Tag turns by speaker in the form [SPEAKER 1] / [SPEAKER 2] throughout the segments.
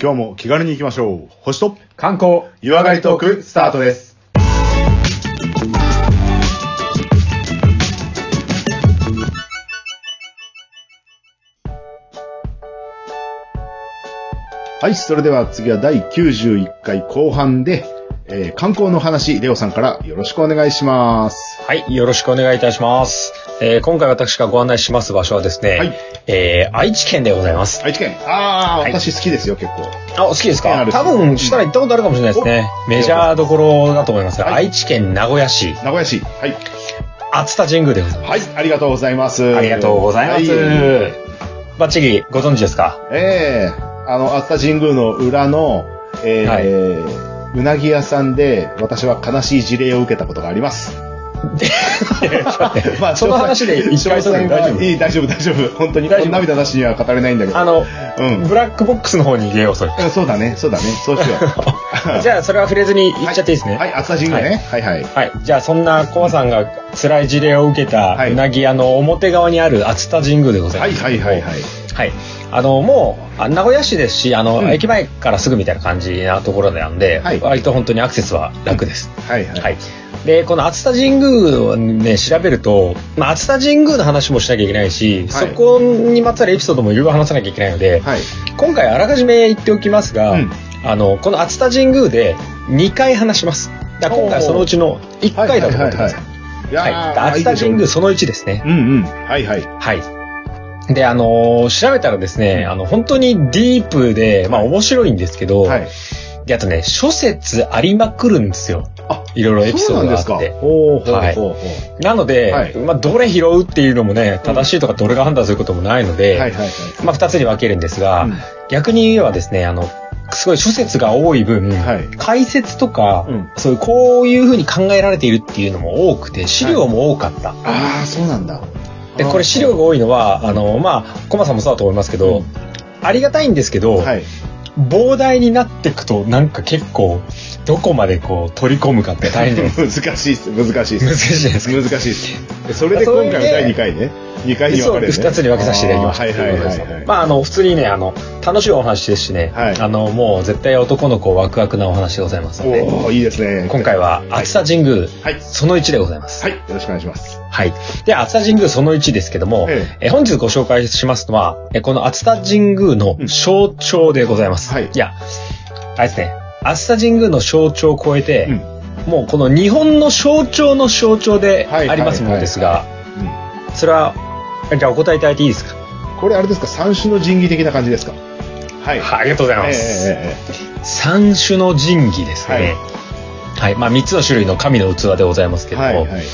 [SPEAKER 1] 今日も気軽に行きましょう。星と
[SPEAKER 2] 観光、
[SPEAKER 1] 湯上がりトークスタートです。はい、それでは次は第91回後半で、えー観光の話、レオさんからよろしくお願いします。
[SPEAKER 2] はい、よろしくお願いいたします。えー今回私がご案内します場所はですね、
[SPEAKER 1] はい
[SPEAKER 2] えー愛知県でございます。
[SPEAKER 1] 愛知県。ああ、
[SPEAKER 2] はい
[SPEAKER 1] 私好きですよ、結構。
[SPEAKER 2] あ、好きです
[SPEAKER 1] あ
[SPEAKER 2] か
[SPEAKER 1] る
[SPEAKER 2] 多分、したら行ったことあるかもしれないですね。
[SPEAKER 1] お
[SPEAKER 2] メジャーどころだと思いますが、
[SPEAKER 1] はい
[SPEAKER 2] 愛知県名古屋市、
[SPEAKER 1] 名古屋市。はい。
[SPEAKER 2] 熱田神宮でございます。
[SPEAKER 1] はい、ありがとうございます。
[SPEAKER 2] ありがとうございます。
[SPEAKER 1] は
[SPEAKER 2] バッチリご存知ですか
[SPEAKER 1] ええあの、熱田神宮の裏の、ええうなぎ屋さんで、私は悲しい事例を受けたことがあり ます。ま
[SPEAKER 2] その話で一回
[SPEAKER 1] 詳
[SPEAKER 2] する
[SPEAKER 1] 細
[SPEAKER 2] の大丈
[SPEAKER 1] は
[SPEAKER 2] 夫
[SPEAKER 1] いい、大丈夫、大丈夫。本当に、
[SPEAKER 2] 大丈夫
[SPEAKER 1] 涙なしには語れないんだけど。
[SPEAKER 2] あの、
[SPEAKER 1] うん
[SPEAKER 2] ブラックボックスの方に入れよ う、それ。
[SPEAKER 1] うん。そうだね、そうだね、そうしよう。
[SPEAKER 2] じゃあ、それは触れずに行っちゃっていいですね。
[SPEAKER 1] はい、熱田神宮ね。はい、はい。
[SPEAKER 2] はい。じゃあ、そんなコアさんが辛い事例を受けた
[SPEAKER 1] はいう
[SPEAKER 2] なぎ屋の表側にある熱田神宮でござい
[SPEAKER 1] は
[SPEAKER 2] ま
[SPEAKER 1] い、
[SPEAKER 2] す。
[SPEAKER 1] はい、はい、はい。
[SPEAKER 2] はい。あの、もう、あ名古屋市ですし、あの、
[SPEAKER 1] うん
[SPEAKER 2] 駅前からすぐみたいな感じなところなんで、
[SPEAKER 1] はい
[SPEAKER 2] 割と本当にアクセスは楽です。
[SPEAKER 1] はい、は。
[SPEAKER 2] はいい。で、この熱田神宮をね、調べると、まあ、熱田神宮の話もしなきゃいけないし、
[SPEAKER 1] はい
[SPEAKER 2] そこにまつわるエピソードもいろいろ話さなきゃいけないので、
[SPEAKER 1] はい。
[SPEAKER 2] 今回あらかじめ言っておきますが、
[SPEAKER 1] うん
[SPEAKER 2] あの、この熱田神宮で2回話します。だから今回はそのうちの1回だと思ってください。
[SPEAKER 1] い
[SPEAKER 2] はい。
[SPEAKER 1] やー
[SPEAKER 2] 熱田神宮その1ですね。
[SPEAKER 1] うん、うん。はい、はい。
[SPEAKER 2] はい。で、あのー調べたらですね、あの、本当にディープで、まあ面白いんですけど、
[SPEAKER 1] はい。
[SPEAKER 2] で、あとね、諸説ありまくるんですよ。
[SPEAKER 1] あ
[SPEAKER 2] いろいろエピソードがあ
[SPEAKER 1] そうな
[SPEAKER 2] っ
[SPEAKER 1] んです
[SPEAKER 2] て
[SPEAKER 1] か。。ほうほう
[SPEAKER 2] はい
[SPEAKER 1] ほうほ
[SPEAKER 2] なので、
[SPEAKER 1] はい
[SPEAKER 2] まあ、どれ拾うっていうのもね、正しいとかどれが判断することもないの
[SPEAKER 1] う。
[SPEAKER 2] で、
[SPEAKER 1] はい、はい、
[SPEAKER 2] まあ、二つに分けるんですが、
[SPEAKER 1] はい。うん
[SPEAKER 2] 逆に言えばですね、あの、すごい諸説が多い分、
[SPEAKER 1] はい
[SPEAKER 2] 解説とか、
[SPEAKER 1] うん
[SPEAKER 2] そういう、こういうふうに考えられているっていうのも多くて、資料も多かった。
[SPEAKER 1] ああ、そうなんだ。
[SPEAKER 2] で、これ資料が多いのは、あの、まあ、コマさんもそうだと思いますけど、
[SPEAKER 1] うん
[SPEAKER 2] ありがたいんですけど、
[SPEAKER 1] はい。
[SPEAKER 2] 膨大になっていくと、なんか結構、どこまでこう取り込むかって大変 じゃないですか。
[SPEAKER 1] 難しいっす、難しいっ
[SPEAKER 2] 難
[SPEAKER 1] す。
[SPEAKER 2] しいじゃないですか。
[SPEAKER 1] 難しいっす。それで今回は第2回ね。2回に分
[SPEAKER 2] そ
[SPEAKER 1] か
[SPEAKER 2] う
[SPEAKER 1] れる、ね。
[SPEAKER 2] 2つに分けさせていただきました。
[SPEAKER 1] あーはいはいはい、
[SPEAKER 2] とうこと
[SPEAKER 1] は
[SPEAKER 2] で
[SPEAKER 1] い。
[SPEAKER 2] まあ、あの、普通にね、あの、楽しいお話ですしね、
[SPEAKER 1] はい
[SPEAKER 2] あの、もう絶対男の子ワクワクなお話でございますので、
[SPEAKER 1] おー、いいですね。
[SPEAKER 2] 今回は、熱田神宮、
[SPEAKER 1] はい。
[SPEAKER 2] その1でございます。
[SPEAKER 1] はい。よろしくお願いします。
[SPEAKER 2] はい。で、熱田神宮その1ですけども、
[SPEAKER 1] え
[SPEAKER 2] え本日ご紹介しますのは、えこの熱田神宮の象徴でございます。
[SPEAKER 1] うんはい
[SPEAKER 2] いや、あれですね、熱田神宮の象徴を超えて、
[SPEAKER 1] うん。
[SPEAKER 2] もうこの日本の象徴の象徴で
[SPEAKER 1] はい
[SPEAKER 2] ありますものですが、
[SPEAKER 1] う
[SPEAKER 2] それは、じゃあお答えいただいていいですか
[SPEAKER 1] ん、これあれですか三種の神器的な感じですかはい。
[SPEAKER 2] はい、ありがとうござい
[SPEAKER 1] え
[SPEAKER 2] ま
[SPEAKER 1] え
[SPEAKER 2] す。
[SPEAKER 1] えええ
[SPEAKER 2] 三種の神器ですね。はい。まあ、三つの種類の神の器でございますけ
[SPEAKER 1] え
[SPEAKER 2] れど
[SPEAKER 1] はい
[SPEAKER 2] も、
[SPEAKER 1] はいはいはい。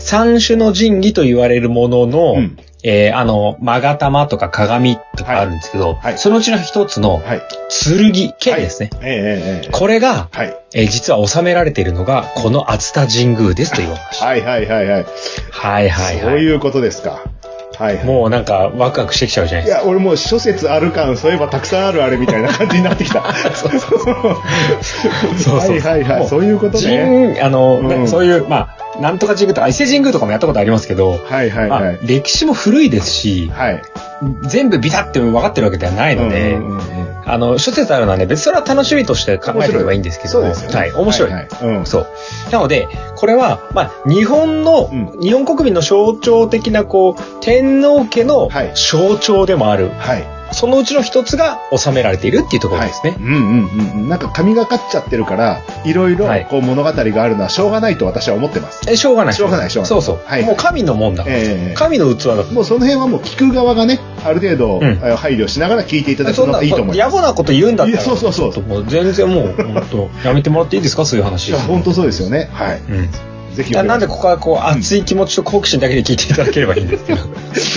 [SPEAKER 2] 三種の神器と言われるものの、
[SPEAKER 1] うん
[SPEAKER 2] えーあの、まがたまとか鏡とかあるんですけど、
[SPEAKER 1] はいはい
[SPEAKER 2] そのうちの一つの、
[SPEAKER 1] はい。
[SPEAKER 2] 剣、剣ですね。
[SPEAKER 1] ええええええ
[SPEAKER 2] これが、
[SPEAKER 1] はい。
[SPEAKER 2] えー実は収められているのが、この熱田神宮ですというお話。
[SPEAKER 1] はいはいはいはい。
[SPEAKER 2] はいはい
[SPEAKER 1] そう
[SPEAKER 2] はい。
[SPEAKER 1] いうことですか。はい、はい。
[SPEAKER 2] もうなんか、ワクワクしてきちゃうじゃない
[SPEAKER 1] い
[SPEAKER 2] ですか。
[SPEAKER 1] や、俺もう諸説ある感、そういえばたくさんあるあれみたいな感じになってきた。 そうそうそう。
[SPEAKER 2] そうそ
[SPEAKER 1] は
[SPEAKER 2] う
[SPEAKER 1] いはいは
[SPEAKER 2] も
[SPEAKER 1] い。
[SPEAKER 2] う
[SPEAKER 1] そういうことね。
[SPEAKER 2] 神、あの、ね
[SPEAKER 1] うん
[SPEAKER 2] そういう、まあ、なんとか神宮とか、伊勢神宮とかもやったことありますけど、
[SPEAKER 1] はいはい
[SPEAKER 2] ま
[SPEAKER 1] は
[SPEAKER 2] あ
[SPEAKER 1] い。
[SPEAKER 2] 歴史も古いですし、
[SPEAKER 1] はい。
[SPEAKER 2] 全部ビタって分かってるわけではないので、
[SPEAKER 1] うんうんうんうん
[SPEAKER 2] あの、諸説あるのはね、別にそれは楽しみとして考えてればいいんですけど、
[SPEAKER 1] そうですよね。
[SPEAKER 2] はい、面白い。
[SPEAKER 1] はいはいうん。
[SPEAKER 2] そう。なので、これは、まあ、日本の、
[SPEAKER 1] う
[SPEAKER 2] 日本国民の象徴的な、こう、天皇家の
[SPEAKER 1] はい
[SPEAKER 2] 象徴でもある、
[SPEAKER 1] はい。
[SPEAKER 2] そのうちの一つが収められているっていうところですね。
[SPEAKER 1] はいうんうんうんうん。なんか神がかっちゃってるから、いろいろ
[SPEAKER 2] はい
[SPEAKER 1] こう物語があるのはしょうがないと私は思ってます。
[SPEAKER 2] え、しょうがない。
[SPEAKER 1] しょうがないしょうがない
[SPEAKER 2] そうそう。
[SPEAKER 1] はい
[SPEAKER 2] もう神のもんだから。
[SPEAKER 1] ええ
[SPEAKER 2] 神の器だか
[SPEAKER 1] もうその辺はもう聞く側がね、ある程度
[SPEAKER 2] うん
[SPEAKER 1] あの配慮しながら聞いていただ
[SPEAKER 2] ら。
[SPEAKER 1] くのがいいと思い
[SPEAKER 2] 野
[SPEAKER 1] ます。
[SPEAKER 2] 暮なこと言うんだっ
[SPEAKER 1] い
[SPEAKER 2] た
[SPEAKER 1] や
[SPEAKER 2] ら、
[SPEAKER 1] そうそうそう
[SPEAKER 2] ちょっともう全然もう、本当やめてもらっていいですかそういう話。
[SPEAKER 1] いや、本当そうですよね。はい。
[SPEAKER 2] うん。
[SPEAKER 1] ぜひ。
[SPEAKER 2] だからなんでここはこう、熱い気持ちと好奇心だけで聞いていただければいいんです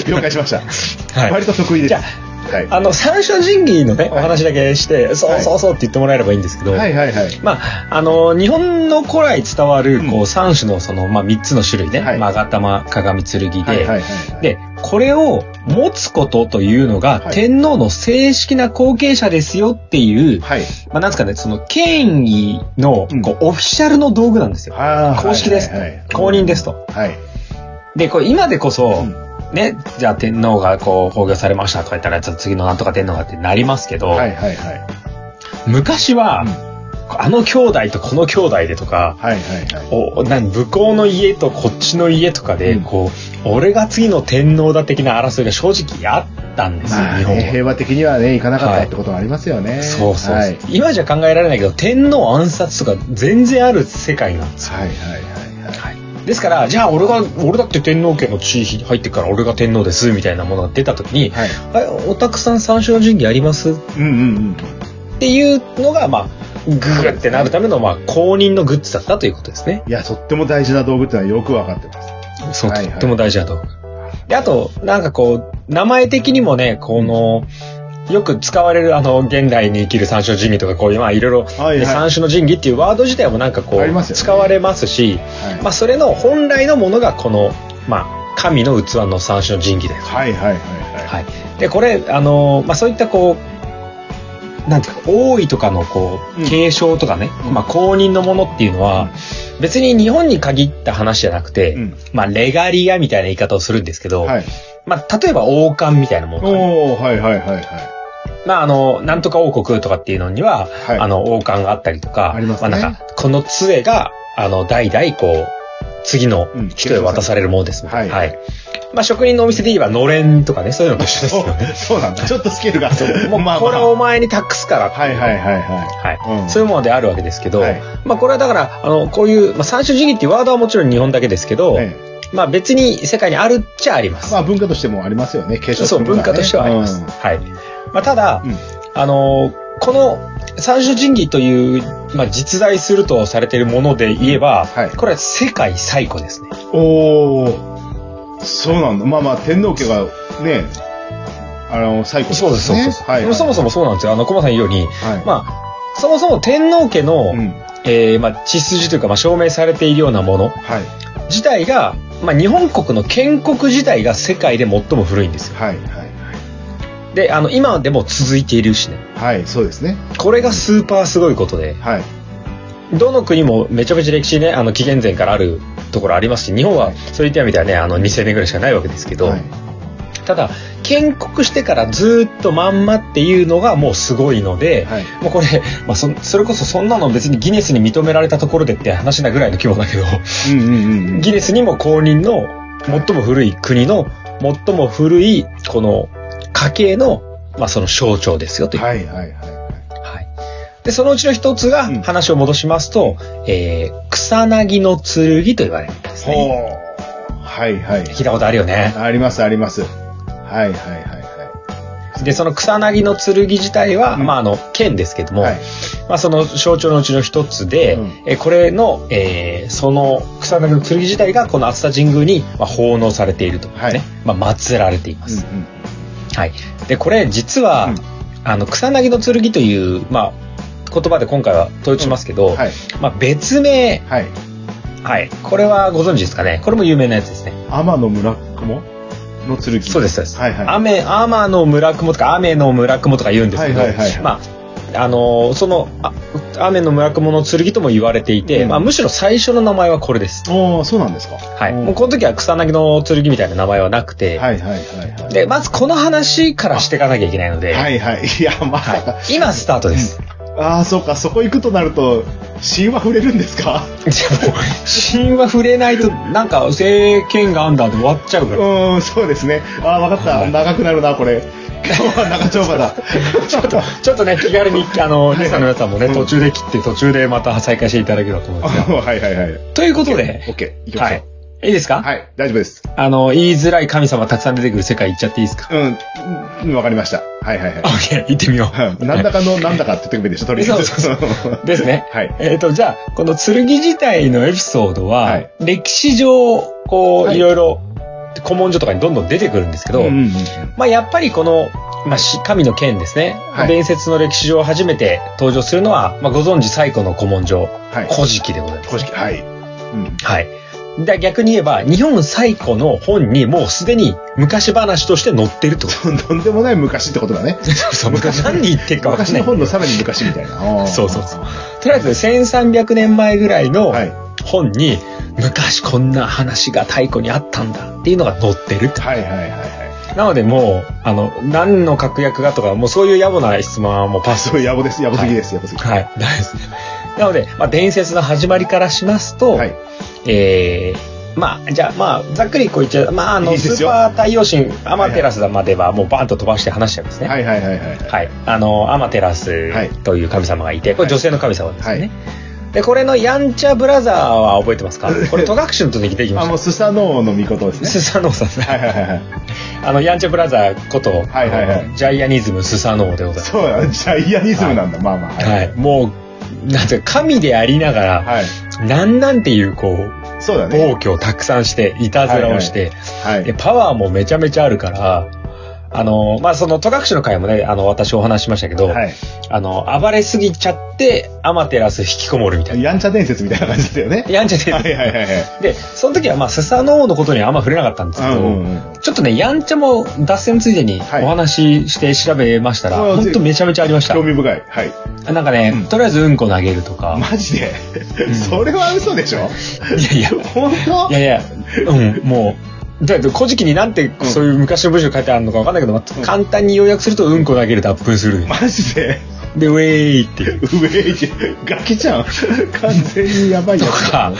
[SPEAKER 2] けど。
[SPEAKER 1] 了解しました。
[SPEAKER 2] はい
[SPEAKER 1] 割と得意です。
[SPEAKER 2] じゃ
[SPEAKER 1] はい。
[SPEAKER 2] あの、三種神器のね、お
[SPEAKER 1] はい
[SPEAKER 2] 話だけして、そう
[SPEAKER 1] はい
[SPEAKER 2] そうそうって言ってもらえればいいんですけど、
[SPEAKER 1] はいはいはい。
[SPEAKER 2] まあ、あの、日本の古来伝わる、
[SPEAKER 1] う
[SPEAKER 2] こう、三種のその、まあ、三つの種類ね、
[SPEAKER 1] はい
[SPEAKER 2] まがたま、鏡、剣で、
[SPEAKER 1] はいはいはいはい。
[SPEAKER 2] で、これを持つことというのが、
[SPEAKER 1] はい
[SPEAKER 2] 天皇の正式な後継者ですよっていう、
[SPEAKER 1] はい。
[SPEAKER 2] まあ、なんですかね、その、権威の、
[SPEAKER 1] うん
[SPEAKER 2] こう、オフィシャルの道具なんですよ。
[SPEAKER 1] あー
[SPEAKER 2] 公式です
[SPEAKER 1] はいはいはい。
[SPEAKER 2] 公認ですと。
[SPEAKER 1] はい。
[SPEAKER 2] で、これ今でこそ、
[SPEAKER 1] うん
[SPEAKER 2] ね、じゃあ天皇がこう、崩御されましたとか言ったら、じゃあ次のなんとか天皇がってなりますけど、
[SPEAKER 1] はいはいはい。
[SPEAKER 2] 昔は、
[SPEAKER 1] うん
[SPEAKER 2] あの兄弟とこの兄弟でとか、
[SPEAKER 1] はいはいはい。
[SPEAKER 2] お何向こうの家とこっちの家とかで、
[SPEAKER 1] うん
[SPEAKER 2] こう俺が次の天皇だ的な争いが正直あったんですよ、
[SPEAKER 1] まあ
[SPEAKER 2] 日本
[SPEAKER 1] ね、
[SPEAKER 2] は。
[SPEAKER 1] 平和的にはね、いかなかったってことがありますよね。
[SPEAKER 2] そうそうそう、
[SPEAKER 1] はい。
[SPEAKER 2] 今じゃ考えられないけど天皇暗殺とか全然ある世界なんですよ、
[SPEAKER 1] はいはいはいはい。
[SPEAKER 2] ですからじゃあ俺が俺だって天皇家の地域に入ってっから俺が天皇ですみたいなものが出た時に、
[SPEAKER 1] はい。
[SPEAKER 2] あおたくさん三種の神器あります
[SPEAKER 1] うんうんうん。
[SPEAKER 2] っていうのが、まあ、グーってなるための、まあ、公認のグッズだったということですね。
[SPEAKER 1] いや、とっても大事な道具ってのはよくわかってます。
[SPEAKER 2] そう、
[SPEAKER 1] はいはい
[SPEAKER 2] とっても大事だと。で、あと、なんかこう、名前的にもね、この、よく使われる、あの、現代に生きる三種の神器とか、こういう、まあ、いろいろ、
[SPEAKER 1] はいはい
[SPEAKER 2] で三種の神器っていうワード自体もなんかこう、
[SPEAKER 1] ありますよね
[SPEAKER 2] 使われますし、
[SPEAKER 1] はい。
[SPEAKER 2] まあ、それの本来のものが、この、まあ、神の器の三種の神器だよ。
[SPEAKER 1] はいはいはいはい。
[SPEAKER 2] はい。で、これ、あの、まあ、そういったこう、なんていうか、王位とかのこ
[SPEAKER 1] うん
[SPEAKER 2] う、継承とかね、
[SPEAKER 1] うん
[SPEAKER 2] まあ、公認のものっていうのは、別に日本に限った話じゃなくて、
[SPEAKER 1] うん
[SPEAKER 2] まあ、レガリアみたいな言い方をするんですけど、
[SPEAKER 1] はい。
[SPEAKER 2] まあ、例えば王冠みたいなもの、
[SPEAKER 1] おー、はいはいはいはい。
[SPEAKER 2] まあ、あの、なんとか王国とかっていうのには、
[SPEAKER 1] はい
[SPEAKER 2] あの、王冠があったりとか、
[SPEAKER 1] ありますね
[SPEAKER 2] あ、なんか、この杖が、あの、代々こう、次の人へ渡されるものです、
[SPEAKER 1] はい
[SPEAKER 2] はい。まあ、職人のお店で言えば、のれんとかね、そういうのと一緒ですよね。
[SPEAKER 1] そうそうなんだ。ちょっとスケールが。
[SPEAKER 2] もう
[SPEAKER 1] まあまあ
[SPEAKER 2] これはお前に託すからって
[SPEAKER 1] はいはいはいは
[SPEAKER 2] はい
[SPEAKER 1] うん
[SPEAKER 2] そういうものであるわけですけど、
[SPEAKER 1] はい
[SPEAKER 2] まあこれはだから、あの、こういう、まあ三種主義っていうワードはもちろん日本だけですけど、
[SPEAKER 1] い。え
[SPEAKER 2] まあ別に世界にあるっちゃありま
[SPEAKER 1] え
[SPEAKER 2] す。
[SPEAKER 1] まあ文化としてもありますよね、継承
[SPEAKER 2] そう、文化としてはあります。はい。まあただ、
[SPEAKER 1] うん
[SPEAKER 2] あの、この三種神器という、まあ実在するとされているもので言えば、
[SPEAKER 1] はい
[SPEAKER 2] これは世界最古ですね。
[SPEAKER 1] おおそうなんだ。まあまあ、天皇家がね、あの、最古
[SPEAKER 2] そうです、そうです。
[SPEAKER 1] はいはい。
[SPEAKER 2] そもそもそうなんですよ。あの、コマさん言うように、
[SPEAKER 1] はい
[SPEAKER 2] まあ、そもそも天皇家の、
[SPEAKER 1] うん。
[SPEAKER 2] えーまあ、血筋というか、まあ、証明されているようなもの
[SPEAKER 1] はい。
[SPEAKER 2] 自体が、まあ、日本国の建国自体が世界で最も古いんですよ。
[SPEAKER 1] はいはい
[SPEAKER 2] で、あの、今でも続いているしね。
[SPEAKER 1] はい。はい、そうですね。
[SPEAKER 2] これがスーパーすごいことで、
[SPEAKER 1] はい。
[SPEAKER 2] どの国もめちゃめちゃ歴史ね、あの、紀元前からあるところありますし、日本は、そういった意味ではね、あの、2000年ぐらいしかないわけですけど、
[SPEAKER 1] はい
[SPEAKER 2] ただ、建国してからずーっとまんまっていうのがもうすごいので、
[SPEAKER 1] はい
[SPEAKER 2] もうこれ、まあそ、それこそそんなの別にギネスに認められたところでって話なぐらいの規模だけど、
[SPEAKER 1] うんうんうんうん。
[SPEAKER 2] ギネスにも公認の最も古い国の最も古いこの家系の、まあ、その象徴ですよという。は
[SPEAKER 1] は
[SPEAKER 2] い。
[SPEAKER 1] いはいはい。
[SPEAKER 2] で、そのうちの一つが
[SPEAKER 1] うん
[SPEAKER 2] 話を戻しますと、えー、草薙の剣と言われるんですね。
[SPEAKER 1] ほう。はいはい。
[SPEAKER 2] 聞いたことあるよね。
[SPEAKER 1] ありますあります。はいはいはいは
[SPEAKER 2] で、その草薙の剣自体は、
[SPEAKER 1] うん
[SPEAKER 2] まあ、あの、剣ですけども、
[SPEAKER 1] い。はい。
[SPEAKER 2] まあ、その象徴のうちの一つで、
[SPEAKER 1] うん
[SPEAKER 2] えーこれの、えーその草薙の剣自体がこの熱田神宮に、まあ、奉納されていると、ね。
[SPEAKER 1] はい
[SPEAKER 2] まあ、祀られていま
[SPEAKER 1] う
[SPEAKER 2] す。
[SPEAKER 1] んうん
[SPEAKER 2] はい。で、これ実は、
[SPEAKER 1] うん
[SPEAKER 2] あの、草薙の剣という、まあ、言葉で今回は統一しますけど、
[SPEAKER 1] はい。
[SPEAKER 2] まあ、別名、
[SPEAKER 1] はい。
[SPEAKER 2] はい。これはご存知ですかねこれも有名なやつですね。
[SPEAKER 1] 天の村雲の剣。
[SPEAKER 2] そうです、そうです。
[SPEAKER 1] はいはい。
[SPEAKER 2] 雨、雨の村雲とか、雨の村雲とか言うんですけど、
[SPEAKER 1] はいはいはいはい
[SPEAKER 2] まあ、あのーその、あ雨の村雲の剣とも言われていて、
[SPEAKER 1] うん
[SPEAKER 2] まあ、むしろ最初の名前はこれです。
[SPEAKER 1] おー、そうなんですか。
[SPEAKER 2] はい。
[SPEAKER 1] おー
[SPEAKER 2] もうこの時は草薙の剣みたいな名前はなくて、
[SPEAKER 1] はいはいはいはい。
[SPEAKER 2] で、まずこの話からしていかなきゃいけないので、
[SPEAKER 1] はいはい。いや、まさか。
[SPEAKER 2] はい、今スタートです。
[SPEAKER 1] ああ、そうか、そこ行くとなると、神話触れるんですか
[SPEAKER 2] じゃあもう、神話触れないと、なんか、政権があんだで終わっちゃう
[SPEAKER 1] う
[SPEAKER 2] から。
[SPEAKER 1] ーん、そうですね。ああ、わかった。
[SPEAKER 2] はい
[SPEAKER 1] 長くなるな、これ。今日は長丁場 だ。
[SPEAKER 2] ちょっと、ちょっとね、気軽に、あの、
[SPEAKER 1] い
[SPEAKER 2] リサの皆さんもね、
[SPEAKER 1] うん
[SPEAKER 2] 途中で切って、途中でまた再開していただければと思うん
[SPEAKER 1] あ
[SPEAKER 2] ですが。
[SPEAKER 1] ーはいはいはい。
[SPEAKER 2] ということで、
[SPEAKER 1] OK、行きま
[SPEAKER 2] は
[SPEAKER 1] しょ
[SPEAKER 2] い。いいです
[SPEAKER 1] う。
[SPEAKER 2] か
[SPEAKER 1] はい、大丈夫です。
[SPEAKER 2] あの、言いづらい神様たくさん出てくる世界行っちゃっていいですか
[SPEAKER 1] うん、うんわかりました。はいはいはい
[SPEAKER 2] オ。ッケー、行ってみよ
[SPEAKER 1] はい、
[SPEAKER 2] う。
[SPEAKER 1] なんだかのなんだかって言ってくれでしょ、とりあえず。
[SPEAKER 2] そうそう ですね。
[SPEAKER 1] はい。
[SPEAKER 2] えっ、と、じゃあ、この剣自体のエピソードは、
[SPEAKER 1] はい
[SPEAKER 2] 歴史上、こう、
[SPEAKER 1] はい
[SPEAKER 2] い、ろいろ、古文書とかにどんどん出てくるんですけど、
[SPEAKER 1] うんうんうん
[SPEAKER 2] まあ、やっぱりこの、まあ、し神の剣ですね、
[SPEAKER 1] はい
[SPEAKER 2] 伝説の歴史上初めて登場するのは、まあ、ご存知最古の古文書、
[SPEAKER 1] はい。
[SPEAKER 2] 古事記でございます。
[SPEAKER 1] 公式、はい。うん。
[SPEAKER 2] はい。だ逆に言えば、日本最古の本にもうすでに昔話として載ってるってこと
[SPEAKER 1] ととんでもない昔ってことだね。
[SPEAKER 2] そうそう、昔何言ってるか分か
[SPEAKER 1] 昔
[SPEAKER 2] んな
[SPEAKER 1] の
[SPEAKER 2] い。
[SPEAKER 1] 本のさらに昔みたいな。。
[SPEAKER 2] そうそうそうう。とりあえず、1300年前ぐらいの
[SPEAKER 1] はい
[SPEAKER 2] 本に、昔こんな話が太古にあったんだっていうのが載ってるって。
[SPEAKER 1] はいはいはいはい。
[SPEAKER 2] なのでもう、あの、何の確約がとか、もうそういう野暮な質問はもうパス。
[SPEAKER 1] そう、野暮です。野暮すぎです。野暮すぎ。
[SPEAKER 2] はい、大丈夫です。 なので、まあ、伝説の始まりからしますと、
[SPEAKER 1] はい。
[SPEAKER 2] えーまあ、じゃあ、まあ、ざっくりこう言っちゃう、まあ、あ
[SPEAKER 1] いい
[SPEAKER 2] の、
[SPEAKER 1] です
[SPEAKER 2] スー
[SPEAKER 1] よ
[SPEAKER 2] パー太陽神、アマテラスまではもうバーンと飛ばして話しちゃうんですね。
[SPEAKER 1] はいはいはいはい。
[SPEAKER 2] はい、あのアマテラス
[SPEAKER 1] はい
[SPEAKER 2] という神様がいて、これ女性の神様ですよね。
[SPEAKER 1] はい
[SPEAKER 2] でこれのヤンチャブラザーは覚えてます か？これ戸隠の時に出てきま
[SPEAKER 1] あ、
[SPEAKER 2] し
[SPEAKER 1] もう、スサノオの御事です
[SPEAKER 2] た。
[SPEAKER 1] ね。
[SPEAKER 2] スサノオさんです
[SPEAKER 1] はい
[SPEAKER 2] ね。
[SPEAKER 1] はいはいはい。
[SPEAKER 2] あのヤンチャブラザーこと、
[SPEAKER 1] はいはいはい
[SPEAKER 2] あのジャイアニズムスサノオでございます。
[SPEAKER 1] そうだ、ジャイアニズムなんだ。まあまあ。。
[SPEAKER 2] はいい、もうなんていうか神でありながら、
[SPEAKER 1] はい。
[SPEAKER 2] なんなんていうこう
[SPEAKER 1] そうだね。
[SPEAKER 2] 暴挙をたくさんしていたずらをして、
[SPEAKER 1] はい。
[SPEAKER 2] でパワーもめちゃめちゃあるから。あのまあ、その戸隠の会もねあの私お話ししましたけど、
[SPEAKER 1] はい。
[SPEAKER 2] あの、暴れすぎちゃって、アマテラス引きこもるみたいな。
[SPEAKER 1] やんちゃ伝説みたいな感じだよね。
[SPEAKER 2] やんちゃ伝
[SPEAKER 1] はい
[SPEAKER 2] 説。
[SPEAKER 1] はいはいはい。
[SPEAKER 2] で、その時はまあ、スサノオのことにはあんま触れなかったんですけど、
[SPEAKER 1] うんうんうん
[SPEAKER 2] ちょっとね、やんちゃも脱線ついでに
[SPEAKER 1] はい
[SPEAKER 2] お話しして調べましたら、
[SPEAKER 1] ああ
[SPEAKER 2] ほんとめちゃめちゃありました
[SPEAKER 1] 興。味深い。はい。
[SPEAKER 2] なんかね、
[SPEAKER 1] うん
[SPEAKER 2] とりあえずうんこ投げるとか、
[SPEAKER 1] マジで、 それは嘘でしょ
[SPEAKER 2] いやいや、
[SPEAKER 1] 本当
[SPEAKER 2] いやいや、うん、もう、だって古事記になんて
[SPEAKER 1] ん
[SPEAKER 2] そういう昔の文章書いてあるのかわかんないけど、まあ簡単に要約するとうんこ投げる脱粉する。
[SPEAKER 1] マジで
[SPEAKER 2] で、ウェーイっていう。
[SPEAKER 1] 上一ガキじゃん。完全にやばい
[SPEAKER 2] と
[SPEAKER 1] やつだ
[SPEAKER 2] か
[SPEAKER 1] ね。、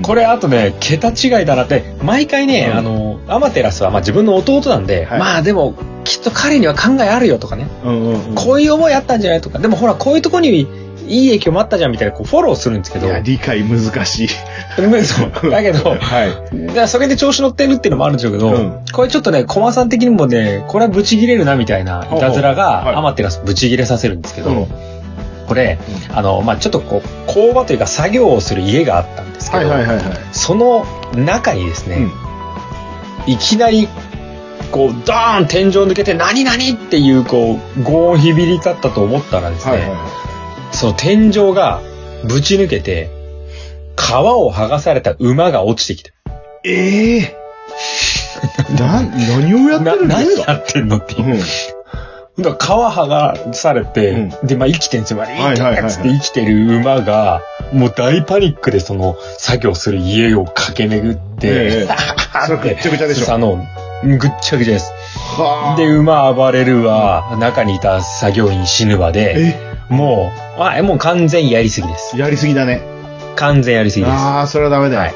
[SPEAKER 2] これあとね、桁違いだなって、毎回ね、
[SPEAKER 1] うん
[SPEAKER 2] あの、アマテラスはまあ自分の弟なんで、
[SPEAKER 1] はい
[SPEAKER 2] まあでも、きっと彼には考えあるよとかね、
[SPEAKER 1] うんうんうん。
[SPEAKER 2] こういう思いあったんじゃないとか、でもほら、こういうとこにいい影響もあったじゃんみたいな、こうフォローするんですけ
[SPEAKER 1] い
[SPEAKER 2] ど、
[SPEAKER 1] や、理解難しい。
[SPEAKER 2] そう だけど、
[SPEAKER 1] はい。
[SPEAKER 2] だからそれで調子乗ってるっていうのもあるんでしょうけど、
[SPEAKER 1] うん
[SPEAKER 2] これちょっとね、駒さん的にもね、これはブチギレるなみたい
[SPEAKER 1] ほ
[SPEAKER 2] な
[SPEAKER 1] うほう
[SPEAKER 2] いたずら
[SPEAKER 1] はい
[SPEAKER 2] が、アマテラスブチギレさせるんですけど、
[SPEAKER 1] うん
[SPEAKER 2] これ、あの、まあちょっとこう、工場というか作業をする家があったんですけ
[SPEAKER 1] は
[SPEAKER 2] ど、
[SPEAKER 1] いはいはいはい。
[SPEAKER 2] その中にです
[SPEAKER 1] うん
[SPEAKER 2] ね、いきなり、こう、ドーン天井抜けて、何々っていう、こう、轟音響り立ったと思ったらですね、
[SPEAKER 1] はいはいは
[SPEAKER 2] その天井がぶち抜けて、皮を剥がされた馬が落ちてきた。
[SPEAKER 1] い。ええー。な、何をやって
[SPEAKER 2] な
[SPEAKER 1] るんで
[SPEAKER 2] 何
[SPEAKER 1] す
[SPEAKER 2] や
[SPEAKER 1] か
[SPEAKER 2] ってんのっていうう。
[SPEAKER 1] ん。
[SPEAKER 2] だから皮剥がされて、で、まあ生きてるんですよ。まあ、
[SPEAKER 1] はいはいはいはい
[SPEAKER 2] つって生きてる馬が、もう大パニックでその作業する家を駆け巡って、
[SPEAKER 1] ええそれぐっちゃぐちゃでしょ
[SPEAKER 2] あの、ぐっちゃぐちゃです。
[SPEAKER 1] はあ。
[SPEAKER 2] で、馬暴れるわ、中にいた作業員死ぬわで、
[SPEAKER 1] え、
[SPEAKER 2] もう、あ、もう完全やりすぎです。
[SPEAKER 1] やりすぎだね。
[SPEAKER 2] 完全やりすぎで
[SPEAKER 1] ああ、それはダメだよ。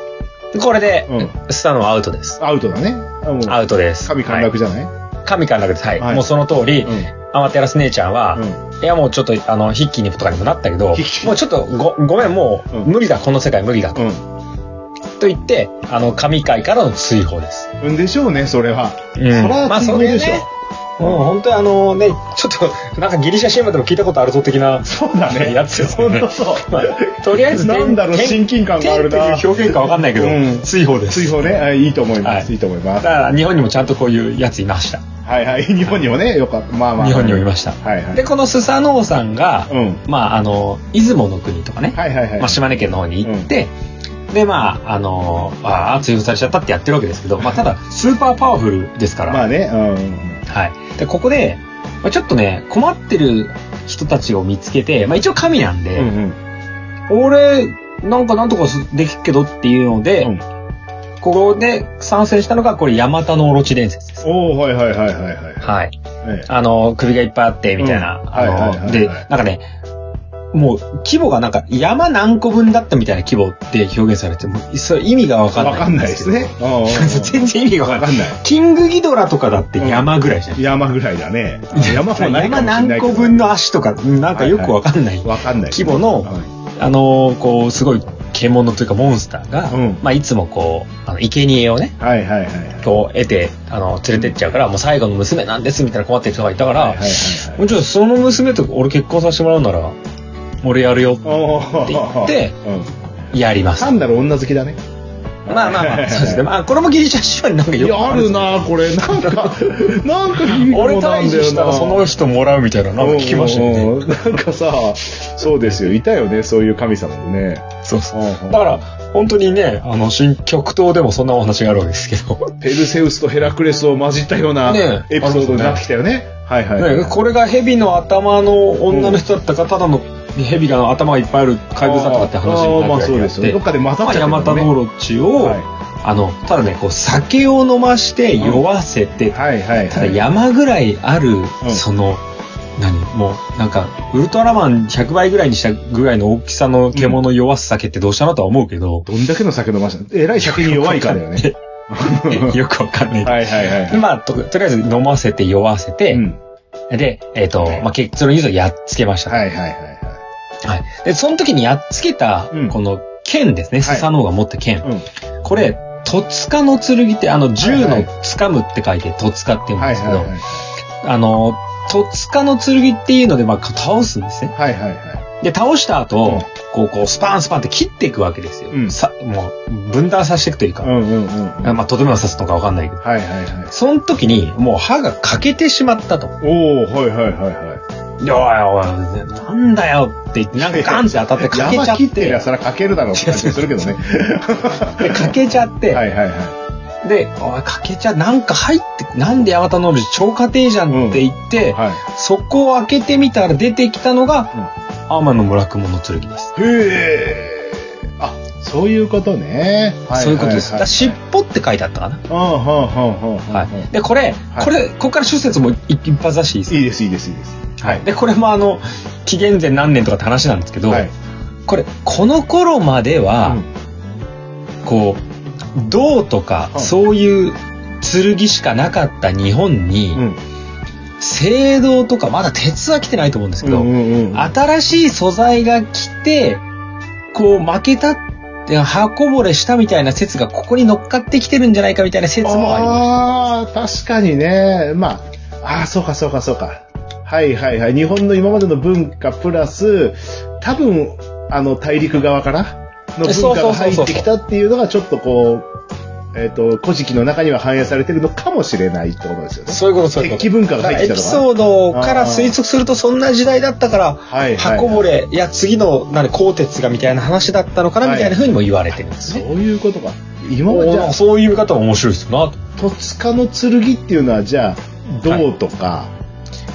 [SPEAKER 2] す。これで、
[SPEAKER 1] うん
[SPEAKER 2] スタノアウトです。
[SPEAKER 1] アウトだね。あもう
[SPEAKER 2] アウトです。
[SPEAKER 1] 神陥
[SPEAKER 2] はい
[SPEAKER 1] 落じゃない、
[SPEAKER 2] 神陥落です。はい。
[SPEAKER 1] はい
[SPEAKER 2] もうその通り、
[SPEAKER 1] うん
[SPEAKER 2] アマテラス姉ちゃんは、
[SPEAKER 1] う
[SPEAKER 2] いやもうちょっと、あの、筆記にとかにもなったけど
[SPEAKER 1] 筆記、
[SPEAKER 2] もうちょっとご、ごめん、もう、
[SPEAKER 1] うん
[SPEAKER 2] 無理だ、この世界無理だと。
[SPEAKER 1] う
[SPEAKER 2] と言って、あの、神界からの追放です。
[SPEAKER 1] ん。うんでしょうね、それは。
[SPEAKER 2] うん
[SPEAKER 1] それは
[SPEAKER 2] そ
[SPEAKER 1] 強
[SPEAKER 2] れ
[SPEAKER 1] いでしょ。
[SPEAKER 2] ねもう本当にあのね、ちょっと、なんかギリシャ CM でも聞いたことあるぞ的な、
[SPEAKER 1] そうだね。
[SPEAKER 2] やつですよね
[SPEAKER 1] ほんとそう。
[SPEAKER 2] まあとりあえず、
[SPEAKER 1] なんだろう
[SPEAKER 2] 天
[SPEAKER 1] 親近感があるな
[SPEAKER 2] 天っていう表現かわかんないけど、
[SPEAKER 1] うん
[SPEAKER 2] 追放です。
[SPEAKER 1] 追放ね。はいいいと思いま
[SPEAKER 2] は
[SPEAKER 1] す。
[SPEAKER 2] い
[SPEAKER 1] いいと思いま
[SPEAKER 2] だ
[SPEAKER 1] す
[SPEAKER 2] か。ら、日本にもちゃんとこういうやついました。
[SPEAKER 1] はいはい。日本にもね、よかった。まあまあ。
[SPEAKER 2] 日本にもいました。
[SPEAKER 1] はいはい。
[SPEAKER 2] で、このスサノオさんが、
[SPEAKER 1] うん
[SPEAKER 2] まあ、あの、出雲の国とかね、
[SPEAKER 1] はいはいはい。
[SPEAKER 2] まあ、島根県の方に行って、で、まあ、あの、ああ、追放されちゃったってやってるわけですけど、まあ、ただ、スーパーパワフルですから、
[SPEAKER 1] まあね、うん。
[SPEAKER 2] はい。で、ここで、まあ、ちょっとね、困ってる人たちを見つけて、まあ、一応神なんで、
[SPEAKER 1] うんうん。
[SPEAKER 2] 俺、なんかなんとかすできっけどっていうので、
[SPEAKER 1] うん
[SPEAKER 2] ここで参戦したのが、これ、ヤマタのオロチ伝説です。
[SPEAKER 1] おおはいはいはいはいはい。
[SPEAKER 2] はい。
[SPEAKER 1] ええ
[SPEAKER 2] あの、首がいっぱいあって、みたいな。
[SPEAKER 1] うんはいはい
[SPEAKER 2] あ
[SPEAKER 1] はいはい
[SPEAKER 2] の、で、なんかね、もう、規模がなんか、山何個分だったみたいな規模って表現されて、もう、それ意味がわかんない。
[SPEAKER 1] わかんない ですね。。うんうんうん
[SPEAKER 2] 全然意味がわ
[SPEAKER 1] わ
[SPEAKER 2] か
[SPEAKER 1] か
[SPEAKER 2] んない。
[SPEAKER 1] んない。
[SPEAKER 2] キングギドラとかだって山ぐらいじゃん。
[SPEAKER 1] 山ぐらいだね。山もないかもしれ
[SPEAKER 2] 山
[SPEAKER 1] な
[SPEAKER 2] 何
[SPEAKER 1] いけ
[SPEAKER 2] 個
[SPEAKER 1] ど。
[SPEAKER 2] 分の足とか、なんかよくわかんない。
[SPEAKER 1] わかんない。
[SPEAKER 2] 規模の
[SPEAKER 1] はい
[SPEAKER 2] あのーこう、すごい獣というかモンスターが、
[SPEAKER 1] うん
[SPEAKER 2] まあ、いつもこう、あの、生贄をね、
[SPEAKER 1] はいはいはい。
[SPEAKER 2] こう、得て、あの、連れてっちゃうから、もう最後の娘なんです、みたいな困ってる人がいたから、
[SPEAKER 1] はいはいはい
[SPEAKER 2] もうちょっとその娘と俺結婚させてもらうなら、俺やるよ、
[SPEAKER 1] おー
[SPEAKER 2] って
[SPEAKER 1] うん
[SPEAKER 2] やります。
[SPEAKER 1] 単なる女好きだね。
[SPEAKER 2] まあまあまあ、そうですね。まあ、これもギリシャ神話になんか
[SPEAKER 1] い
[SPEAKER 2] よく
[SPEAKER 1] や、あるなこれ。なん か、なんかいい
[SPEAKER 2] 俺退治したらその人もらうみたいな、なんか聞きましたよ
[SPEAKER 1] ね。
[SPEAKER 2] ね。
[SPEAKER 1] なんかさ、そうですよ。いたよね、そういう神様もね。
[SPEAKER 2] そうそう。
[SPEAKER 1] うんうん
[SPEAKER 2] だから、本当にね、あの、新極東でもそんなお話があるわけですけど、
[SPEAKER 1] ペルセウスとヘラクレスを混じったような
[SPEAKER 2] ねえ
[SPEAKER 1] エピソードになってきたよね。はいはいはい。
[SPEAKER 2] ね、これが蛇の頭の女の人だったか、ただの蛇が頭がいっぱいある怪物だったかって話にな
[SPEAKER 1] あーまあ
[SPEAKER 2] って
[SPEAKER 1] そうですよね。どっかで混ざっちゃ
[SPEAKER 2] ま
[SPEAKER 1] っ
[SPEAKER 2] あ、
[SPEAKER 1] てる
[SPEAKER 2] ヤ
[SPEAKER 1] もんね
[SPEAKER 2] マタノオロチを、
[SPEAKER 1] はい
[SPEAKER 2] あの、ただね、こう、酒を飲まして酔わせて、
[SPEAKER 1] はいはい
[SPEAKER 2] た
[SPEAKER 1] は
[SPEAKER 2] だ
[SPEAKER 1] い。
[SPEAKER 2] 山ぐらいある、
[SPEAKER 1] うん
[SPEAKER 2] その、何もう、なんか、ウルトラマン100倍ぐらいにしたぐらいの大きさの獣酔わす酒ってどうしたのとは思うけど、
[SPEAKER 1] どんだけの酒飲ましたえらい酒に弱いからよ ね。
[SPEAKER 2] よくわかんない。
[SPEAKER 1] はいはいはい。
[SPEAKER 2] まあと、とりあえず飲ませて酔わせて、
[SPEAKER 1] うん。
[SPEAKER 2] で、えっ、と、まあ、結論言うとやっつけました。
[SPEAKER 1] はいはいはいは
[SPEAKER 2] はい。で、その時にやっつけた
[SPEAKER 1] うん、
[SPEAKER 2] この剣ですね。スサノオが持った剣。
[SPEAKER 1] い。うん。
[SPEAKER 2] これ、戸塚の剣って、あの、銃
[SPEAKER 1] はい
[SPEAKER 2] の
[SPEAKER 1] は
[SPEAKER 2] 掴むって書いて戸塚って言うん
[SPEAKER 1] はい
[SPEAKER 2] ですけ
[SPEAKER 1] はい
[SPEAKER 2] ど、
[SPEAKER 1] はい。
[SPEAKER 2] あの、戸塚の剣っていうので、まあ、倒すんですね。
[SPEAKER 1] はいはいは
[SPEAKER 2] で、倒した
[SPEAKER 1] うん
[SPEAKER 2] 後、こう、こう、スパンスパンって切っていくわけですよ。
[SPEAKER 1] うん
[SPEAKER 2] さ、もう、分断させていくという
[SPEAKER 1] い。う
[SPEAKER 2] か、
[SPEAKER 1] んうんうん。はい
[SPEAKER 2] まあ、とどめを刺すのかわかんないけど。
[SPEAKER 1] はいはい。
[SPEAKER 2] その時に、もう歯が欠けてしまったと。
[SPEAKER 1] おー、はいはいはいはい。
[SPEAKER 2] でおいおい、なんだよって言って、なんかガンって当たって欠けちゃ
[SPEAKER 1] 山
[SPEAKER 2] っ
[SPEAKER 1] 切ってり
[SPEAKER 2] て
[SPEAKER 1] ゃ、それはかけるだろうって感じするけどね。
[SPEAKER 2] で欠けちゃって、
[SPEAKER 1] はいはいは
[SPEAKER 2] で、あ、かけちゃ、なんか入って、なんでヤマタノオルジ超過程じゃんって言って、
[SPEAKER 1] い。はい。
[SPEAKER 2] そこを開けてみたら出てきたのが、天の村雲の剣です。
[SPEAKER 1] へえ。あ、そういうことね。
[SPEAKER 2] そういうことです。
[SPEAKER 1] は
[SPEAKER 2] だから
[SPEAKER 1] は
[SPEAKER 2] 尻尾って書いてあったかな。
[SPEAKER 1] うん、はんはんはんは
[SPEAKER 2] は。
[SPEAKER 1] んはい
[SPEAKER 2] で、これ、
[SPEAKER 1] い
[SPEAKER 2] これ、ここから諸説も一一発だしいいです
[SPEAKER 1] い。いいです、いいです、いいです。
[SPEAKER 2] はい。で、これもあの、紀元前何年とかって話なんですけど、
[SPEAKER 1] はい。
[SPEAKER 2] これ、この頃までは、こう、銅とか、
[SPEAKER 1] うん
[SPEAKER 2] そういう剣しかなかった日本に、
[SPEAKER 1] うん。うん。
[SPEAKER 2] 青銅とか、まだ鉄は来てないと思うんですけど、
[SPEAKER 1] うんうんうん。
[SPEAKER 2] 新しい素材が来て、こう負けたって、刃こぼれしたみたいな説がここに乗っかってきてるんじゃないかみたいな説もありま
[SPEAKER 1] ああー、確かにね。まあ、ああー、そうかそうかそうか。はいはいはい。日本の今までの文化プラス、多分、あの、大陸側からの文化が入ってきたっていうのが、ちょっとこう、えっ、と、古事記の中には反映されてるのかもしれないってことですよね
[SPEAKER 2] す。。そういうこと、そういうこと。
[SPEAKER 1] 鉄器文化が入ってき
[SPEAKER 2] エ
[SPEAKER 1] た
[SPEAKER 2] ピ
[SPEAKER 1] のかな
[SPEAKER 2] ソードから推測するとそんな時代だったから、
[SPEAKER 1] はいはい
[SPEAKER 2] 刃こぼれ、いや次の、なに、鋼鉄がみたいな話だったのかなみたいな風にも言われてるんです
[SPEAKER 1] そう
[SPEAKER 2] ね。
[SPEAKER 1] いうことか。今
[SPEAKER 2] お
[SPEAKER 1] までじ
[SPEAKER 2] ー
[SPEAKER 1] ゃ
[SPEAKER 2] な
[SPEAKER 1] あ
[SPEAKER 2] んか、そういう見方も面白いですよなと。
[SPEAKER 1] 戸塚の剣っていうのは、じゃあ、銅とか、
[SPEAKER 2] は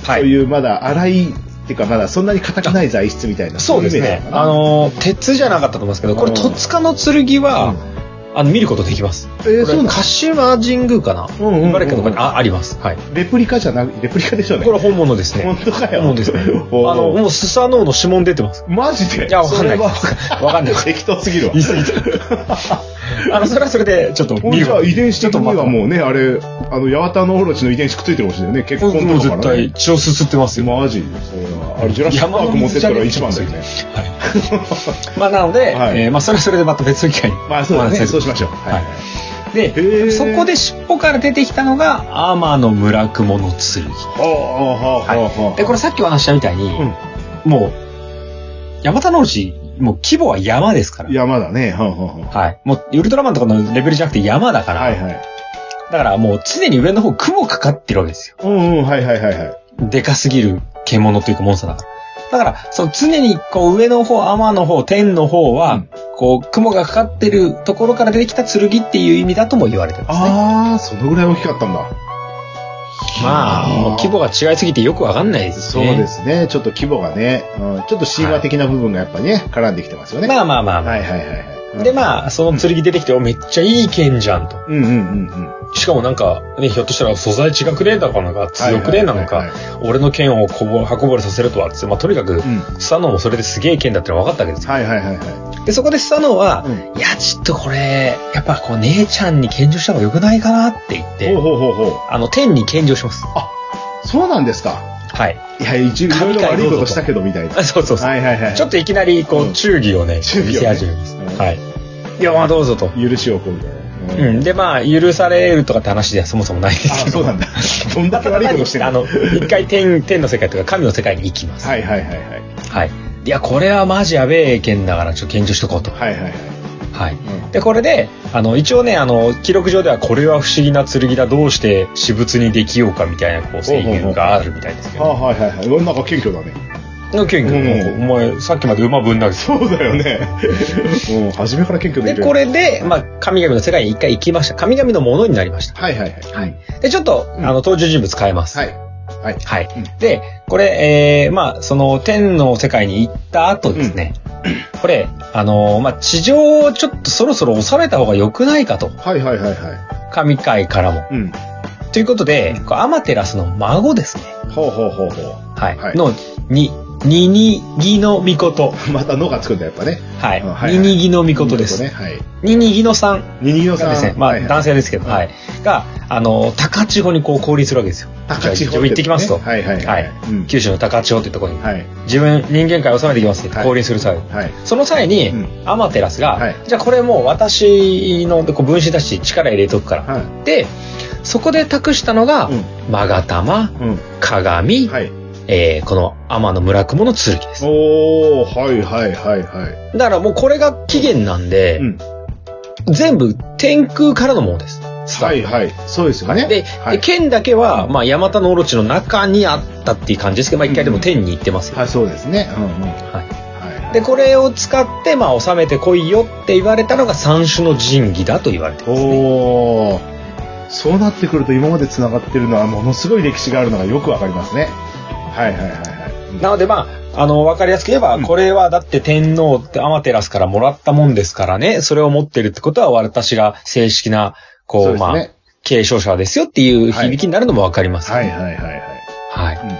[SPEAKER 1] そう
[SPEAKER 2] い。
[SPEAKER 1] いうまだ粗い、っていうかまだそんなに硬くない材質みたいな。
[SPEAKER 2] そうです
[SPEAKER 1] いイメー
[SPEAKER 2] ね
[SPEAKER 1] ジ。なのか
[SPEAKER 2] あ
[SPEAKER 1] な
[SPEAKER 2] のー、鉄じゃなかったと思いますけど、これ、
[SPEAKER 1] うん
[SPEAKER 2] 戸塚の剣は、あの、見ることできます。
[SPEAKER 1] えーそうなの
[SPEAKER 2] カシマ神宮かな
[SPEAKER 1] うんうんうんうん
[SPEAKER 2] 茨城のとこにああります。はい。
[SPEAKER 1] レプリカじゃなく、レプリカでしょうね。
[SPEAKER 2] これ本物ですね。
[SPEAKER 1] 本当かよ。
[SPEAKER 2] 本物ですね。あ
[SPEAKER 1] おー
[SPEAKER 2] の、もうスサノオの指紋出てます。
[SPEAKER 1] マジで
[SPEAKER 2] いやわかんな
[SPEAKER 1] それ
[SPEAKER 2] い
[SPEAKER 1] は
[SPEAKER 2] わかんない
[SPEAKER 1] 適当すぎるわ。
[SPEAKER 2] 言い過ぎた あの、それはそれで、ちょっと
[SPEAKER 1] ほん
[SPEAKER 2] 見
[SPEAKER 1] じ
[SPEAKER 2] る
[SPEAKER 1] ゃあ遺伝子的には
[SPEAKER 2] う、
[SPEAKER 1] もうね、あれ、あの、八幡のオロチの遺伝子くっついてるかもしれないよね。結婚
[SPEAKER 2] もう
[SPEAKER 1] とか
[SPEAKER 2] 絶
[SPEAKER 1] から
[SPEAKER 2] 対
[SPEAKER 1] ね。
[SPEAKER 2] 血をすすってますよ。
[SPEAKER 1] マジそれは。あれ、ジュラシックパーク持ってったら一番だよね。
[SPEAKER 2] はい。まあ、なので、
[SPEAKER 1] はい
[SPEAKER 2] えーまあ、それはそれでまた別の機会に。
[SPEAKER 1] まあ、そうだ
[SPEAKER 2] お話し
[SPEAKER 1] ね。
[SPEAKER 2] す
[SPEAKER 1] そう
[SPEAKER 2] る
[SPEAKER 1] しましょう。
[SPEAKER 2] はい。
[SPEAKER 1] へー
[SPEAKER 2] で、そこで尻尾から出てきたのが、天の村雲の剣。
[SPEAKER 1] ほうほうほうほうほう。
[SPEAKER 2] で、これさっきお話ししたみたいに、
[SPEAKER 1] う
[SPEAKER 2] もう、ヤマタノオロチ、もう規模は山ですから
[SPEAKER 1] ん。。山だね。はんはんはん
[SPEAKER 2] はい。もう、ウルトラマンとかのレベルじゃなくて山だから、
[SPEAKER 1] はいはい。
[SPEAKER 2] だからもう常に上の方雲かかってるわけですよ。
[SPEAKER 1] うんうん、はいはいはいはい。
[SPEAKER 2] でかすぎる獣というかモンスターだから。だから、その常にこう上の方、天の方、天の方は、
[SPEAKER 1] うん
[SPEAKER 2] こう雲がかかってるところから出てきた剣っていう意味だとも言われてますね。
[SPEAKER 1] ああ、そのぐらい大きかったんだ。
[SPEAKER 2] まあ、もう規模が違いすぎてよくわかんないです
[SPEAKER 1] そう
[SPEAKER 2] ね。
[SPEAKER 1] ですね。ちょっと規模がね、うんちょっと神話的な部分がやっぱね、絡んできてますよね。
[SPEAKER 2] まあまあまあまあ。
[SPEAKER 1] はいはいはいはい。
[SPEAKER 2] で、まあ、その剣出てきて、おめっちゃいい剣じゃんと。
[SPEAKER 1] うんうんうんうん。
[SPEAKER 2] しかもなんか、ね、ひょっとしたら素材違くねえだかなんか、強くねえなの
[SPEAKER 1] はい
[SPEAKER 2] か
[SPEAKER 1] はいは、
[SPEAKER 2] 俺の剣をこぼ、運ぼれさせるとは、つってまあ、とにかく
[SPEAKER 1] ん、
[SPEAKER 2] スサノオもそれですげえ剣だってのは分かったわけですよ。
[SPEAKER 1] はいはいはいは
[SPEAKER 2] で、そこでスサノオは、
[SPEAKER 1] う
[SPEAKER 2] いや、ちょっとこれ、やっぱこう、姉ちゃんに献上した方が良くないかなって言
[SPEAKER 1] い。
[SPEAKER 2] っ
[SPEAKER 1] ほう
[SPEAKER 2] て、
[SPEAKER 1] ほうほうほう。
[SPEAKER 2] あの、天に献上します。
[SPEAKER 1] あ、そうなんですか。
[SPEAKER 2] はい。
[SPEAKER 1] いや、一応いろいろ悪いことしたけどみたいな。
[SPEAKER 2] あそうそうそう。
[SPEAKER 1] はいはいはい。
[SPEAKER 2] ちょっといきなり、こ
[SPEAKER 1] うん
[SPEAKER 2] う、忠義をね、見
[SPEAKER 1] 忠義をね
[SPEAKER 2] せ始めます。
[SPEAKER 1] うん
[SPEAKER 2] はい。いや、まあ、どうぞと。
[SPEAKER 1] 許しをこうみたいな。
[SPEAKER 2] う
[SPEAKER 1] うん
[SPEAKER 2] ん。で、まあ、許されるとかって話ではそもそもないですけ
[SPEAKER 1] あ、
[SPEAKER 2] ど。
[SPEAKER 1] そうなんだ。どんだけ悪いことしてん
[SPEAKER 2] あの、一回天、天の世界というか神の世界に行きます。
[SPEAKER 1] はいはいはいはい。
[SPEAKER 2] はい。いや、これはマジやべえ剣だから、ちょっと献上しとこうと。
[SPEAKER 1] はいはいはい。
[SPEAKER 2] はい。
[SPEAKER 1] うん
[SPEAKER 2] で、これで、あの、一応ね、あの、記録上では、これは不思議な剣だ、どうして私物にできようかみたいな、こう、制限があるみたいですけ
[SPEAKER 1] あ
[SPEAKER 2] ど。
[SPEAKER 1] はいはいはい。うんなんか謙虚だね。
[SPEAKER 2] の剣が、
[SPEAKER 1] うん
[SPEAKER 2] お前、さっきまで馬ぶん投げてた。
[SPEAKER 1] そうだよね。もう初めから謙虚でい
[SPEAKER 2] で、
[SPEAKER 1] る。
[SPEAKER 2] こ。れで、まあ、神々の世界に一回行きました。神々のものになりました。
[SPEAKER 1] はいはいはい。
[SPEAKER 2] はい。で、ちょっと、あの、登場人物変えます。
[SPEAKER 1] はい。はい。
[SPEAKER 2] はい
[SPEAKER 1] うん。
[SPEAKER 2] で、これ、えー、まあ、その、天の世界に行った後ですね、これ、あの、まあ、地上をちょっとそろそろ収めた方が良くないかと。
[SPEAKER 1] はいはいはいは
[SPEAKER 2] 神界からも。
[SPEAKER 1] い。うん。
[SPEAKER 2] ということで、こうアマテラスの孫ですね。
[SPEAKER 1] ほうほうほうほ
[SPEAKER 2] はい。
[SPEAKER 1] はい
[SPEAKER 2] の、に、ににぎのみこと。
[SPEAKER 1] う。また、のがつくんだ、やっぱね。
[SPEAKER 2] はい。
[SPEAKER 1] あはい
[SPEAKER 2] ににぎのみことです。
[SPEAKER 1] ね。はい。
[SPEAKER 2] ににぎのさん
[SPEAKER 1] ににぎの
[SPEAKER 2] が
[SPEAKER 1] さん。
[SPEAKER 2] ですね、まあ、男
[SPEAKER 1] 性。
[SPEAKER 2] 性ですけど、はい。が、あの、高千穂にこう降臨するわけですよ。
[SPEAKER 1] 高千
[SPEAKER 2] じゃあ
[SPEAKER 1] 穂
[SPEAKER 2] 行ってきますと。
[SPEAKER 1] はいはい
[SPEAKER 2] は
[SPEAKER 1] はいい。うん
[SPEAKER 2] 九州の高千穂ってところに。
[SPEAKER 1] はい。
[SPEAKER 2] 自分、人間界を収めてきますって
[SPEAKER 1] はい
[SPEAKER 2] 降臨する際。
[SPEAKER 1] はい。
[SPEAKER 2] その際に、
[SPEAKER 1] う
[SPEAKER 2] アマテラスが、
[SPEAKER 1] はい
[SPEAKER 2] じゃあこれもう私のこう分子だし力入れとくから。
[SPEAKER 1] はい。
[SPEAKER 2] で、そこで託したのが、
[SPEAKER 1] うん
[SPEAKER 2] マガタマ、
[SPEAKER 1] うん。
[SPEAKER 2] 鏡、
[SPEAKER 1] はい。
[SPEAKER 2] えーこの天の村雲の剣です。
[SPEAKER 1] おー、はいはいはいは
[SPEAKER 2] だからもうこれが起源なん
[SPEAKER 1] い。
[SPEAKER 2] で、
[SPEAKER 1] うん。
[SPEAKER 2] 全部天空からのものです。
[SPEAKER 1] はいはい。そうですよね。
[SPEAKER 2] で、
[SPEAKER 1] は
[SPEAKER 2] で
[SPEAKER 1] い。
[SPEAKER 2] 剣だけは、まあ、ヤマタノオロチの中にあったっていう感じですけど、まあ、一回でも天に行ってますよ。
[SPEAKER 1] はい、そうですね。うんうん。
[SPEAKER 2] はい
[SPEAKER 1] はい。
[SPEAKER 2] で、これを使って、まあ、収めてこいよって言われたのが三種の神器だと言われてます、ね。
[SPEAKER 1] おー。そうなってくると今まで繋がってるのはものすごい歴史があるのがよくわかりますね。はいはいはいはい。
[SPEAKER 2] なので、まあ、あの、わかりやすく言えば、
[SPEAKER 1] うん
[SPEAKER 2] これはだって天皇ってアマテラスからもらったもんですからね、それを持ってるってことは、私が正式な、こう、
[SPEAKER 1] そうです
[SPEAKER 2] まあ
[SPEAKER 1] ね、。
[SPEAKER 2] 継承者ですよっていう響きになるのもわかります、
[SPEAKER 1] はいはいはいはい。
[SPEAKER 2] はい。
[SPEAKER 1] うん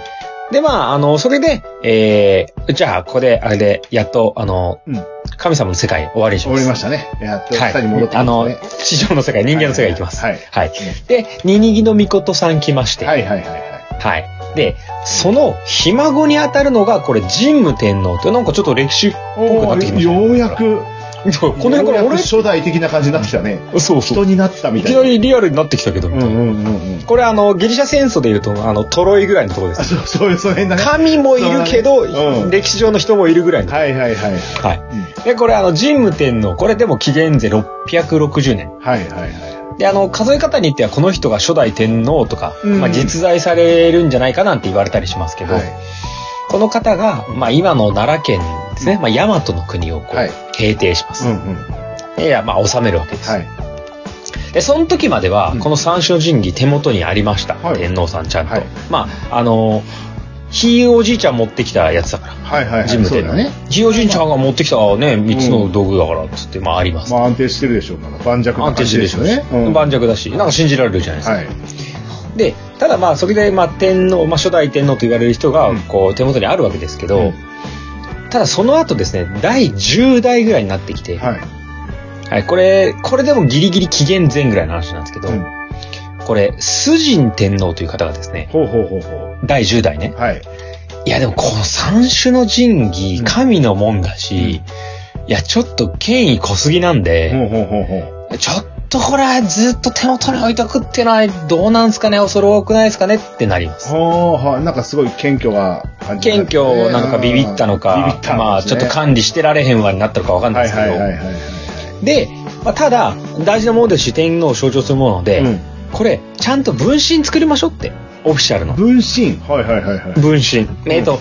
[SPEAKER 2] で、まあ、あの、それで、えー、じゃあ、ここで、あれで、やっと、あの、
[SPEAKER 1] うん。
[SPEAKER 2] 神様の世界終わりにし
[SPEAKER 1] 終
[SPEAKER 2] ま
[SPEAKER 1] わ
[SPEAKER 2] す。
[SPEAKER 1] りましたね。やっと
[SPEAKER 2] は
[SPEAKER 1] 下に戻って
[SPEAKER 2] い。
[SPEAKER 1] きました
[SPEAKER 2] あの
[SPEAKER 1] ね。、
[SPEAKER 2] 地上の世界、人間の世界行きます。
[SPEAKER 1] はいはい
[SPEAKER 2] はい。で、ニニギのミコトさん来まして。。
[SPEAKER 1] はいいはいはいはい。
[SPEAKER 2] はい。で、そのひ孫に当たるのが、これ、神武天皇という、なんかちょっと歴史っぽくなってきましたね、
[SPEAKER 1] ようやく、
[SPEAKER 2] そうこの辺から
[SPEAKER 1] ようや
[SPEAKER 2] 俺、
[SPEAKER 1] く
[SPEAKER 2] そ
[SPEAKER 1] 初代的な感じになってきたね。
[SPEAKER 2] うそう。
[SPEAKER 1] 人になったみ
[SPEAKER 2] い
[SPEAKER 1] たい
[SPEAKER 2] き
[SPEAKER 1] な。
[SPEAKER 2] なりリアルになってきたけど。
[SPEAKER 1] うんうんうんうん。
[SPEAKER 2] これ、あの、ギリシャ戦争で言うと、あの、トロイぐらいのところです
[SPEAKER 1] あ、。そう、そういう、その辺だね。
[SPEAKER 2] 神もいるけど、
[SPEAKER 1] うん
[SPEAKER 2] 歴史上の人もいるぐらいの。
[SPEAKER 1] はいはいはい。
[SPEAKER 2] はい。
[SPEAKER 1] うん
[SPEAKER 2] で、これ、あの、神武天皇、これでも紀元前660年。
[SPEAKER 1] はいはいは
[SPEAKER 2] で、あの、数え方によってはこの人が初代天皇とか、
[SPEAKER 1] うん
[SPEAKER 2] まあ、実在されるんじゃないかなんて言われたりしますけ
[SPEAKER 1] い。
[SPEAKER 2] ど、
[SPEAKER 1] はい。
[SPEAKER 2] この方が、まあ、今の奈良県ですね、まあ、大和の国をこう、
[SPEAKER 1] はい
[SPEAKER 2] 平定します。
[SPEAKER 1] うんうん。
[SPEAKER 2] いや、まあ、治めるわけです。
[SPEAKER 1] はい。
[SPEAKER 2] で、その時までは
[SPEAKER 1] う、ん
[SPEAKER 2] この三種の神器手元にありました。
[SPEAKER 1] はい
[SPEAKER 2] 天皇さんちゃんと。
[SPEAKER 1] はい
[SPEAKER 2] まあ、あの、ひいおじいちゃん持ってきたやつだから。
[SPEAKER 1] はいはいはい。
[SPEAKER 2] ジム
[SPEAKER 1] そう
[SPEAKER 2] で
[SPEAKER 1] だよね。
[SPEAKER 2] ジオジンちゃんが持ってきたね、三つの道具だから、つって、まああります。
[SPEAKER 1] まあ安定してるでしょうから。盤石な
[SPEAKER 2] 安
[SPEAKER 1] 感
[SPEAKER 2] 定し
[SPEAKER 1] じ
[SPEAKER 2] て
[SPEAKER 1] で
[SPEAKER 2] るですしょ
[SPEAKER 1] よ
[SPEAKER 2] う
[SPEAKER 1] ね
[SPEAKER 2] ね。。
[SPEAKER 1] うん
[SPEAKER 2] 盤石だし、なんか信じられるじゃないですか。
[SPEAKER 1] はい。
[SPEAKER 2] で、ただまあ、それで、まあ、天皇、まあ、初代天皇と言われる人が
[SPEAKER 1] うん、
[SPEAKER 2] こう、手元にあるわけですけど、
[SPEAKER 1] うん
[SPEAKER 2] ただその後ですね、第10代ぐらいになってきて、はい、
[SPEAKER 1] はい。
[SPEAKER 2] これ、これでもギリギリ紀元前ぐらいの話なんですけど、
[SPEAKER 1] うん
[SPEAKER 2] これ、崇神天皇という方がですね、
[SPEAKER 1] ほうほうほうほ
[SPEAKER 2] 第10代ね
[SPEAKER 1] う。。はい。
[SPEAKER 2] いや、でもこの三種の神器、
[SPEAKER 1] うん
[SPEAKER 2] 神のもんだし、いや、ちょっと権威濃すぎなん
[SPEAKER 1] ほ
[SPEAKER 2] で、
[SPEAKER 1] うほうほうほう。
[SPEAKER 2] ちょっとこれずっと手元に置いとくってのはどうなんすかね恐れ多くないですかねってなります。
[SPEAKER 1] ほうほう。なんかすごい謙虚が感じ
[SPEAKER 2] 謙虚なのかビビったの
[SPEAKER 1] ビビ
[SPEAKER 2] か
[SPEAKER 1] っ、たのか。
[SPEAKER 2] まあちょっと管理してられへんわになったのかわかんない
[SPEAKER 1] はい
[SPEAKER 2] です
[SPEAKER 1] はい
[SPEAKER 2] け
[SPEAKER 1] はい
[SPEAKER 2] ど。
[SPEAKER 1] はいはい。
[SPEAKER 2] で、まあ、ただ、大事なものですし、天皇を象徴するものなので、
[SPEAKER 1] うん
[SPEAKER 2] これ、ちゃんと分身作りましょうって、オフィシャルの。
[SPEAKER 1] 分身。はいはいはいはい。
[SPEAKER 2] 分身。ねえっと、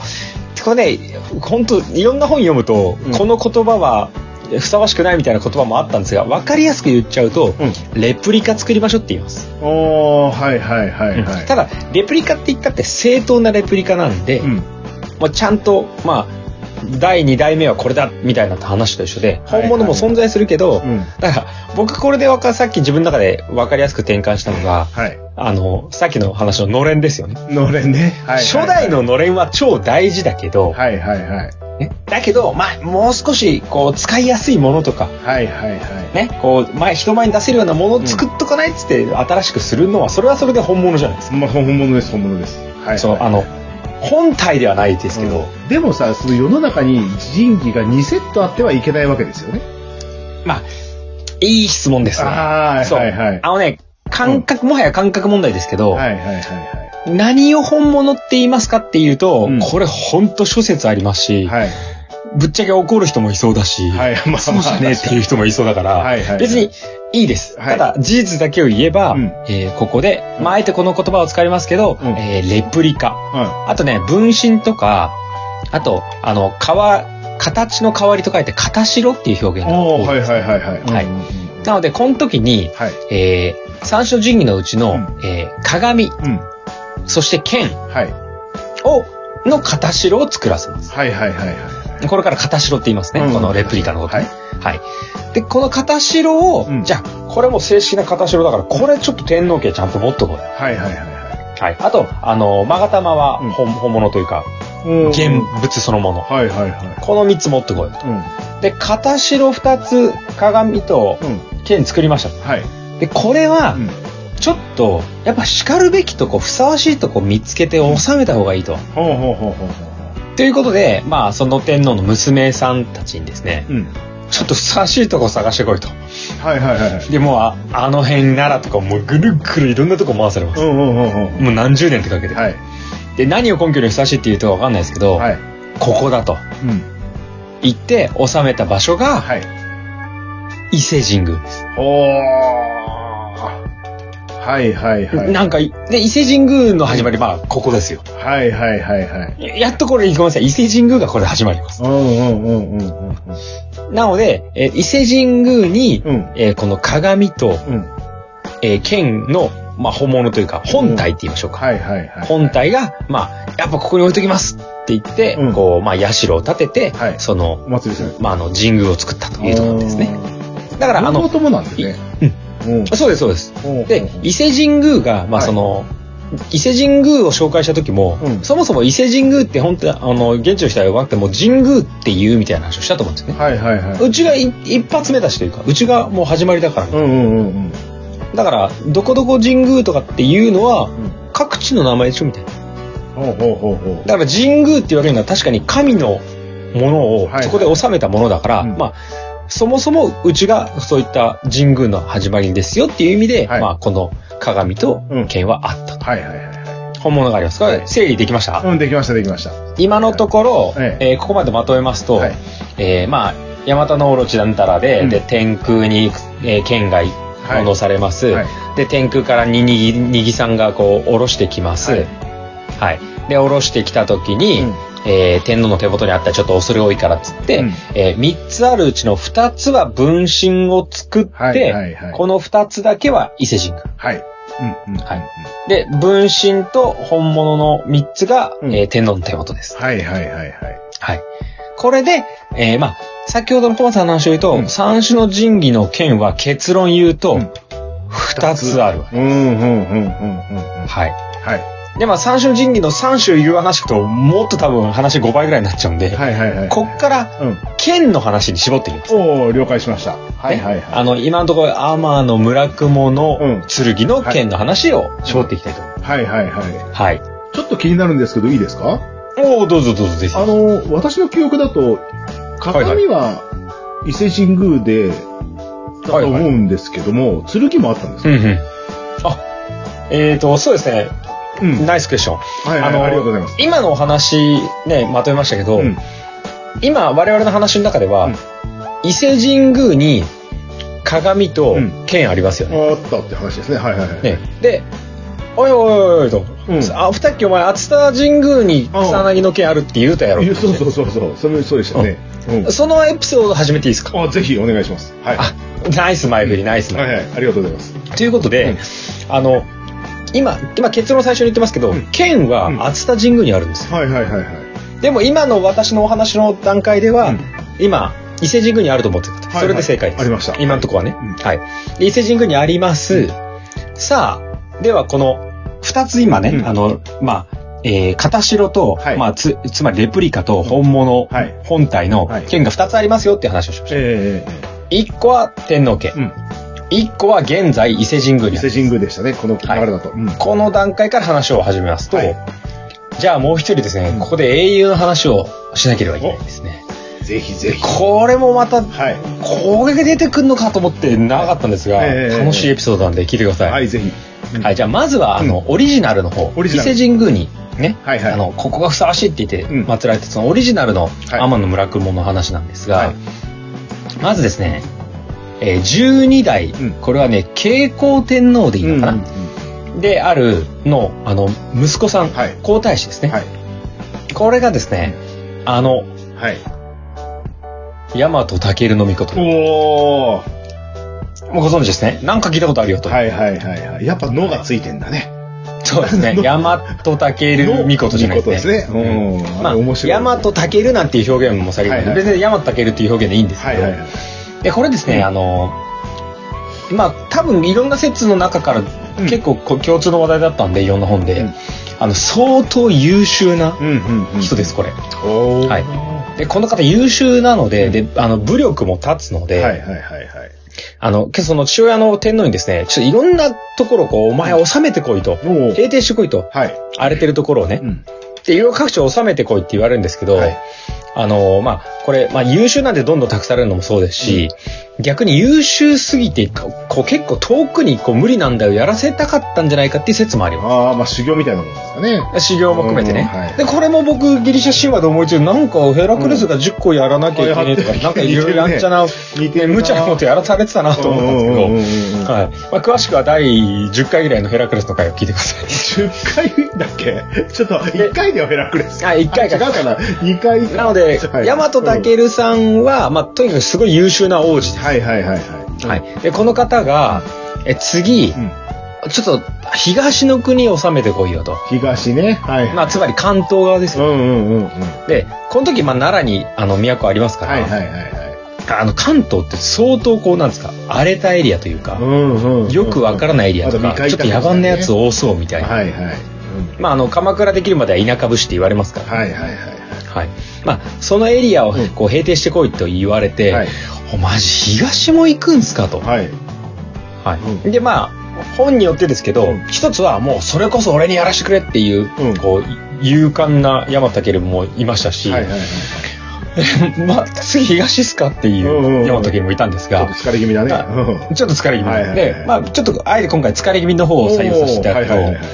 [SPEAKER 2] これね、本当いろんな本読むと、
[SPEAKER 1] うん
[SPEAKER 2] この言葉はふさわしくないみたいな言葉もあったんですが、わかりやすく言っちゃうと、
[SPEAKER 1] う
[SPEAKER 2] レプリカ作りましょうって言います。
[SPEAKER 1] ん。おー、はいはいはいはい。
[SPEAKER 2] ただ、レプリカって言ったって正当なレプリカなんで、
[SPEAKER 1] うん。
[SPEAKER 2] まあ、ちゃんと、まあ、第2代目はこれだみたいな話と一緒で、
[SPEAKER 1] はい
[SPEAKER 2] 本物も存在するけど、
[SPEAKER 1] うん。
[SPEAKER 2] だから、僕これでわか、さっき自分の中でわかりやすく転換したのが、
[SPEAKER 1] はい。
[SPEAKER 2] あの、さっきの話ののれんですよね。
[SPEAKER 1] のれんね。はいはいはい
[SPEAKER 2] 初代。ののれんは超大事だけど、
[SPEAKER 1] はいはいはい。
[SPEAKER 2] ねだけど、まあ、もう少し、こう、使いやすいものとか、
[SPEAKER 1] はいはいはい。
[SPEAKER 2] ね、こう、前、人前に出せるようなものを作っとかないっつって、新しくするのは、それはそれで本物じゃないですか。
[SPEAKER 1] まあ、本物です、本物です。はい、はい。
[SPEAKER 2] そう、あの、本体ではないですけど、
[SPEAKER 1] うんでもさ、その世の中に人気が2セットあってはいけないわけですよね。
[SPEAKER 2] まあ、いい質問ですね。
[SPEAKER 1] あー
[SPEAKER 2] そう、
[SPEAKER 1] はいはい
[SPEAKER 2] あのね、感覚、もはや感覚問題ですけど、
[SPEAKER 1] はいはいはいは
[SPEAKER 2] 何を本物って言いますかっていうと、
[SPEAKER 1] うん
[SPEAKER 2] これほんと諸説ありますし、
[SPEAKER 1] い。はい。
[SPEAKER 2] ぶっちゃけ怒る人もいそうだし、
[SPEAKER 1] はい、まあまあ。
[SPEAKER 2] そうじゃねえっていう人もいそうだから、
[SPEAKER 1] はいはいはい
[SPEAKER 2] 別にいいです。
[SPEAKER 1] はい
[SPEAKER 2] ただ、事実だけを言えば、
[SPEAKER 1] うん
[SPEAKER 2] えーここで、まあ、あえてこの言葉を使いますけど、
[SPEAKER 1] うん
[SPEAKER 2] えーレプリカ。
[SPEAKER 1] は
[SPEAKER 2] あとね、分身とか、あと、あの、皮、形の代わりと書いて、形代っていう表
[SPEAKER 1] い。
[SPEAKER 2] 現が多
[SPEAKER 1] お
[SPEAKER 2] い
[SPEAKER 1] ー、はいはいはいはい。
[SPEAKER 2] はい
[SPEAKER 1] うんうんうん
[SPEAKER 2] なので、この時に、
[SPEAKER 1] はい。
[SPEAKER 2] えー、三種の神器のうちの、
[SPEAKER 1] うん
[SPEAKER 2] えー鏡、
[SPEAKER 1] うん。
[SPEAKER 2] そして剣
[SPEAKER 1] はい。
[SPEAKER 2] を、の形代を作らせます。
[SPEAKER 1] はいはいはいはいはい。
[SPEAKER 2] これから片白って言いますね。
[SPEAKER 1] うん
[SPEAKER 2] このレプリカのことね。はい。で、この片白を、
[SPEAKER 1] うん
[SPEAKER 2] じゃあ、これも正式な片白だから、これちょっと天皇家ちゃんと持っとこうよ。
[SPEAKER 1] はいはいは
[SPEAKER 2] はい。あと、あの、マガタマは
[SPEAKER 1] うん
[SPEAKER 2] 本,、本物というか、
[SPEAKER 1] い。うん
[SPEAKER 2] 現物そのもの。
[SPEAKER 1] はいはいは
[SPEAKER 2] この3つ持ってこいよ
[SPEAKER 1] い。うん。
[SPEAKER 2] と。で、片白2つ、鏡と
[SPEAKER 1] うん。
[SPEAKER 2] 剣作りました。
[SPEAKER 1] はい。
[SPEAKER 2] で、これは、
[SPEAKER 1] うん。
[SPEAKER 2] ちょっと、やっぱ叱るべきとこ、ふさわしいとこ見つけて収めた方がいいと。
[SPEAKER 1] ほうほうほうほうほ
[SPEAKER 2] ということで、まあ、その天皇の娘さんたちにですね
[SPEAKER 1] う。、うん。
[SPEAKER 2] ちょっとふさわしいとこ探してこいと。
[SPEAKER 1] はいはいはいはい。
[SPEAKER 2] で、もうあ、あの辺ならとか、もうぐるぐるいろんなとこ回されま
[SPEAKER 1] う
[SPEAKER 2] す。
[SPEAKER 1] んうんうんうん。
[SPEAKER 2] もう何十年ってかけて。
[SPEAKER 1] はい。
[SPEAKER 2] で、何を根拠にふさわしいって言うとかわかんないですけど、
[SPEAKER 1] はい。
[SPEAKER 2] ここだと
[SPEAKER 1] うん。
[SPEAKER 2] 言って収めた場所が、
[SPEAKER 1] はい。
[SPEAKER 2] 伊勢神宮です。
[SPEAKER 1] おー。はいはいはい。
[SPEAKER 2] なんか、で、伊勢神宮の始まり、まあ、ここですよ。
[SPEAKER 1] はいはいはいはい。
[SPEAKER 2] ややっとこれ、ごめんなさい。伊勢神宮がこれで始まります。
[SPEAKER 1] うんうんうんうんうんうん。
[SPEAKER 2] なので、えー伊勢神宮に、
[SPEAKER 1] うん。
[SPEAKER 2] えーこの鏡と、
[SPEAKER 1] うん。
[SPEAKER 2] えー剣の、まあ、本物というか、本体って言いましょうか。
[SPEAKER 1] はいはいはい。
[SPEAKER 2] 本体が、まあ、やっぱここに置いときますって言って、
[SPEAKER 1] うん
[SPEAKER 2] こう、まあ、社を建てて、
[SPEAKER 1] はい
[SPEAKER 2] その、
[SPEAKER 1] お祭りじゃない
[SPEAKER 2] まあ、あの、神宮を作ったというところですね。だ
[SPEAKER 1] あ
[SPEAKER 2] か
[SPEAKER 1] ー。
[SPEAKER 2] ら、あ
[SPEAKER 1] 両方
[SPEAKER 2] の、
[SPEAKER 1] ともなんでね。うん。
[SPEAKER 2] そうです、そうです。
[SPEAKER 1] うん。
[SPEAKER 2] で、伊勢神宮が、ま
[SPEAKER 1] は
[SPEAKER 2] あ、
[SPEAKER 1] い
[SPEAKER 2] その、伊勢神宮を紹介した時も、
[SPEAKER 1] うん
[SPEAKER 2] そもそも伊勢神宮って本当はあの、現地の人は弱くても神宮って言うみたいな話をしたと思うんですよね。
[SPEAKER 1] はいはいは
[SPEAKER 2] う
[SPEAKER 1] い。
[SPEAKER 2] ちがい一発目だしというか、うちがもう始まりだから、
[SPEAKER 1] うんうんうんうん。
[SPEAKER 2] だから、どこどこ神宮とかっていうのは、
[SPEAKER 1] うん
[SPEAKER 2] 各地の名前でしょみたいな。
[SPEAKER 1] ほうほうほうほう。
[SPEAKER 2] だから神宮って言われるのは確かに神のものを
[SPEAKER 1] はい
[SPEAKER 2] そこで収めたものだから、
[SPEAKER 1] うん
[SPEAKER 2] まあ、そもそもうちがそういった神宮の始まりですよっていう意味で、
[SPEAKER 1] はい
[SPEAKER 2] まあ、この鏡と剣はあったと。
[SPEAKER 1] はいはいは
[SPEAKER 2] 本物があります。こ
[SPEAKER 1] は
[SPEAKER 2] れ
[SPEAKER 1] い
[SPEAKER 2] 整理できました、
[SPEAKER 1] い。うん、できましたできました。
[SPEAKER 2] 今のところ、
[SPEAKER 1] え
[SPEAKER 2] えーここまでまとめますと、
[SPEAKER 1] はい
[SPEAKER 2] えーまあ、ヤマタノオロチなんたらで、
[SPEAKER 1] うん
[SPEAKER 2] で、天空に、えー剣が
[SPEAKER 1] い
[SPEAKER 2] 戻されます。
[SPEAKER 1] はい
[SPEAKER 2] で、天空からににぎ、にぎさんがこう、下ろしてきます。
[SPEAKER 1] は
[SPEAKER 2] はいい。で、下ろしてきた時に、
[SPEAKER 1] うん
[SPEAKER 2] えー天皇の手元にあったらちょっと恐れ多いからっつって、
[SPEAKER 1] うん
[SPEAKER 2] え3つあるうちの2つは分身を作って、
[SPEAKER 1] はいはいはい
[SPEAKER 2] この2つだけは伊勢神宮。
[SPEAKER 1] はい。うんうん。
[SPEAKER 2] はいで、分身と本物の3つが、
[SPEAKER 1] うん
[SPEAKER 2] えー天皇の手元です。
[SPEAKER 1] はいはいはいはい。
[SPEAKER 2] はい。これで、えーまあ、先ほどのポンさんの話を言うと、
[SPEAKER 1] うん
[SPEAKER 2] 三種の神器の剣は結論言う
[SPEAKER 1] う
[SPEAKER 2] と
[SPEAKER 1] ん、
[SPEAKER 2] 二つあるわけ。
[SPEAKER 1] うんうんうんうんうんうん。
[SPEAKER 2] はい。
[SPEAKER 1] はい。
[SPEAKER 2] で、まあ、三種の神器の三種言う話聞くと、もっと多分話5倍ぐらいになっちゃうんで、
[SPEAKER 1] はいはいはい。
[SPEAKER 2] こっから、
[SPEAKER 1] うん。
[SPEAKER 2] 剣の話に絞っていきます。
[SPEAKER 1] おお了解しました。はいはい
[SPEAKER 2] ね
[SPEAKER 1] は
[SPEAKER 2] あの、今のところ、アマーの村雲の
[SPEAKER 1] うん
[SPEAKER 2] 剣の剣の話を絞っていきたいと思いま
[SPEAKER 1] い。はいはいは
[SPEAKER 2] す。はい。
[SPEAKER 1] い。ちょっと気になるんですけど、いいですか
[SPEAKER 2] おおどうぞどうぞ、ぜひ。
[SPEAKER 1] あの、私の記憶だと、鏡は伊勢神宮で、だと思うんですけども、剣もあったんです
[SPEAKER 2] う
[SPEAKER 1] か
[SPEAKER 2] んうん。あ、えっ、と、そうですね。
[SPEAKER 1] うんはい
[SPEAKER 2] ナイスクエスチョン。
[SPEAKER 1] はい、あ
[SPEAKER 2] あの
[SPEAKER 1] りがとうございます。
[SPEAKER 2] 今のお話ね、まとめましたけど、
[SPEAKER 1] うん
[SPEAKER 2] 今我々の話の中では、
[SPEAKER 1] うん
[SPEAKER 2] 伊勢神宮に鏡と
[SPEAKER 1] うん
[SPEAKER 2] 剣ありますよね。
[SPEAKER 1] あったって話ですね。はいはいはい。
[SPEAKER 2] ねで、おいおいおいおいと、
[SPEAKER 1] うん
[SPEAKER 2] あ、さっきお前、熱田神宮に草薙の剣あるって言うたやろ。
[SPEAKER 1] いやそうそうそうそう、それそうでしたね。うん
[SPEAKER 2] そのエピソード始めていいですか
[SPEAKER 1] あ、ぜひお願いします。はい。
[SPEAKER 2] あ、ナイス前振り、ナイス
[SPEAKER 1] はいはい、ありがとうございます。
[SPEAKER 2] ということで、あの、今、今結論最初に言ってますけど、
[SPEAKER 1] うんう
[SPEAKER 2] 剣
[SPEAKER 1] ん
[SPEAKER 2] は熱田神宮にあるんですよ。
[SPEAKER 1] はいはいはいはい。
[SPEAKER 2] でも今の私のお話の段階では、
[SPEAKER 1] うん
[SPEAKER 2] 今、伊勢神宮にあると思ってた。
[SPEAKER 1] はい
[SPEAKER 2] それで正解です。
[SPEAKER 1] ありました
[SPEAKER 2] 今のところはね。
[SPEAKER 1] うん
[SPEAKER 2] はい。で伊勢神宮にあります。さあ、ではこの、二つ今ね、
[SPEAKER 1] うん
[SPEAKER 2] あの、まあ、えー、片白と、
[SPEAKER 1] はい
[SPEAKER 2] まあ、つ、つまりレプリカと本物、
[SPEAKER 1] はい
[SPEAKER 2] 本体の
[SPEAKER 1] はい
[SPEAKER 2] 剣が二つありますよっていう話をしました。
[SPEAKER 1] ええ
[SPEAKER 2] 一個は天皇家
[SPEAKER 1] ええ。うん。
[SPEAKER 2] 一個は現在伊勢神宮に
[SPEAKER 1] 伊
[SPEAKER 2] あ
[SPEAKER 1] 勢
[SPEAKER 2] る。
[SPEAKER 1] 神宮でしたね、この流れだと。うん
[SPEAKER 2] この段階から話を始めますと、
[SPEAKER 1] はい
[SPEAKER 2] じゃあもう一人ですね、
[SPEAKER 1] うん
[SPEAKER 2] ここで英雄の話をしなければいけないですね。
[SPEAKER 1] ぜひぜひ。
[SPEAKER 2] これもまた、
[SPEAKER 1] はい。
[SPEAKER 2] これが出てくるのかと思ってなかったんですが、
[SPEAKER 1] ええ
[SPEAKER 2] 楽しいエピソードなんで聞いてください。
[SPEAKER 1] は、
[SPEAKER 2] はいい、
[SPEAKER 1] ぜひ。うん
[SPEAKER 2] じゃあまずは、あの、オリジナルの方、
[SPEAKER 1] オリ
[SPEAKER 2] 伊
[SPEAKER 1] ジナル
[SPEAKER 2] 勢神宮に、ね、
[SPEAKER 1] はいはい
[SPEAKER 2] あの、ここがふさわしいって言って
[SPEAKER 1] うん
[SPEAKER 2] 祀られて、そのオリジナルの
[SPEAKER 1] はい
[SPEAKER 2] 天野村雲の話なんですが、
[SPEAKER 1] はい
[SPEAKER 2] まずですね、えー12代、
[SPEAKER 1] うん
[SPEAKER 2] これはね、慶光天皇でいいのかな、
[SPEAKER 1] うんうん
[SPEAKER 2] であるの、あの、息子さん、
[SPEAKER 1] はい
[SPEAKER 2] 皇太子ですね、
[SPEAKER 1] はい。
[SPEAKER 2] これがですね、あの、
[SPEAKER 1] はい。
[SPEAKER 2] 大和武の御子と。も
[SPEAKER 1] おお。
[SPEAKER 2] うご存知ですね。なんか聞いたことあるよと。
[SPEAKER 1] はいはいはいはい。やっぱ「の」がついてんだね。
[SPEAKER 2] そうです ね。大和
[SPEAKER 1] の
[SPEAKER 2] 武尊みことじゃない
[SPEAKER 1] み
[SPEAKER 2] ですね。
[SPEAKER 1] ことですねうん
[SPEAKER 2] ま
[SPEAKER 1] あ
[SPEAKER 2] あ、
[SPEAKER 1] れ面白い
[SPEAKER 2] 大和武なんていう表現もされるので、
[SPEAKER 1] はいはい
[SPEAKER 2] 別に大和武っていう表現でいいんですけ
[SPEAKER 1] は
[SPEAKER 2] ど、
[SPEAKER 1] いはいはい。
[SPEAKER 2] でこれですね、あのまあ多分いろんな説の中から
[SPEAKER 1] ん
[SPEAKER 2] 結構こう共通の話題だったんでいろんな本で、
[SPEAKER 1] うん
[SPEAKER 2] あの相当優秀な
[SPEAKER 1] うんうんうん。
[SPEAKER 2] 人ですこれ。
[SPEAKER 1] おー
[SPEAKER 2] はい
[SPEAKER 1] は
[SPEAKER 2] でこの方優秀なので,、であの武力も立つの
[SPEAKER 1] い
[SPEAKER 2] で、
[SPEAKER 1] はいはいはい。
[SPEAKER 2] あのけその父親の天皇にですねちょっといろんなところをこうお前治めてこいと
[SPEAKER 1] おー
[SPEAKER 2] 平定してこいと
[SPEAKER 1] はい。
[SPEAKER 2] 荒れてるところをね、
[SPEAKER 1] うん。
[SPEAKER 2] でいろいろ各地を治めてこいって言われるんですけど、
[SPEAKER 1] はい
[SPEAKER 2] あのまあこれ、まあ、優秀なんでどんどん託されるのもそうですし、逆に優秀すぎてこうこう結構遠くにこう無理なんだよやらせたかったんじゃないかっていう説もありま
[SPEAKER 1] ああ、まあ修行みたいなもんですかね。
[SPEAKER 2] す修行も含めてね、
[SPEAKER 1] うんはい
[SPEAKER 2] でこれも僕ギリシャ神話で思いついてなんかヘラクレスが10個やらなきゃいけねえとか、
[SPEAKER 1] うん
[SPEAKER 2] なんかいろいろやんちゃな、
[SPEAKER 1] 似てるな
[SPEAKER 2] 無茶なことやらされてたなと思ったんですけど、
[SPEAKER 1] うんうんうんうん
[SPEAKER 2] はいまあ、詳しくは第10回ぐらいのヘラクレスの回を聞いてください
[SPEAKER 1] 10回だっけちょっと1回ではヘラクレス。
[SPEAKER 2] あ一回か
[SPEAKER 1] あ違うかな ?2 回。
[SPEAKER 2] なので、
[SPEAKER 1] はい
[SPEAKER 2] ヤマトタケルさんは、まあ、とにかくすごい優秀な王子で
[SPEAKER 1] はいはいはいはい。
[SPEAKER 2] す。はい。で、この方が、え、次
[SPEAKER 1] う、ん。
[SPEAKER 2] ちょっと、東の国を治めてこいよと。
[SPEAKER 1] 東ね。はい。
[SPEAKER 2] まあ、つまり関東側です
[SPEAKER 1] うん
[SPEAKER 2] よ。
[SPEAKER 1] うんうんうん。はい
[SPEAKER 2] で、この時、まあ、奈良に、あの、都ありますから、
[SPEAKER 1] はいはいは
[SPEAKER 2] あの、関東って相当こう、なんですか、荒れたエリアというか
[SPEAKER 1] い。う、んうんうん。
[SPEAKER 2] よくわからないエリアとか、
[SPEAKER 1] あ未
[SPEAKER 2] ちょっと
[SPEAKER 1] 開拓
[SPEAKER 2] 野蛮なやつ多そうみたいな。
[SPEAKER 1] はいはい。
[SPEAKER 2] まあ、あの、鎌倉できるまでは田舎武士って言われますから。
[SPEAKER 1] はいはいはい
[SPEAKER 2] はい。まあ、そのエリアを
[SPEAKER 1] うん
[SPEAKER 2] こう平定してこいと言われて、
[SPEAKER 1] はい
[SPEAKER 2] おマジ東も行くんすかと。
[SPEAKER 1] はい。はい。
[SPEAKER 2] はい
[SPEAKER 1] うん
[SPEAKER 2] で、まあ、本によってですけど、
[SPEAKER 1] うん
[SPEAKER 2] 一つはもうそれこそ俺にやらしてくれっていう、
[SPEAKER 1] うん
[SPEAKER 2] こう、勇敢な山武尊もいましたし、
[SPEAKER 1] はいはいはい。
[SPEAKER 2] まあ、次東っすかって
[SPEAKER 1] う
[SPEAKER 2] い
[SPEAKER 1] んうんう
[SPEAKER 2] うん山武尊もいたんです
[SPEAKER 1] ちょ
[SPEAKER 2] が、
[SPEAKER 1] っと疲れ気味だね。
[SPEAKER 2] あ
[SPEAKER 1] うん
[SPEAKER 2] ちょっと疲れ気味なんで、
[SPEAKER 1] はいはいはい
[SPEAKER 2] まあ、ちょっとあえて今回疲れ気味の方を採用させていただくと、
[SPEAKER 1] おーはいはいはい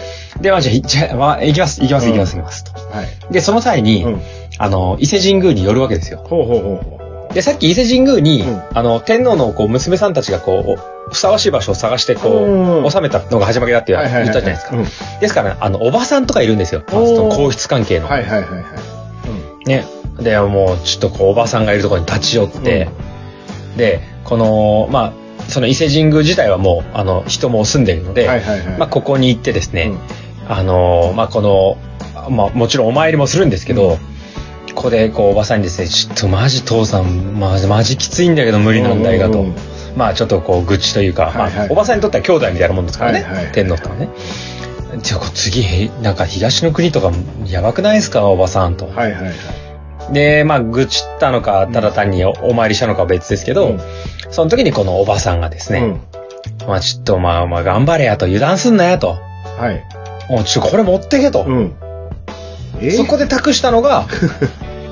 [SPEAKER 2] で、まあ、じゃあ、じゃあまあ、行きます、行きます、
[SPEAKER 1] うん
[SPEAKER 2] 行きます、行きますと。
[SPEAKER 1] はい。
[SPEAKER 2] で、その際に、
[SPEAKER 1] うん
[SPEAKER 2] あの、伊勢神宮に寄るわけですよ。
[SPEAKER 1] ほうほうほうほ
[SPEAKER 2] で、さっき伊勢神宮に、
[SPEAKER 1] うん
[SPEAKER 2] あの、天皇のこう娘さんたちがこう、おふさわしい場所を探して
[SPEAKER 1] うん
[SPEAKER 2] こ
[SPEAKER 1] うん
[SPEAKER 2] う、収めたのが始まりだって
[SPEAKER 1] う。
[SPEAKER 2] 言ったじゃないですか。ですから、あの、おばさんとかいるんですよ。
[SPEAKER 1] おー
[SPEAKER 2] その皇室関係
[SPEAKER 1] うん
[SPEAKER 2] の。
[SPEAKER 1] はいはいはいはい。うん
[SPEAKER 2] ね。で、もう、ちょっとこう、おばさんがいるところに立ち寄って、で、この、まあ、その伊勢神宮自体はもう、あの、人も住んでいるので、
[SPEAKER 1] はいはいはい。
[SPEAKER 2] まあ、ここに行ってですね、
[SPEAKER 1] うん
[SPEAKER 2] あのまあこの、まあ、もちろんお参りもするんですけど、ここでこうおばさんにですね「ちょっとマジ父さんマジマジきついんだけど無理なんだいが」
[SPEAKER 1] う
[SPEAKER 2] と
[SPEAKER 1] んうんうん
[SPEAKER 2] まあちょっとこう愚痴というか、
[SPEAKER 1] はいはい
[SPEAKER 2] まあ、おばさんにとっては兄弟みたいなもんですからね、
[SPEAKER 1] はいはい
[SPEAKER 2] 天皇とはね。じゃあこう次へなんか東の国とかやばくないですかおばさんと。
[SPEAKER 1] はいはいはい。
[SPEAKER 2] でまあ愚痴ったのかただ単におお参りしたのかは別ですけど、
[SPEAKER 1] うん
[SPEAKER 2] その時にこのおばさんがですね、
[SPEAKER 1] う
[SPEAKER 2] まあちょっとまあまあ頑張れやと油断すんなやと。
[SPEAKER 1] んはい。
[SPEAKER 2] おちょこれ持ってけと。
[SPEAKER 1] うん。え
[SPEAKER 2] そこで託したの が、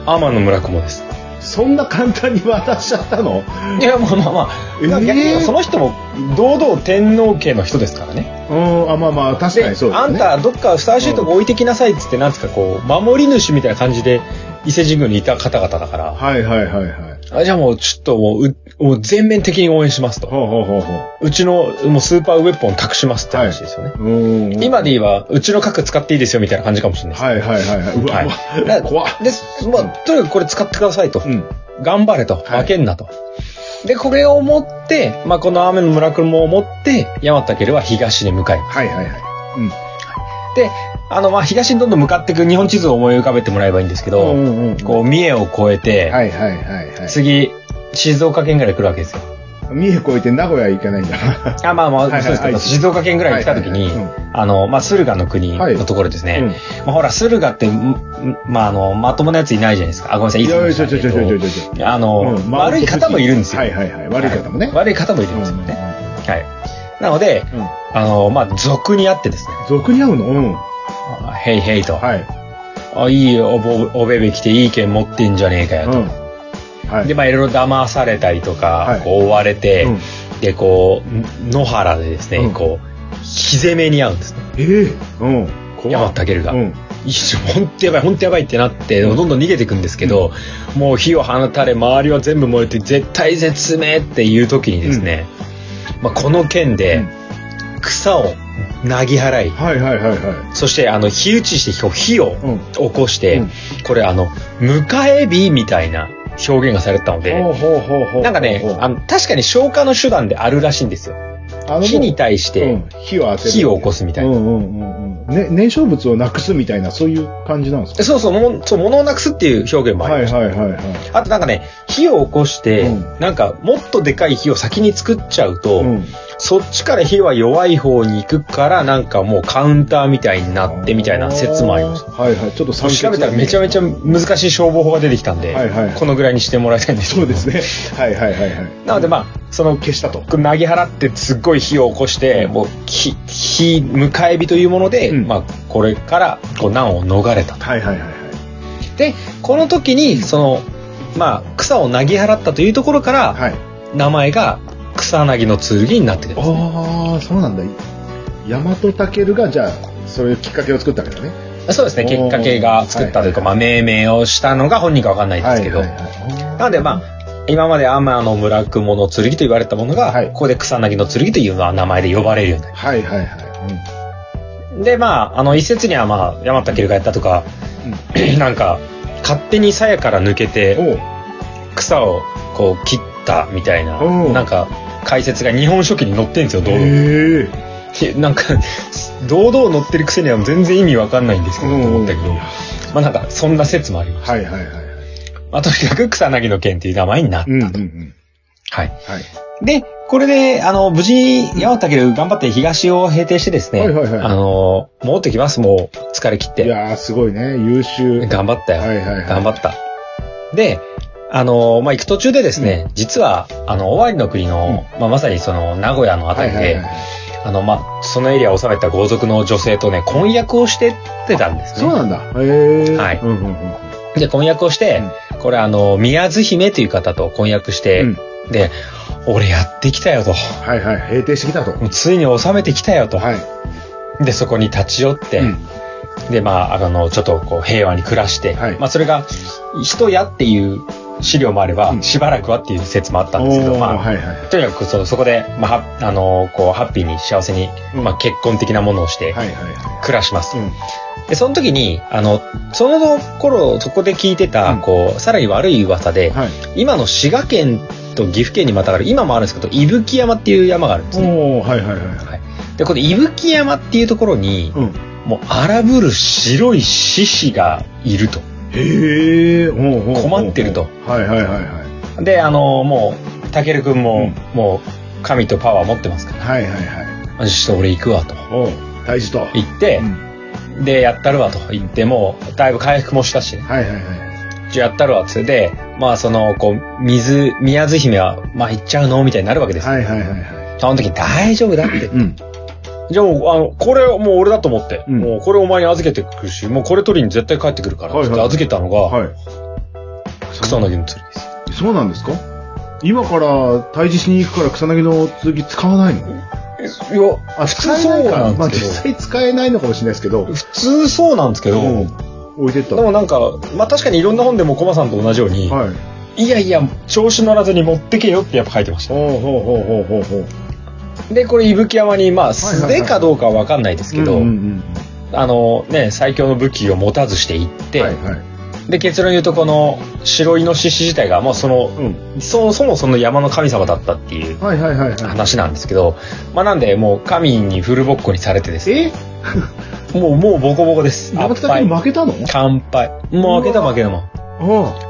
[SPEAKER 2] 天野村雲です。
[SPEAKER 1] そんな簡単に渡しちゃったの
[SPEAKER 2] いや、まあまあまあ、
[SPEAKER 1] えー
[SPEAKER 2] 逆に言えばその人も堂々天皇家の人ですからね。
[SPEAKER 1] うん、あ、まあまあ、確かにそうですね。
[SPEAKER 2] あんた、どっかふさわしいとこ置いてきなさいっつって、なんですか、こう、守り主みたいな感じで伊勢神宮にいた方々だから、
[SPEAKER 1] はいはいはいはい。
[SPEAKER 2] あじゃあもうちょっともうう、もう全面的に応援しますと。
[SPEAKER 1] ほうほうほうほう。
[SPEAKER 2] うちのもうスーパーウェポン託しますって話ですよね。
[SPEAKER 1] うん。
[SPEAKER 2] 今で言えば、うちの核使っていいですよみたいな感じかもしれないです。
[SPEAKER 1] はいはいはいはい。うわ、う
[SPEAKER 2] だ
[SPEAKER 1] わ怖っ。
[SPEAKER 2] です、まあ、とにかくこれ使ってくださいと。
[SPEAKER 1] うん。
[SPEAKER 2] 頑張れと、
[SPEAKER 1] はい
[SPEAKER 2] 負けんなと。で、これを持って、まあ、この雨の村雲を持って、山武は東に向かいます。
[SPEAKER 1] はいはいはい。うん。
[SPEAKER 2] で、あの、まあ、東にどんどん向かっていく日本地図を思い浮かべてもらえばいいんですけど、
[SPEAKER 1] うんうんうん
[SPEAKER 2] こう、三重を越えて、
[SPEAKER 1] はいはいはいはい。
[SPEAKER 2] 次、静岡県ぐらい来るわけですよ。
[SPEAKER 1] 三重越えて名古屋行けないんだ な。
[SPEAKER 2] あ、まあまあ、
[SPEAKER 1] いはい
[SPEAKER 2] そうですけど、
[SPEAKER 1] 愛知
[SPEAKER 2] 静岡県ぐらいに来た時に、
[SPEAKER 1] はいはいは
[SPEAKER 2] あの、まあ、駿河の国のところですね。
[SPEAKER 1] はいうん
[SPEAKER 2] まあ、ほら、駿河って、んんまあ、あの、まともなやついないじゃないですか。あ、ごめんなさい、い
[SPEAKER 1] い
[SPEAKER 2] つも
[SPEAKER 1] やい
[SPEAKER 2] 言
[SPEAKER 1] や
[SPEAKER 2] っ
[SPEAKER 1] ちょ
[SPEAKER 2] た
[SPEAKER 1] ちょちょちょちょち
[SPEAKER 2] けどあの、
[SPEAKER 1] うん
[SPEAKER 2] 悪い方もいるんですよ。
[SPEAKER 1] はいはいはい。悪い方もね。
[SPEAKER 2] 悪い方もいるんですよね。はい。なので、
[SPEAKER 1] うん。うん
[SPEAKER 2] あの、まあ、俗にあってですね、
[SPEAKER 1] 俗に合うのうん。は
[SPEAKER 2] あヘイヘイと、
[SPEAKER 1] い。
[SPEAKER 2] あいいおぼおべべ来ていい剣持ってんじゃねえかよ
[SPEAKER 1] う
[SPEAKER 2] と。
[SPEAKER 1] ん。はい。
[SPEAKER 2] で、まあ、いろいろ騙されたりとか、
[SPEAKER 1] はい
[SPEAKER 2] こう追われて、
[SPEAKER 1] うん
[SPEAKER 2] で、こう、ん野原でですね、
[SPEAKER 1] うん
[SPEAKER 2] こう、火攻めに遭うんですね。
[SPEAKER 1] ええうん。怖
[SPEAKER 2] 山
[SPEAKER 1] っ。
[SPEAKER 2] 武が。
[SPEAKER 1] うん。
[SPEAKER 2] 一緒ほんとやばい、ほんとやばいってなって、どんどん逃げていくんですけど、もう火を放たれ、周りは全部燃えて、絶対絶命っていう時にですね、まあ、この剣
[SPEAKER 1] う
[SPEAKER 2] で
[SPEAKER 1] ん、
[SPEAKER 2] 草をなぎ払い、
[SPEAKER 1] はいはいはいは
[SPEAKER 2] そして、あの、火打ちして、こう火を
[SPEAKER 1] うん
[SPEAKER 2] 起こして、
[SPEAKER 1] うん
[SPEAKER 2] これ、あの、迎え火みたいな表現がされてたの
[SPEAKER 1] い。ほう
[SPEAKER 2] で、
[SPEAKER 1] ほうほうほう。
[SPEAKER 2] なんかね
[SPEAKER 1] ほうほう
[SPEAKER 2] あの、確かに消火の手段であるらしいんですよ。
[SPEAKER 1] あの
[SPEAKER 2] 火に対して
[SPEAKER 1] うん火を当てる
[SPEAKER 2] 火を起こすみたいな
[SPEAKER 1] うんうんうんうんね、燃焼物をなくすみたいな、そういう感じなんですか
[SPEAKER 2] そうそう、もそう物をなくすっていう表現もあ
[SPEAKER 1] は
[SPEAKER 2] り
[SPEAKER 1] い
[SPEAKER 2] ました。
[SPEAKER 1] はいはいはい。
[SPEAKER 2] あとなんかね、火を起こして、
[SPEAKER 1] うん
[SPEAKER 2] なんかもっとでかい火を先に作っちゃうと、
[SPEAKER 1] うん
[SPEAKER 2] そっちから火は弱い方に行くから、なんかもうカウンターみたいになってみたいな説もありました。
[SPEAKER 1] た。はいはい。ちょっと参
[SPEAKER 2] 調べたらめちゃめちゃ難しい消防法が出てきたんで、
[SPEAKER 1] はいはい
[SPEAKER 2] このぐらいにしてもらいたいんですけ
[SPEAKER 1] そ
[SPEAKER 2] ど
[SPEAKER 1] うですね。はいはいはいはい。
[SPEAKER 2] なのでまあ、その、
[SPEAKER 1] 消したと。
[SPEAKER 2] 投げ払ってすっごい火を起こして、もう火、火、迎え火というもので、
[SPEAKER 1] うん
[SPEAKER 2] まあ、これから、こう、難を逃れたと。
[SPEAKER 1] はいはいはいはい。
[SPEAKER 2] で、この時に、その、まあ、草を投げ払ったというところから、
[SPEAKER 1] はい。
[SPEAKER 2] 名前が草薙の剣になってくるんですね。
[SPEAKER 1] ああ、そうなんだ。ヤマトタケルが、じゃあ、そういうきっかけを作ったわけだね。
[SPEAKER 2] そうですね、
[SPEAKER 1] おー
[SPEAKER 2] きっかけが作ったというか、
[SPEAKER 1] は
[SPEAKER 2] まあ、命名をしたのが本人かわかんないんですけど、
[SPEAKER 1] はいはいはい
[SPEAKER 2] なので、まあ、今まで天の村雲の剣と言われたものが、
[SPEAKER 1] はい
[SPEAKER 2] ここで草薙の剣というまあ名前で呼ばれるようにな
[SPEAKER 1] はいはいは
[SPEAKER 2] る。で、まあ、あの、一説には、まあ、山田るがやったとか、 なんか、勝手に鞘から抜け
[SPEAKER 1] い。うん。
[SPEAKER 2] て、
[SPEAKER 1] おう
[SPEAKER 2] 草をこう切ったみたいな、
[SPEAKER 1] うん
[SPEAKER 2] なんか、解説が日本書紀に載ってんですよ、堂々と。
[SPEAKER 1] へえ。
[SPEAKER 2] でなんか、 堂々載ってるくせには全然意味わかんないんですけど、と思ったけど、
[SPEAKER 1] うん
[SPEAKER 2] まあなんか、そんな説もあります。
[SPEAKER 1] はいはいはい。
[SPEAKER 2] まあ、とにかく草薙の剣っていう名前になったと。
[SPEAKER 1] うんうんうん。
[SPEAKER 2] はい。
[SPEAKER 1] はい。
[SPEAKER 2] で、これで、あの、無事に、山田る頑張って東を平定してですね、
[SPEAKER 1] はいはいはい
[SPEAKER 2] あの、戻ってきます、もう、疲れ切っ
[SPEAKER 1] い
[SPEAKER 2] て。
[SPEAKER 1] やー、すごいね。優秀。
[SPEAKER 2] 頑張ったよ。
[SPEAKER 1] はいはいはい。
[SPEAKER 2] 頑張った。で、あの、まあ、行く途中でですね、実は、あの、尾張の国の、まあ、まさにその、名古屋のあた
[SPEAKER 1] はい
[SPEAKER 2] りで、
[SPEAKER 1] はいはい。
[SPEAKER 2] あの、まあ、そのエリアを治めた豪族の女性とね、婚約をしてってたんですね。
[SPEAKER 1] そうなんだ。へえ。
[SPEAKER 2] はい
[SPEAKER 1] うんうんうん。
[SPEAKER 2] で、婚約をして、これあの、宮津姫という方と婚約して、
[SPEAKER 1] うん
[SPEAKER 2] で、俺やってきたよと。
[SPEAKER 1] はいはい。閉店してきたと。
[SPEAKER 2] もうついに収めてきたよと。
[SPEAKER 1] はい。
[SPEAKER 2] で、そこに立ち寄って、
[SPEAKER 1] うん
[SPEAKER 2] で、まあ、あの、ちょっとこう、平和に暮らして、
[SPEAKER 1] はい
[SPEAKER 2] まあ、それが、人やっていう資料もあれば、
[SPEAKER 1] うん
[SPEAKER 2] しばらくはっていう説もあったんですけど、
[SPEAKER 1] おー
[SPEAKER 2] まあ、
[SPEAKER 1] はいはい。
[SPEAKER 2] とにかくそのそこで、まあ、はあの、こう、ハッピーに幸せに、
[SPEAKER 1] うん
[SPEAKER 2] まあ、結婚的なものをして、
[SPEAKER 1] はいはいは
[SPEAKER 2] 暮らしますと
[SPEAKER 1] い。うん。
[SPEAKER 2] で、その時に、あの、その頃、そこで聞いてた、
[SPEAKER 1] うん
[SPEAKER 2] こう、さらに悪い噂で、
[SPEAKER 1] はい。
[SPEAKER 2] 今の滋賀県と岐阜県にまたがる、今もあるんですけど、伊吹山っていう山があるんですね。
[SPEAKER 1] おーはいはいはい。
[SPEAKER 2] はい。で、この伊吹山っていうところに、
[SPEAKER 1] うん。
[SPEAKER 2] もう荒ぶる白い獅子がいると。
[SPEAKER 1] へえ。おーおー
[SPEAKER 2] 困ってると。
[SPEAKER 1] はいはいはいはい。
[SPEAKER 2] で、あの、もう、たけるくんも、
[SPEAKER 1] うん
[SPEAKER 2] もう、神とパワー持ってますか
[SPEAKER 1] はいはいはい。
[SPEAKER 2] ら、ちょっと俺行くわと。
[SPEAKER 1] おー大事と。
[SPEAKER 2] 言って
[SPEAKER 1] う、ん
[SPEAKER 2] で、やったるわと言って、もう、だいぶ回復もしたしね、
[SPEAKER 1] はいはいはい。
[SPEAKER 2] じゃあやったるわっつってで、まあその、こう、水、宮津姫は、まあ行っちゃうのみたいになるわけです。
[SPEAKER 1] はいはいはいは
[SPEAKER 2] その時に大丈夫だって
[SPEAKER 1] い。。うん。
[SPEAKER 2] じゃあもう、あの、これもう俺だと思って、
[SPEAKER 1] うん
[SPEAKER 2] もうこれお前に預けてくるし、もうこれ取りに絶対帰ってくるから、
[SPEAKER 1] はいはい
[SPEAKER 2] つって預けたのが、
[SPEAKER 1] はい。
[SPEAKER 2] 草薙の釣りです。
[SPEAKER 1] そうなんですか今から退治しに行くから草薙の剣使わないの
[SPEAKER 2] いや、
[SPEAKER 1] あ、
[SPEAKER 2] 普
[SPEAKER 1] 使
[SPEAKER 2] 通
[SPEAKER 1] えな
[SPEAKER 2] そう
[SPEAKER 1] いか
[SPEAKER 2] な
[SPEAKER 1] ら、
[SPEAKER 2] ん
[SPEAKER 1] まあ
[SPEAKER 2] で
[SPEAKER 1] 実
[SPEAKER 2] すけ
[SPEAKER 1] 際使えないのかもしれないですけど
[SPEAKER 2] ど、、普通そうなんですけど、
[SPEAKER 1] うん置いてった
[SPEAKER 2] で。もなんか、まあ確かにいろんな本でもコマさんと同じように、
[SPEAKER 1] はい。
[SPEAKER 2] い、やいや、調子乗らずに持ってけよってやっぱ書いてました。
[SPEAKER 1] ほうほうほうほうほうほう。
[SPEAKER 2] で、これ、伊吹山に、まあ、
[SPEAKER 1] はいはい
[SPEAKER 2] 素
[SPEAKER 1] はい
[SPEAKER 2] 手かどうかはわかんないですけど、
[SPEAKER 1] うんうん
[SPEAKER 2] あのね、最強の武器を持たずしていっ
[SPEAKER 1] うん、
[SPEAKER 2] て、
[SPEAKER 1] はいはい。
[SPEAKER 2] で、結論言うと、この白イノシシ自体が、もうその、
[SPEAKER 1] うん。
[SPEAKER 2] そもそもその山の神様だったっていう
[SPEAKER 1] はいはいはいはい。
[SPEAKER 2] 話なんですけど、まあなんで、もう神にフルボッコにされてですね、
[SPEAKER 1] え
[SPEAKER 2] もう、もうボコボコです。
[SPEAKER 1] 山田君
[SPEAKER 2] 乾杯。
[SPEAKER 1] 負けたの
[SPEAKER 2] 乾杯。もう負けた負けたもん。
[SPEAKER 1] あ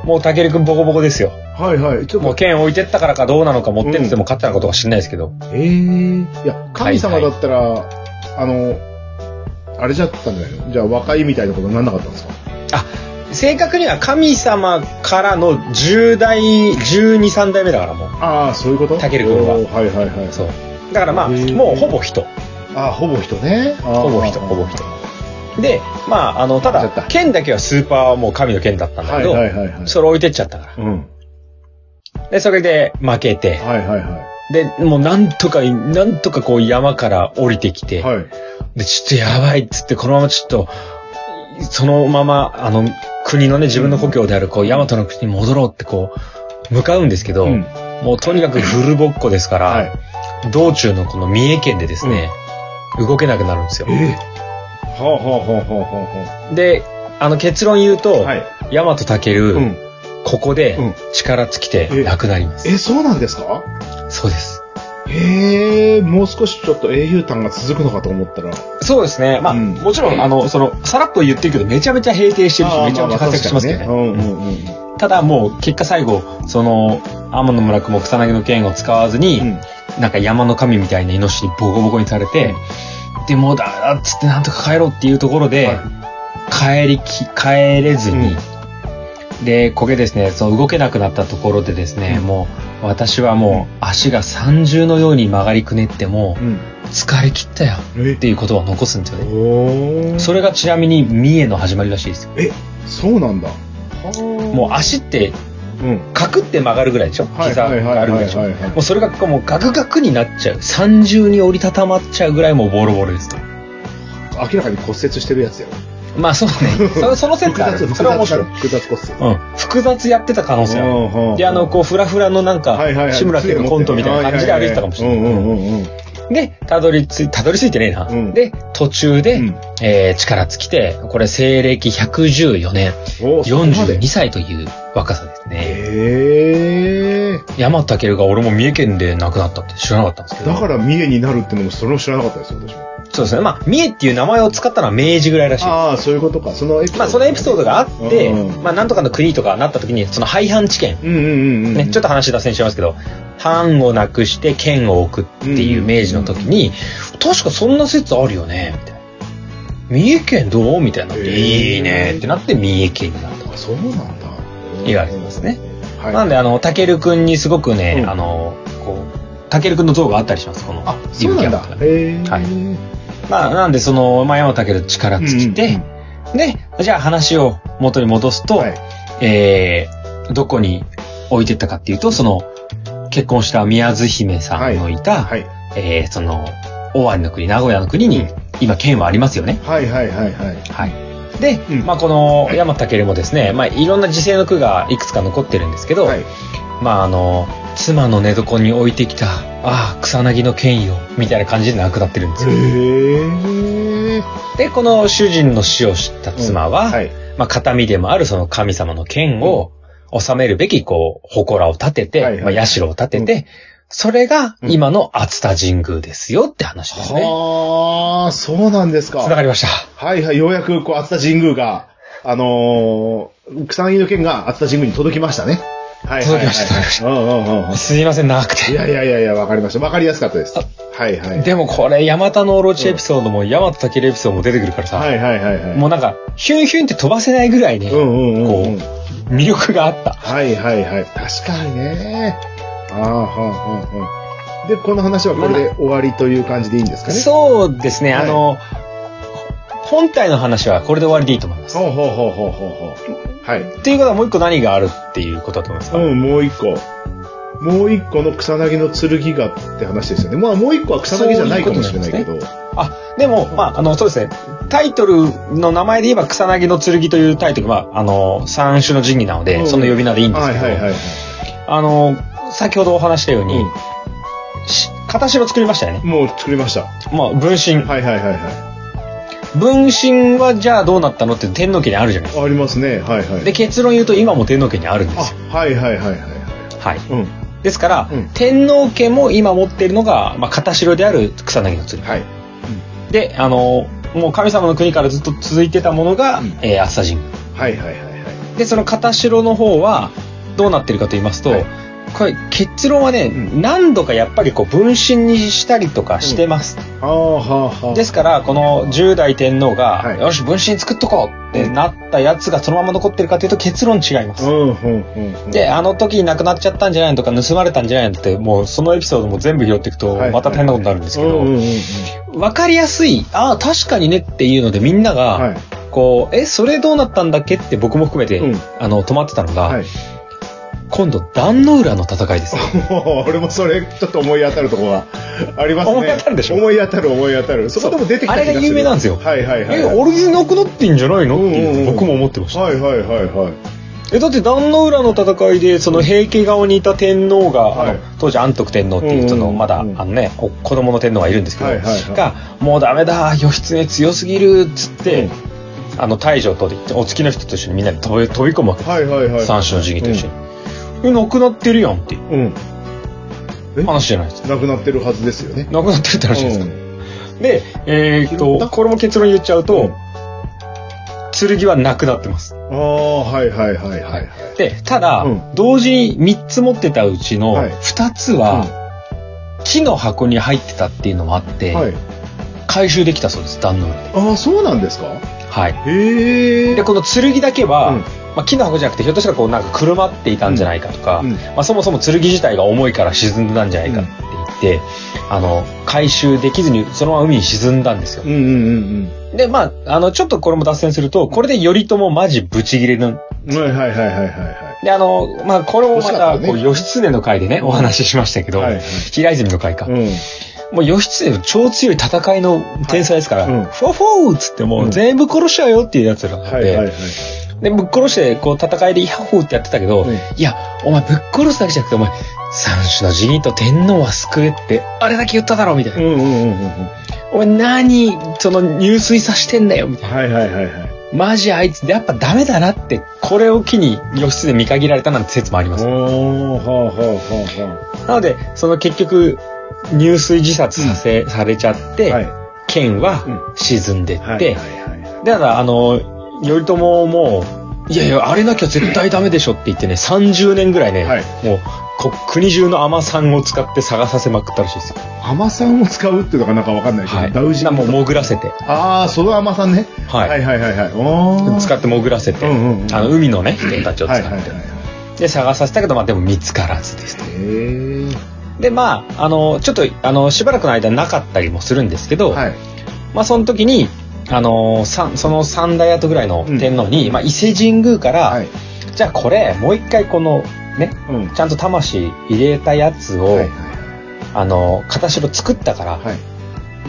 [SPEAKER 2] もうたけるくんボコボコですよ。
[SPEAKER 1] あ、はいはい。ちょっ
[SPEAKER 2] もう
[SPEAKER 1] と、
[SPEAKER 2] 剣置いてったからかどうなのか持ってって
[SPEAKER 1] うん
[SPEAKER 2] も勝ったのかとか知んないですけど、
[SPEAKER 1] ええいや、神様だったら、あの、あれじゃったんじゃないのじゃあ和解みたいなことになんなかったんですか
[SPEAKER 2] あ、正確には神様からの10代、12、3代目だからもう。
[SPEAKER 1] ああ、そういうこと
[SPEAKER 2] タケル君は
[SPEAKER 1] おーはいはいはい。
[SPEAKER 2] そう。だからまあ、
[SPEAKER 1] へー
[SPEAKER 2] もうほぼ人。
[SPEAKER 1] ああ、ほぼ人ね。ほ
[SPEAKER 2] ほぼ人、ほぼ人。で、まあ、あの、た
[SPEAKER 1] やっちゃ
[SPEAKER 2] だ
[SPEAKER 1] っ、た
[SPEAKER 2] 剣だけはスーパーはもう神の剣だったんだ
[SPEAKER 1] はい
[SPEAKER 2] けど、
[SPEAKER 1] はいはいはい。
[SPEAKER 2] それ置いてっちゃったか
[SPEAKER 1] うん。
[SPEAKER 2] ら。で、それで負けて、
[SPEAKER 1] はいはいは
[SPEAKER 2] で、もうなんとか、なんとかこう山から降りてきて、
[SPEAKER 1] い。はい。
[SPEAKER 2] で、ちょっとやばいっつって、このままちょっと、そのまま、あの、国のね、自分の故郷である、こう、大和の国に戻ろうってこう、向かうんですけど、
[SPEAKER 1] うん
[SPEAKER 2] もうとにかくフルボッコですから、
[SPEAKER 1] はい。
[SPEAKER 2] 道中のこの三重県でですね、動けなくなるんですよ。
[SPEAKER 1] えはあはあはあはあは
[SPEAKER 2] で、あの結論言う
[SPEAKER 1] あ
[SPEAKER 2] と、
[SPEAKER 1] はい。
[SPEAKER 2] ヤマトタケ
[SPEAKER 1] う
[SPEAKER 2] ル、
[SPEAKER 1] ん。
[SPEAKER 2] ここ
[SPEAKER 1] うん
[SPEAKER 2] で力尽きて
[SPEAKER 1] え
[SPEAKER 2] 亡くなります。
[SPEAKER 1] え、そうなんですか
[SPEAKER 2] そうです。
[SPEAKER 1] へえ、もう少しちょっと英雄譚が続くのかと思ったら。
[SPEAKER 2] そうですね。まあ、
[SPEAKER 1] うん
[SPEAKER 2] もちろん、あの、その、さらっと言ってるけど、めちゃめちゃ平定してるし、
[SPEAKER 1] あー
[SPEAKER 2] めちゃめちゃ活躍してますよ
[SPEAKER 1] ま
[SPEAKER 2] ね。
[SPEAKER 1] あ確かにねうんうんうん。
[SPEAKER 2] ただもう、結果最後、その、天野村君も草薙の剣を使わずに、なんか山の神みたいなイノシシにボコボコにされて、でもうだだっつってなんとか帰ろうっていうところで、帰りき、帰れずに、で、焦げですね、その動けなくなったところでですね、
[SPEAKER 1] うん
[SPEAKER 2] もう、私はもう足が三重のように曲がりくねっても、
[SPEAKER 1] うん。
[SPEAKER 2] 疲れ切ったよ
[SPEAKER 1] え
[SPEAKER 2] っていうことを残すんですよね。
[SPEAKER 1] おー
[SPEAKER 2] それがちなみに三重の始まりらしいですよ。
[SPEAKER 1] え、そうなんだ。
[SPEAKER 2] もう足って、
[SPEAKER 1] う、うん。
[SPEAKER 2] カクって曲がるぐらいでしょ
[SPEAKER 1] はい
[SPEAKER 2] 膝
[SPEAKER 1] はいはい
[SPEAKER 2] が
[SPEAKER 1] は
[SPEAKER 2] あ
[SPEAKER 1] い
[SPEAKER 2] るぐ
[SPEAKER 1] はい
[SPEAKER 2] らいでしょ
[SPEAKER 1] はい
[SPEAKER 2] もうそれがもうガクガクになっちゃう。三重に折りたたまっちゃうぐらいもうボロボロですと。
[SPEAKER 1] 明らかに骨折してるやつやろ。
[SPEAKER 2] まあそうね。そ その説がある。
[SPEAKER 1] 複雑、
[SPEAKER 2] それは面
[SPEAKER 1] 複
[SPEAKER 2] 白い
[SPEAKER 1] 雑。複雑骨折。
[SPEAKER 2] うん。複雑やってた可能性ある。で、あの、こう、フラフラのなんか、
[SPEAKER 1] はいはいはい
[SPEAKER 2] 志村けんのコントみたいな感じで歩いてたかもしれ
[SPEAKER 1] うんうん
[SPEAKER 2] ない。
[SPEAKER 1] うんうん。
[SPEAKER 2] で、たどり着い、たどり着いてねえな。
[SPEAKER 1] うん
[SPEAKER 2] で、途中で、
[SPEAKER 1] うん
[SPEAKER 2] えー力尽きて、これ、西暦114年、
[SPEAKER 1] おーそこまで
[SPEAKER 2] 42歳という若さですね。
[SPEAKER 1] へえ。
[SPEAKER 2] 山田健が俺も三重県で亡くなったって知らなかったんですけど。
[SPEAKER 1] だから三重になるってのもそれも知らなかったですよ、私も。
[SPEAKER 2] そうですね。まあ、三重っていう名前を使ったのは明治ぐらいらしいです。
[SPEAKER 1] ああ、そういうことか。そのエピソード。
[SPEAKER 2] まあ、そのエピソードがあって、
[SPEAKER 1] うん
[SPEAKER 2] まあ、なんとかの国とかなった時に、その廃藩置県、
[SPEAKER 1] うんうんうんうん。
[SPEAKER 2] ね、ちょっと話脱線しますけど、藩をなくして県を置くっていう明治の時に、確かそんな説あるよね、みたいな。三重県どうみたいになって、
[SPEAKER 1] へー
[SPEAKER 2] いいねってなって三重県になった。
[SPEAKER 1] あそうなんだ。
[SPEAKER 2] 言われてますね。
[SPEAKER 1] はい。
[SPEAKER 2] なんで、あの、たけるくんにすごくね、
[SPEAKER 1] うん
[SPEAKER 2] あの、こう、たけるくんの像があったりします、この。
[SPEAKER 1] あ、そうなんだ
[SPEAKER 2] 伊。吹
[SPEAKER 1] へえ。
[SPEAKER 2] はまあ、なんで、その、まあ、山たける力尽きて、で、じゃあ話を元に戻すと、
[SPEAKER 1] はい。
[SPEAKER 2] えーどこに置いてったかっていうと、その、結婚した宮津姫さんのいた、
[SPEAKER 1] はい。
[SPEAKER 2] えーその、尾張の国、名古屋の国に、今、県はありますよね。
[SPEAKER 1] はいはいはいはい。
[SPEAKER 2] はい。で、
[SPEAKER 1] うん
[SPEAKER 2] まあ、この、山武もですね、まあ、いろんな時世の句がいくつか残ってるんですけど、
[SPEAKER 1] はい。
[SPEAKER 2] まあ、あの、妻の寝床に置いてきた、ああ、草薙の剣よ、みたいな感じで亡くなってるんですよ。
[SPEAKER 1] へえ。
[SPEAKER 2] で、この主人の死を知った妻は、
[SPEAKER 1] はい。
[SPEAKER 2] まあ、形見でもあるその神様の剣を収めるべき、こう、祠を建てて、
[SPEAKER 1] はいはい
[SPEAKER 2] まあ、社を建てて、それが今の熱田神宮ですよって話ですね。
[SPEAKER 1] はあ、そうなんですか。
[SPEAKER 2] つながりました。
[SPEAKER 1] はいはい、ようやく、こう、熱田神宮が、あのー、草薙の剣が熱田神宮に届きましたね。はいはいはい。。
[SPEAKER 2] 届きました届きました
[SPEAKER 1] うんうんうん。
[SPEAKER 2] すいません、長く
[SPEAKER 1] い
[SPEAKER 2] て。
[SPEAKER 1] やいやいやいや、わかりました。わかりやすかったです。はいはい。
[SPEAKER 2] でもこれ、ヤマタのオロチエピソードも、ヤマタケルエピソードも出てくるからさ、
[SPEAKER 1] はいはいはいはい。
[SPEAKER 2] もうなんか、ヒュンヒュンって飛ばせないぐらいね、
[SPEAKER 1] うんうんうんうん。
[SPEAKER 2] こう、魅力があった。
[SPEAKER 1] はいはいはい。確かにね。ああ、はあ、はあ、はあ。で、この話はこれで終わりという感じでいいんですかね。
[SPEAKER 2] そうですね、
[SPEAKER 1] はい
[SPEAKER 2] あの、本体の話はこれで終わりでいいと思います。
[SPEAKER 1] ほうほうほうほうほうほう。はい。
[SPEAKER 2] っていうことはもう一個何があるっていうことだと思いますか、
[SPEAKER 1] うん、もう一個。もう一個の草薙の剣がって話ですよね。まあもう一個は草薙じゃないかもしれないけど。
[SPEAKER 2] あ、でも、まあ、あの、そうですね。タイトルの名前で言えば、草薙の剣というタイトル、まあ、あの、三種の神器なの
[SPEAKER 1] う
[SPEAKER 2] で、
[SPEAKER 1] ん
[SPEAKER 2] その呼び名でいいんです
[SPEAKER 1] は
[SPEAKER 2] け
[SPEAKER 1] い
[SPEAKER 2] ど、
[SPEAKER 1] はいはいはい。
[SPEAKER 2] あの、先ほどお話したように、し形を作りましたよね。
[SPEAKER 1] もう作りました。
[SPEAKER 2] まあ、分身。
[SPEAKER 1] はいはいはいは
[SPEAKER 2] 分身はじゃあどうなったのって天皇家にあるじゃないですか。
[SPEAKER 1] い。ありますね。はいはい。
[SPEAKER 2] で、結論言うと今も天皇家にあるんで
[SPEAKER 1] あ
[SPEAKER 2] すよ。、
[SPEAKER 1] はいはいはいはいは
[SPEAKER 2] はい。
[SPEAKER 1] い。うん。
[SPEAKER 2] ですから、
[SPEAKER 1] うん
[SPEAKER 2] 天皇家も今持っているのが、まあ、片代である草薙の剣。
[SPEAKER 1] はい。
[SPEAKER 2] で、あの、もう神様の国からずっと続いてたものが、
[SPEAKER 1] うん
[SPEAKER 2] えー、熱田神宮。
[SPEAKER 1] はいはいはいはい。
[SPEAKER 2] で、その片白の方は、どうなってるかと言いますと、
[SPEAKER 1] はい
[SPEAKER 2] これ結論はね、
[SPEAKER 1] うん
[SPEAKER 2] 何度かやっぱりこう分身にしたりとかしてます。
[SPEAKER 1] ああ、はあはあ。
[SPEAKER 2] ですから、この十代天皇が、
[SPEAKER 1] はい
[SPEAKER 2] よし、分身作っとこうってなったやつがそのまま残ってるかというと結論違います。
[SPEAKER 1] うん、うん、うん。うん
[SPEAKER 2] で、、あの時に亡くなっちゃったんじゃないのとか、盗まれたんじゃないのって、もうそのエピソードも全部拾っていくと
[SPEAKER 1] はい、
[SPEAKER 2] また大変なことになるんですけ
[SPEAKER 1] うんうん
[SPEAKER 2] ど、
[SPEAKER 1] うんうん。
[SPEAKER 2] わかりやすい、ああ、確かにねっていうのでみんな
[SPEAKER 1] は
[SPEAKER 2] が、
[SPEAKER 1] い。
[SPEAKER 2] こう、え、それどうなったんだっけって僕も含めて
[SPEAKER 1] うん、
[SPEAKER 2] あの、止まってたのが、
[SPEAKER 1] はい。
[SPEAKER 2] 今度、壇ノ浦の戦いですよ。
[SPEAKER 1] もう俺もそれ、ちょっと思い当たるとこが ありますね。
[SPEAKER 2] 思い当たるでしょ
[SPEAKER 1] 思い当たる、思い当たる。そこでも出てきた気がする。
[SPEAKER 2] あれが有名なんですよ
[SPEAKER 1] はいはいはい。
[SPEAKER 2] え、俺でなくなってんじゃないのって
[SPEAKER 1] うんうん
[SPEAKER 2] いううん僕も思ってました。
[SPEAKER 1] はいはいはいはい。
[SPEAKER 2] え、だって壇ノ浦の戦いで、その平家側にいた天皇が、
[SPEAKER 1] はい
[SPEAKER 2] あの当時安徳天皇って
[SPEAKER 1] うんうん
[SPEAKER 2] いうう、
[SPEAKER 1] ん
[SPEAKER 2] その、まだ、あのね、お子供の天皇がいるんですけど、
[SPEAKER 1] はいはいはい
[SPEAKER 2] が、もうダメだ、義経強すぎる、っつって、
[SPEAKER 1] うん
[SPEAKER 2] あの、大将と、お月の人と一緒にみんなで飛び飛び込むわけです。
[SPEAKER 1] はいはいはい。
[SPEAKER 2] 三種の神器と一緒に。え、なくなってるやんって。
[SPEAKER 1] うん。え
[SPEAKER 2] 話じゃないですか。
[SPEAKER 1] なくなってるはずですよね。
[SPEAKER 2] なくなってるって話じゃないですか。で、えーっ
[SPEAKER 1] 拾った
[SPEAKER 2] と、これも結論言っちゃうと、
[SPEAKER 1] うん
[SPEAKER 2] 剣はなくなってます。
[SPEAKER 1] ああ、はいはいはいはい。
[SPEAKER 2] で、ただ、
[SPEAKER 1] うん
[SPEAKER 2] 同時に3つ持ってたうちの
[SPEAKER 1] はい
[SPEAKER 2] 2つは、木の箱に入ってたっていうのもあって、
[SPEAKER 1] はい。
[SPEAKER 2] 回収できたそうです、壇の上で。
[SPEAKER 1] ああ、そうなんですか
[SPEAKER 2] はい。
[SPEAKER 1] へえ。
[SPEAKER 2] で、この剣だけは、
[SPEAKER 1] うん
[SPEAKER 2] まあ、木の箱じゃなくて、ひょっとしたらこう、なんかくるまっていたんじゃないかとか、
[SPEAKER 1] うんうん
[SPEAKER 2] まあ、そもそも剣自体が重いから沈んでたんじゃないかって言って、あの、回収できずに、そのまま海に沈んだんですよ
[SPEAKER 1] う。んうんうん
[SPEAKER 2] で、まあ、あの、ちょっとこれも脱線すると、これで頼朝マジブチギレ
[SPEAKER 1] う
[SPEAKER 2] の。
[SPEAKER 1] ん。はいはいはいはいは
[SPEAKER 2] で、あの、まあ、これもま
[SPEAKER 1] 惜しか
[SPEAKER 2] た、
[SPEAKER 1] ったね
[SPEAKER 2] こう、義経の回でね、お話ししましたけど、
[SPEAKER 1] はいはい
[SPEAKER 2] 平泉の回か。
[SPEAKER 1] いはい。
[SPEAKER 2] もう義経の超強い戦いの天才ですから、
[SPEAKER 1] はいうん
[SPEAKER 2] フォーフォーっつっても
[SPEAKER 1] う
[SPEAKER 2] うん全部殺しちゃうよっていうやつら
[SPEAKER 1] う。
[SPEAKER 2] なんんで、
[SPEAKER 1] はいはいはい。
[SPEAKER 2] で、ぶっ殺して、こう、戦いで、ヤッホーってやってたけど、
[SPEAKER 1] うん
[SPEAKER 2] いや、お前、ぶっ殺すだけじゃなくて、お前、三種の神器と天皇は救えって、あれだけ言っただろ、みたいうな。
[SPEAKER 1] んうんうんうんうん。
[SPEAKER 2] お前、何、その、入水さしてんだよ、みたいな。
[SPEAKER 1] はいはいはいはい。
[SPEAKER 2] マジあいつ、やっぱダメだなって、これを機に、義経見限られたなんて説もあります。
[SPEAKER 1] おー、はあはあは
[SPEAKER 2] なので、その結局、入水自殺させ、されちゃって、
[SPEAKER 1] はい
[SPEAKER 2] 剣は
[SPEAKER 1] うん
[SPEAKER 2] 沈んでっ
[SPEAKER 1] あはあ。
[SPEAKER 2] て、
[SPEAKER 1] はいはいはい
[SPEAKER 2] だから、あの、頼朝も、いやいや、あれなきゃ絶対ダメでしょって言ってね、30年ぐらいね、
[SPEAKER 1] はい
[SPEAKER 2] もうこ、国中の海さんを使って探させまくったらしいですよ。
[SPEAKER 1] 甘さんを使うっていうのがなんかわかんないけど、
[SPEAKER 2] はい。
[SPEAKER 1] ダウジン
[SPEAKER 2] なもう潜らせて、
[SPEAKER 1] ああ、その甘さんね。
[SPEAKER 2] はい
[SPEAKER 1] はいはいはいはい。おー。
[SPEAKER 2] 使って潜らせて、
[SPEAKER 1] うんうんうん
[SPEAKER 2] あの、海のね、人たちを使
[SPEAKER 1] は
[SPEAKER 2] っ
[SPEAKER 1] い
[SPEAKER 2] て、
[SPEAKER 1] はいはいはい。
[SPEAKER 2] で、探させたけど、まあでも見つからずですと。
[SPEAKER 1] へ
[SPEAKER 2] で、まあ、あの、ちょっと、あの、しばらくの間なかったりもするんですけ
[SPEAKER 1] ー。
[SPEAKER 2] ど、
[SPEAKER 1] はい。
[SPEAKER 2] まあ、その時に、あのーさんその三大跡ぐらいの天皇に、まあ、伊勢神宮から、
[SPEAKER 1] はい。
[SPEAKER 2] じゃあこれ、もう一回この、ね、
[SPEAKER 1] うん。
[SPEAKER 2] ちゃんと魂入れたやつを、
[SPEAKER 1] はいはい
[SPEAKER 2] あのー、形を作ったから、
[SPEAKER 1] はい。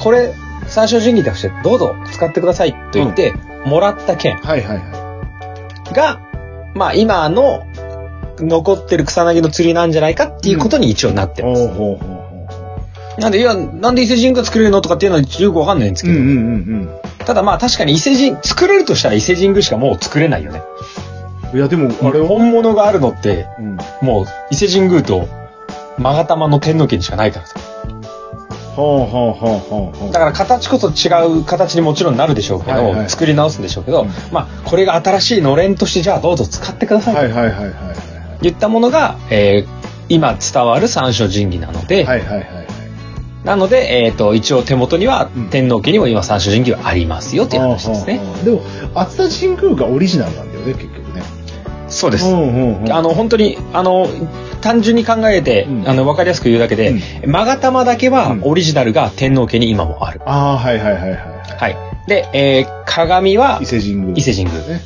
[SPEAKER 2] これ、三種神器としてどうぞ使ってくださいと言って、もらった剣
[SPEAKER 1] はいはいは
[SPEAKER 2] が、まあ、今の、残ってる草薙の釣りなんじゃないかっていうことに一応なっ
[SPEAKER 1] い。
[SPEAKER 2] て
[SPEAKER 1] お
[SPEAKER 2] ます。
[SPEAKER 1] ーほうほうほうほ
[SPEAKER 2] なんで、いや、なんで伊勢神宮作れるのとかっていうのはよくわかんないんです
[SPEAKER 1] う。う
[SPEAKER 2] け
[SPEAKER 1] ん
[SPEAKER 2] ど、
[SPEAKER 1] うんうん
[SPEAKER 2] ただまあ確かに伊勢神、作れるとしたら伊勢神宮しかもう作れないよね。
[SPEAKER 1] うん。いやでも、あ
[SPEAKER 2] あ
[SPEAKER 1] れ
[SPEAKER 2] れ
[SPEAKER 1] は、
[SPEAKER 2] 本物があるのって、
[SPEAKER 1] うん。は
[SPEAKER 2] もう伊勢神宮と、マガタマの天皇家にしかないからさ。
[SPEAKER 1] あはあはあはあはあ。
[SPEAKER 2] だから形こそ違う形にもちろんなるでしょうけど、
[SPEAKER 1] はいはい
[SPEAKER 2] 作り直すんでしょうけど、
[SPEAKER 1] うん
[SPEAKER 2] まあ、これが新しいのれんとして、じゃあどうぞ使ってください。
[SPEAKER 1] はいはいはいはいは
[SPEAKER 2] 言ったものが、えー今伝わる三種神器なので、
[SPEAKER 1] い。はいはいはいはい。
[SPEAKER 2] なので、えっ、と、一応手元には
[SPEAKER 1] うん
[SPEAKER 2] 天皇家にも今三種神器はありますよっていう話ですね。
[SPEAKER 1] はあはあはあでも、熱田神宮がオリジナルなんだよね、結局ね。
[SPEAKER 2] そうです。
[SPEAKER 1] うんうんうん。
[SPEAKER 2] あの本当にあの単純に考えて、
[SPEAKER 1] うん
[SPEAKER 2] あの分かりやすく言うだけで、
[SPEAKER 1] う
[SPEAKER 2] マガタマだけは
[SPEAKER 1] うん
[SPEAKER 2] オリジナルが天皇家に今もある。
[SPEAKER 1] ああ、はいはいはいはいは。
[SPEAKER 2] はい。で、えー鏡はい
[SPEAKER 1] 伊勢神宮。
[SPEAKER 2] 伊勢神宮。
[SPEAKER 1] ね。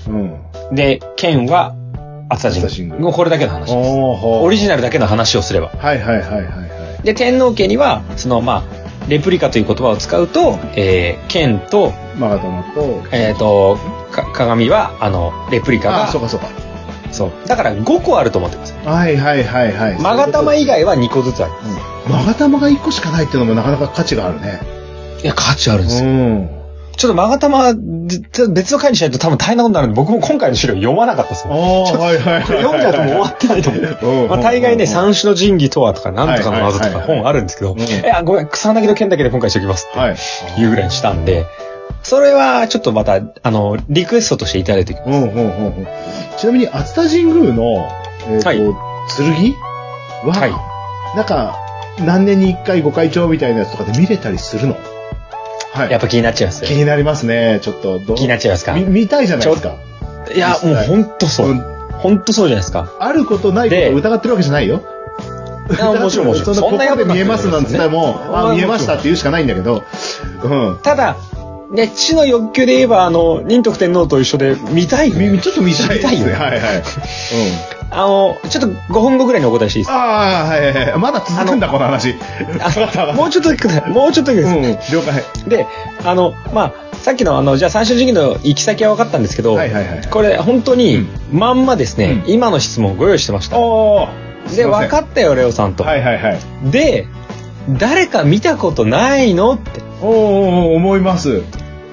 [SPEAKER 1] うん。
[SPEAKER 2] で、剣は厚田神
[SPEAKER 1] 熱田神
[SPEAKER 2] 宮。
[SPEAKER 1] 宮
[SPEAKER 2] もうこれだけの話です。
[SPEAKER 1] おーほー
[SPEAKER 2] オリジナルだけの話をすれば。
[SPEAKER 1] はいはいはいはいはい。
[SPEAKER 2] で、天皇家には、そのまあ、レプリカという言葉を使うと、えー剣と、
[SPEAKER 1] マガタマと、
[SPEAKER 2] えっ、と、か鏡は、あの、レプリカ
[SPEAKER 1] あ
[SPEAKER 2] が、
[SPEAKER 1] あ、そうかそうか。
[SPEAKER 2] そう。だから5個あると思ってください。
[SPEAKER 1] はいはいはいはい。
[SPEAKER 2] マガタマ以外は2個ずつある。
[SPEAKER 1] うん。マガタマが1個しかないっていうのもなかなか価値があるね。
[SPEAKER 2] いや、価値あるんですよ
[SPEAKER 1] うん。
[SPEAKER 2] ちょっとマガタマ、ず別の回にしないと多分大変なことになるんで、僕も今回の資料読まなかったです
[SPEAKER 1] ああ、
[SPEAKER 2] よ。
[SPEAKER 1] はいはいはいはい。
[SPEAKER 2] これ読んだ後も終わってない と
[SPEAKER 1] うん
[SPEAKER 2] 思
[SPEAKER 1] う
[SPEAKER 2] う。
[SPEAKER 1] ん
[SPEAKER 2] まあ大概ね、三種の神器とはとか、なんとかの謎と
[SPEAKER 1] はいは
[SPEAKER 2] か
[SPEAKER 1] いはいはい
[SPEAKER 2] 本あるんですけど、
[SPEAKER 1] うん
[SPEAKER 2] いや、ごめん、草薙の件だけで今回しときます
[SPEAKER 1] はい。
[SPEAKER 2] っていうぐらいにしたんで、それはちょっとまた、あの、リクエストとしていただいて、
[SPEAKER 1] うんうんうんうん。ちなみに、熱田神宮の、えっ、と、
[SPEAKER 2] はい
[SPEAKER 1] 剣は、
[SPEAKER 2] はい
[SPEAKER 1] なんか、何年に1回ご会長みたいなやつとかで見れたりするのはい。
[SPEAKER 2] やっぱ気になっちゃいます
[SPEAKER 1] 気
[SPEAKER 2] よ。
[SPEAKER 1] になりますね。ちょっと、どう
[SPEAKER 2] 気になっちゃいますか
[SPEAKER 1] み見たいじゃないです
[SPEAKER 2] ち
[SPEAKER 1] か。
[SPEAKER 2] いや、もうほんとそうう。
[SPEAKER 1] ん
[SPEAKER 2] ほんとそうじゃないですか。
[SPEAKER 1] あることないことを疑ってるわけじゃないよ。
[SPEAKER 2] いやもちろんもちろ
[SPEAKER 1] そん
[SPEAKER 2] ん
[SPEAKER 1] なここで見えますなんつったらもう、
[SPEAKER 2] そんなこと
[SPEAKER 1] あ
[SPEAKER 2] ない
[SPEAKER 1] 見えましたって言うしかないんだけど、うん。
[SPEAKER 2] ただ、ね、知の欲求で言えば、あの、仁徳天皇と一緒で見たいよね
[SPEAKER 1] みちょっと見たいです
[SPEAKER 2] 見たいよ
[SPEAKER 1] ね。
[SPEAKER 2] ね
[SPEAKER 1] はいはい。うん。
[SPEAKER 2] あの、ちょっと5分後ぐらいにお答えしていいですか
[SPEAKER 1] ああ、はいはいはい。まだ続くんだ、この話。
[SPEAKER 2] あもうちょっとだけください。もうちょっとだけ
[SPEAKER 1] う
[SPEAKER 2] です。
[SPEAKER 1] ん、了解。
[SPEAKER 2] で、あの、まあ、さっきの、あの、じゃあ三種神器の行き先は分かったんですけど、
[SPEAKER 1] はいはいはい
[SPEAKER 2] これ、本当に、まんまですね、
[SPEAKER 1] うん
[SPEAKER 2] 今の質問をご用意してました。
[SPEAKER 1] おお。
[SPEAKER 2] で、分か
[SPEAKER 1] っ
[SPEAKER 2] ったよ、レオさんと。
[SPEAKER 1] はいはいはい。
[SPEAKER 2] で、誰か見たことないのって。
[SPEAKER 1] おーおー、思います。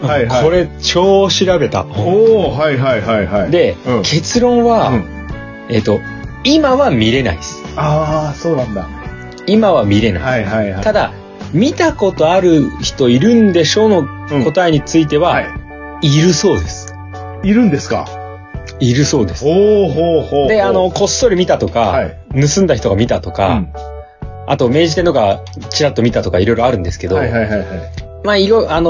[SPEAKER 1] はいはい。
[SPEAKER 2] こ。れ、超調べた。
[SPEAKER 1] おお、はいはいはいはい。
[SPEAKER 2] で、
[SPEAKER 1] うん。
[SPEAKER 2] 結論は、
[SPEAKER 1] うん
[SPEAKER 2] えっ、と、今は見れないです。
[SPEAKER 1] ああ、そうなんだ。
[SPEAKER 2] 今は見れない。
[SPEAKER 1] はいはいはい。
[SPEAKER 2] ただ、見たことある人いるんでしょの答えについては、
[SPEAKER 1] はい
[SPEAKER 2] いるそうです。
[SPEAKER 1] いるんですか
[SPEAKER 2] いるそうです。
[SPEAKER 1] おーほうほうほう。
[SPEAKER 2] で、あの、こっそり見たとか、
[SPEAKER 1] はい
[SPEAKER 2] 盗んだ人が見たと
[SPEAKER 1] う
[SPEAKER 2] か、
[SPEAKER 1] ん、
[SPEAKER 2] あと、明治店とか、ちらっと見たとか、いろいろあるんですけど、
[SPEAKER 1] はいはいはいはい。
[SPEAKER 2] まあ、いろ、あの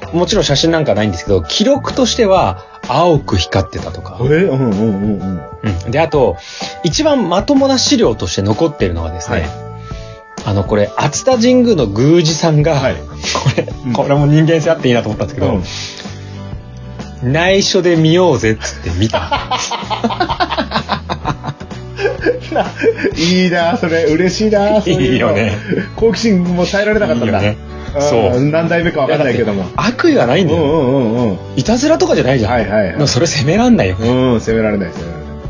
[SPEAKER 2] ーもちろん写真なんかないんですけど、記録としては、青く光ってたとか
[SPEAKER 1] え、うんうんうんうん。
[SPEAKER 2] うん。で、あと、一番まともな資料として残ってるのはですね、
[SPEAKER 1] はい
[SPEAKER 2] あの、これ、熱田神宮の宮司さんが、
[SPEAKER 1] はい
[SPEAKER 2] これ
[SPEAKER 1] うん、
[SPEAKER 2] これも人間性あっていいなと思ったんですけど、
[SPEAKER 1] うん
[SPEAKER 2] 内緒で見ようぜっつって 見た。
[SPEAKER 1] いいなそれ、嬉しいなそううの
[SPEAKER 2] いいよね。
[SPEAKER 1] 好奇心も耐えられなかったんだ。
[SPEAKER 2] いいよね
[SPEAKER 1] ん
[SPEAKER 2] そう
[SPEAKER 1] 何代目かわかんないけども。
[SPEAKER 2] 悪意はないん
[SPEAKER 1] うん
[SPEAKER 2] だ
[SPEAKER 1] う
[SPEAKER 2] よ。
[SPEAKER 1] んうんうん。
[SPEAKER 2] いたずらとかじゃないじゃん。
[SPEAKER 1] はいはいはい
[SPEAKER 2] まあそれ責めらんないよ。
[SPEAKER 1] うん、責められない、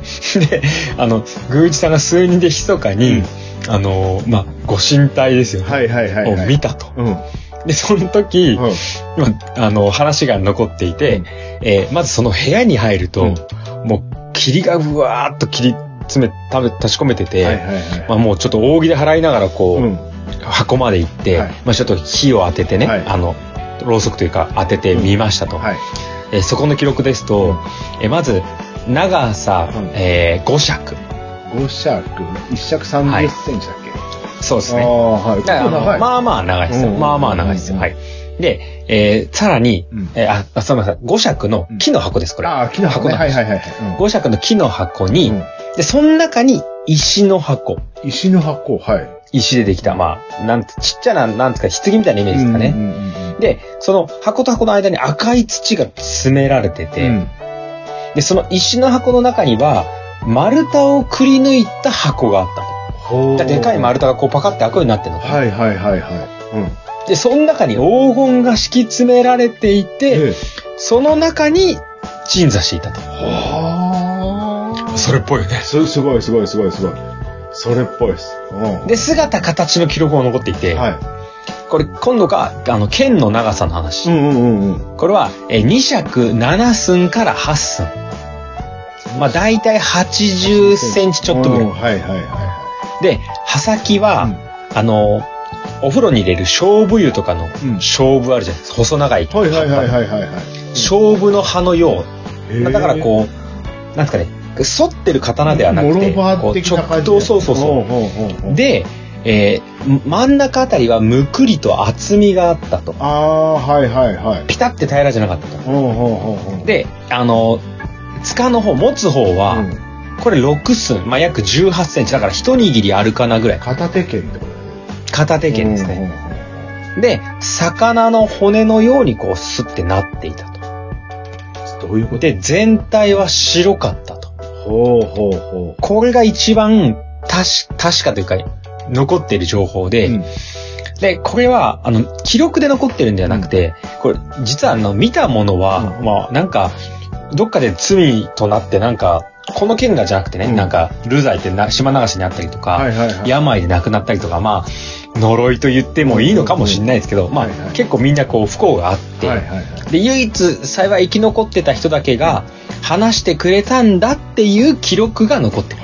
[SPEAKER 1] 責められない。
[SPEAKER 2] で、あの、宮司さんが数人で密かに、あの、まあ、ご神体ですよね。
[SPEAKER 1] はいはいはい、はい。
[SPEAKER 2] を見たと。
[SPEAKER 1] うん。うん。
[SPEAKER 2] で、その時、まああの、話が残っていて、えーまずその部屋に入ると、もう、霧がぶわーっと切り詰め、たぶ立ち込めてて、
[SPEAKER 1] はいはいはい。
[SPEAKER 2] まあもうちょっと扇で払いながらこう、
[SPEAKER 1] うん。
[SPEAKER 2] 箱まで行って、
[SPEAKER 1] はい
[SPEAKER 2] まあちょっと火を当ててね、
[SPEAKER 1] はい
[SPEAKER 2] あの、ろうそくというか当ててみましたと。
[SPEAKER 1] はい。
[SPEAKER 2] えーそこの記録ですと、えーまず、長さ、
[SPEAKER 1] うん
[SPEAKER 2] え5尺。
[SPEAKER 1] 5尺、1尺30センチだっけ、
[SPEAKER 2] そうです
[SPEAKER 1] あ
[SPEAKER 2] ね。
[SPEAKER 1] あ、はい。結
[SPEAKER 2] だから
[SPEAKER 1] 構
[SPEAKER 2] あの
[SPEAKER 1] 長い。
[SPEAKER 2] まあまあ長いですよ。
[SPEAKER 1] うん
[SPEAKER 2] まあまあ長いですよ。はい。で、えーさらに、
[SPEAKER 1] うん
[SPEAKER 2] えーああ、すみません。5尺の木の箱です、これ。
[SPEAKER 1] ああ、木の箱ね。は
[SPEAKER 2] 箱な
[SPEAKER 1] い
[SPEAKER 2] んです
[SPEAKER 1] はいはいはい。
[SPEAKER 2] 5尺の木の箱に、
[SPEAKER 1] うん
[SPEAKER 2] で、その中に石の箱。
[SPEAKER 1] うん石の箱、はい。
[SPEAKER 2] 石でできた、まあ、なんて、ちっちゃな、なんつうか、棺みたいなイメージですかね。
[SPEAKER 1] うんうんうんうん
[SPEAKER 2] で、その箱と箱の間に赤い土が詰められてて、
[SPEAKER 1] うん
[SPEAKER 2] で、その石の箱の中には、丸太をくり抜いた箱があったの。
[SPEAKER 1] ほう
[SPEAKER 2] だからでかい丸太がこうパカって開くようになってるのかな、
[SPEAKER 1] はいはいはいはい。うん。
[SPEAKER 2] で、その中に黄金が敷き詰められていて、
[SPEAKER 1] ええ
[SPEAKER 2] その中に鎮座していたと。
[SPEAKER 1] はあ。
[SPEAKER 2] れっぽいよね。
[SPEAKER 1] す、すごいすごいすごいすごい。それっぽいです。うん。
[SPEAKER 2] で、姿形の記録が残っていて、
[SPEAKER 1] は
[SPEAKER 2] これ今度が、あの、剣の長さの話。
[SPEAKER 1] い。うんうんうんうん。
[SPEAKER 2] これは、えー、2尺7寸から8寸。まあ、だいたい80センチちょっとぐらい。
[SPEAKER 1] うんはいはいは
[SPEAKER 2] で、刃先は、
[SPEAKER 1] うん
[SPEAKER 2] あの、お風呂に入れる勝負湯とかの
[SPEAKER 1] うん
[SPEAKER 2] 勝負あるじゃないですか。細長い。
[SPEAKER 1] い。はいはいはいはいはいはい。
[SPEAKER 2] 勝負の刃のよう。まあだから
[SPEAKER 1] う、
[SPEAKER 2] こう、なんですかね、反ってる刀ではなくて、
[SPEAKER 1] モロバ
[SPEAKER 2] こ
[SPEAKER 1] ー
[SPEAKER 2] う
[SPEAKER 1] 的な感
[SPEAKER 2] 直
[SPEAKER 1] じ
[SPEAKER 2] 刀、そうそ
[SPEAKER 1] ほ
[SPEAKER 2] うそ
[SPEAKER 1] ほほほ
[SPEAKER 2] う。で、えー真ん中あたりはむくりと厚みがあったと。
[SPEAKER 1] ああ、はいはいはい。
[SPEAKER 2] ピタって平らじゃなかったと。
[SPEAKER 1] ほうほうほうほう。
[SPEAKER 2] で、あの、塚の方、持つ方は、
[SPEAKER 1] うん
[SPEAKER 2] これ6寸、まあ、約18センチ、だから一握り歩かなぐらい。
[SPEAKER 1] 片手剣ってことだね。
[SPEAKER 2] 片手剣ですね。で、魚の骨のようにこうスってなっていたと。
[SPEAKER 1] どういうこと
[SPEAKER 2] で、全体は白かったと。
[SPEAKER 1] ほうほうほ
[SPEAKER 2] これが一番確確かというか、残っている情報
[SPEAKER 1] う。
[SPEAKER 2] で、
[SPEAKER 1] うん
[SPEAKER 2] で、これは、あの、記録で残ってるんではなくて、これ、実はあの、見たものは、
[SPEAKER 1] う
[SPEAKER 2] まあ、なんか、どっかで罪となって、なんか、この件がじゃなくてね、
[SPEAKER 1] うん
[SPEAKER 2] なんか、流罪ってな島流しにあったりとか、
[SPEAKER 1] はいはいはい。
[SPEAKER 2] 病で亡くなったりとか、まあ、呪いと言ってもいいのかもしれないですけど、まあ
[SPEAKER 1] はいはい、
[SPEAKER 2] 結構みんなこう、不幸があって、
[SPEAKER 1] はいはいはい。
[SPEAKER 2] で、唯一、幸い生き残ってた人だけが、話してくれたんだっていう記録が残ってる。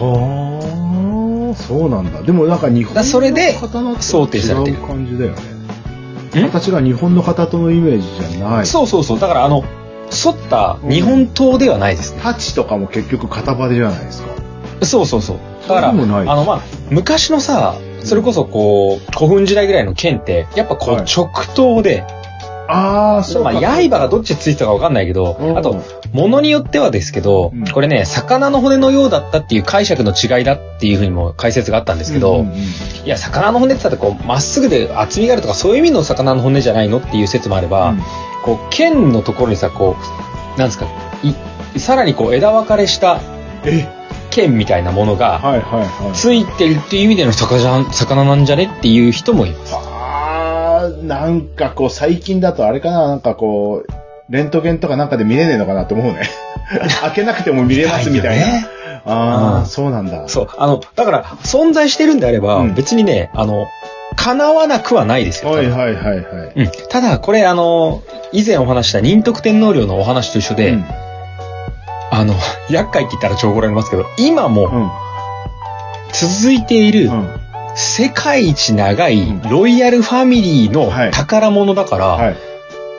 [SPEAKER 1] はあ、そうなんだ。でもなんか日本
[SPEAKER 2] だそれで
[SPEAKER 1] の
[SPEAKER 2] 想定されてる
[SPEAKER 1] 違う感じだよね。形が日本の方とのイメージじゃない。
[SPEAKER 2] そうそうそう。だから、あの、反った日本刀ではないですね。
[SPEAKER 1] タッチとかも結局片場でじゃないですか。
[SPEAKER 2] そうそうそう。だから、あ
[SPEAKER 1] そうでもない
[SPEAKER 2] の、まあ、昔のさ、それこそこう、古墳時代ぐらいの剣って、やっぱこう、
[SPEAKER 1] はい
[SPEAKER 2] 直刀で、
[SPEAKER 1] ああ、そう
[SPEAKER 2] ま
[SPEAKER 1] か。
[SPEAKER 2] あ、刃がどっちついてたかわかんないけど、
[SPEAKER 1] うん
[SPEAKER 2] あと、物によってはですけど、
[SPEAKER 1] うん
[SPEAKER 2] これね、魚の骨のようだったっていう解釈の違いだっていうふうにも解説があったんですけ
[SPEAKER 1] う
[SPEAKER 2] ど、
[SPEAKER 1] んうんうん
[SPEAKER 2] いや、魚の骨って言ったらこう、まっすぐで厚みがあるとか、そういう意味の魚の骨じゃないのっていう説もあれば、こう、剣のところにさ、こう、なんですか、い、さらにこう、枝分かれした
[SPEAKER 1] え、
[SPEAKER 2] 剣みたいなものが、
[SPEAKER 1] はいはいはい。
[SPEAKER 2] ついてるっていう意味での魚じゃん魚なんじゃねっていう人もいます。
[SPEAKER 1] あーなんかこう最近だとあれかな、なんかこう、レントゲンとかなんかで見れねえのかなって思う ね。開けなくても見れますみたいな。
[SPEAKER 2] だよね
[SPEAKER 1] ああ、
[SPEAKER 2] うん
[SPEAKER 1] そうなんだ。
[SPEAKER 2] そう。あの、だから、存在してるんであれば、
[SPEAKER 1] うん
[SPEAKER 2] 別にね、あの、叶わなくはないですよ。
[SPEAKER 1] はいはいはいはい。
[SPEAKER 2] うん。ただ、これ、あの、以前お話しした忍徳天皇陵のお話と一緒で、
[SPEAKER 1] うん
[SPEAKER 2] あの、厄介って言ったら超怒られますけど、今も
[SPEAKER 1] うん
[SPEAKER 2] 続いている
[SPEAKER 1] うん
[SPEAKER 2] 世界一長いロイヤルファミリーの宝物だから、
[SPEAKER 1] はい。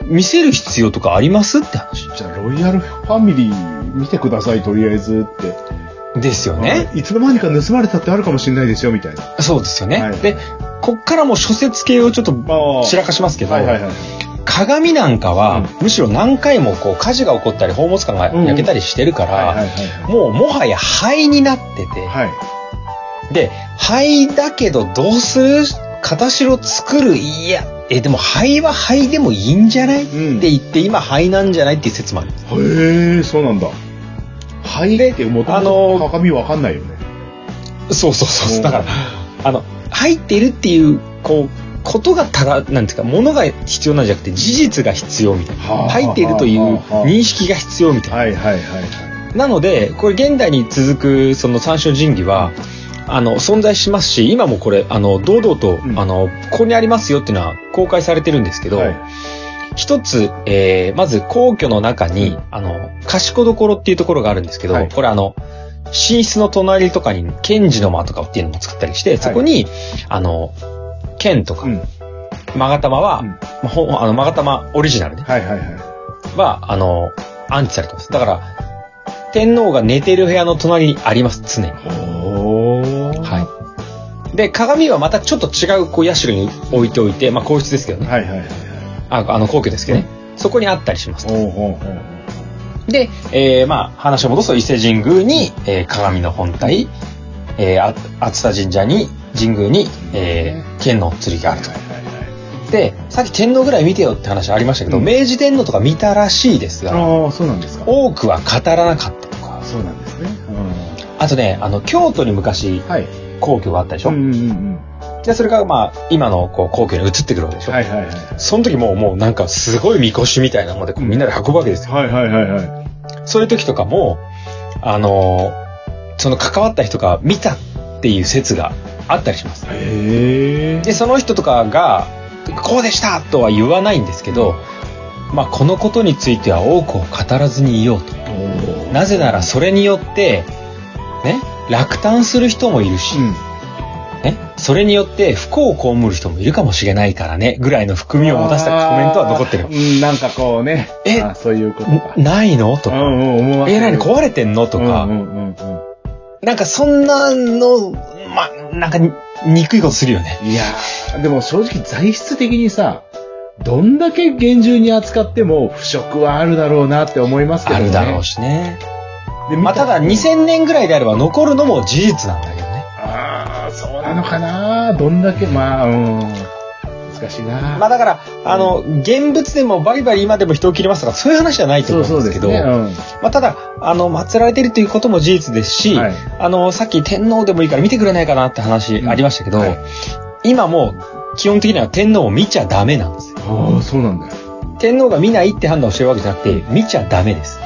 [SPEAKER 2] 見せる必要とかありますって話。
[SPEAKER 1] じゃあ、ロイヤルファミリー見てください、とりあえずって。
[SPEAKER 2] ですよね。
[SPEAKER 1] いつの間にか盗まれたってあるかもしれないですよ、みたいな。
[SPEAKER 2] そうですよね。
[SPEAKER 1] はい
[SPEAKER 2] で、こっからもう諸説系をちょっと散らかしますけど、
[SPEAKER 1] はいはいはい。
[SPEAKER 2] 鏡なんかは、
[SPEAKER 1] うん
[SPEAKER 2] むしろ何回もこう火事が起こったり宝物館が焼けたりしてるか
[SPEAKER 1] はいは
[SPEAKER 2] ら、
[SPEAKER 1] いはい。
[SPEAKER 2] もうもはや灰になってて、
[SPEAKER 1] はい。
[SPEAKER 2] で、灰だけどどうする片白作るいや、え、でも灰は灰でもいいんじゃない、
[SPEAKER 1] うん
[SPEAKER 2] って言って今灰なんじゃないっていう説もある。
[SPEAKER 1] へえ、そうなんだ。はい。
[SPEAKER 2] で
[SPEAKER 1] って、もと
[SPEAKER 2] あ
[SPEAKER 1] も
[SPEAKER 2] の
[SPEAKER 1] と鏡わかんないよね。
[SPEAKER 2] そうそうそうう。
[SPEAKER 1] ん
[SPEAKER 2] だから、あの、入っているっていう、こう、ことがたら、なんていうか、ものが必要なんじゃなくて、事実が必要みたいな。
[SPEAKER 1] はあ
[SPEAKER 2] 入っているという
[SPEAKER 1] はあはあ
[SPEAKER 2] 認識が必要みたいな。
[SPEAKER 1] はいはいはいは
[SPEAKER 2] なので、これ現代に続く、その三種神器は、あの、存在しますし、今もこれ、あの、堂々と、
[SPEAKER 1] うん
[SPEAKER 2] あの、ここにありますよっていうのは公開されてるんですけ
[SPEAKER 1] い。
[SPEAKER 2] ど、
[SPEAKER 1] はい。
[SPEAKER 2] 一つ、えー、まず皇居の中に、あの、賢所っていうところがあるんですけど、
[SPEAKER 1] はい
[SPEAKER 2] これあの、寝室の隣とかに、賢治の間とかっていうのも作ったりして、そこに、あの、剣とか、
[SPEAKER 1] うん。
[SPEAKER 2] マガタマは、
[SPEAKER 1] うん
[SPEAKER 2] まあほんあの、マガタマオリジナルね、
[SPEAKER 1] はいはいはい。
[SPEAKER 2] は、あの、安置されてます。だから、天皇が寝てる部屋の隣にあります、常に。
[SPEAKER 1] ほー。
[SPEAKER 2] はい。で、鏡はまたちょっと違う、こう、社に置いておいて、まあ、皇室ですけどね。
[SPEAKER 1] はいはいはいはい。
[SPEAKER 2] あ、あの、皇居ですけどね。そこにあったりします。
[SPEAKER 1] おうほうほう
[SPEAKER 2] で、えーまあ、話を戻すと伊勢神宮に、えー鏡の本体、えー、あ熱田神社に、神宮に、えー剣の釣りがあると
[SPEAKER 1] は。いはいはい。
[SPEAKER 2] で、さっき天皇ぐらい見てよって話ありましたけど、
[SPEAKER 1] うん
[SPEAKER 2] 明治天皇とか見たらしいですが、
[SPEAKER 1] ああ、そうなんですか。
[SPEAKER 2] 多くは語らなかったとか、
[SPEAKER 1] そうなんですね。うん。
[SPEAKER 2] あとね、あの、京都に昔、
[SPEAKER 1] はい。
[SPEAKER 2] 皇居があったでしょ、
[SPEAKER 1] うんうんうん。
[SPEAKER 2] で、それがまあ、今のこう皇居に移ってくるわけでしょ、
[SPEAKER 1] はいはいはい。
[SPEAKER 2] その時もう、もうなんかすごいみこしみたいなので、こうみんなで運ぶわけですよ。
[SPEAKER 1] はいはいはいはい。
[SPEAKER 2] そういう時とかも、あのーその関わった人が見たっていう説があったりします。
[SPEAKER 1] へえ。
[SPEAKER 2] で、その人とかが、こうでしたとは言わないんですけど、まあ、このことについては多くを語らずにいようと。
[SPEAKER 1] おー
[SPEAKER 2] なぜならそれによって、ね、落胆する人もいるし、
[SPEAKER 1] う
[SPEAKER 2] ね、それによって不幸を被る人もいるかもしれないからね、ぐらいの含みを持たせたコメントは残って
[SPEAKER 1] あ
[SPEAKER 2] る。
[SPEAKER 1] ーうん、なんかこうね。
[SPEAKER 2] え
[SPEAKER 1] あーそういうことか。
[SPEAKER 2] んないのと
[SPEAKER 1] う
[SPEAKER 2] か、
[SPEAKER 1] んうん、思わせ
[SPEAKER 2] え、
[SPEAKER 1] る
[SPEAKER 2] 何壊れてんのとか、
[SPEAKER 1] うんうんうん
[SPEAKER 2] なんかそんなの、ま、なんかに、憎いことするよね。
[SPEAKER 1] うん。いやーでも正直材質的にさ、どんだけ厳重に扱っても腐食はあるだろうなって思いますけど
[SPEAKER 2] あ
[SPEAKER 1] ね。
[SPEAKER 2] るだろうしね。
[SPEAKER 1] で
[SPEAKER 2] まあ、ただ、2000年ぐらいであれば残るのも事実なんだけどね。
[SPEAKER 1] ああ、そうなのかなどんだけ、まあ、うん。難しいな。
[SPEAKER 2] まあだから、あの、現物でもバリバリ今でも人を切りますとか、そういう話じゃないと
[SPEAKER 1] そう
[SPEAKER 2] 思
[SPEAKER 1] そ
[SPEAKER 2] うん
[SPEAKER 1] う
[SPEAKER 2] で
[SPEAKER 1] です
[SPEAKER 2] け
[SPEAKER 1] す
[SPEAKER 2] ど、
[SPEAKER 1] ね。うん
[SPEAKER 2] まあただ、あの、祀られてるということも事実ですし、
[SPEAKER 1] はい
[SPEAKER 2] あの、さっき天皇でもいいから見てくれないかなって話ありましたけど、
[SPEAKER 1] うんはい
[SPEAKER 2] 今もう基本的には天皇を見ちゃダメなんですよ。
[SPEAKER 1] ああ、そうなんだよ。
[SPEAKER 2] 天皇が見ないって判断をしてるわけじゃなくて、見ちゃダメです。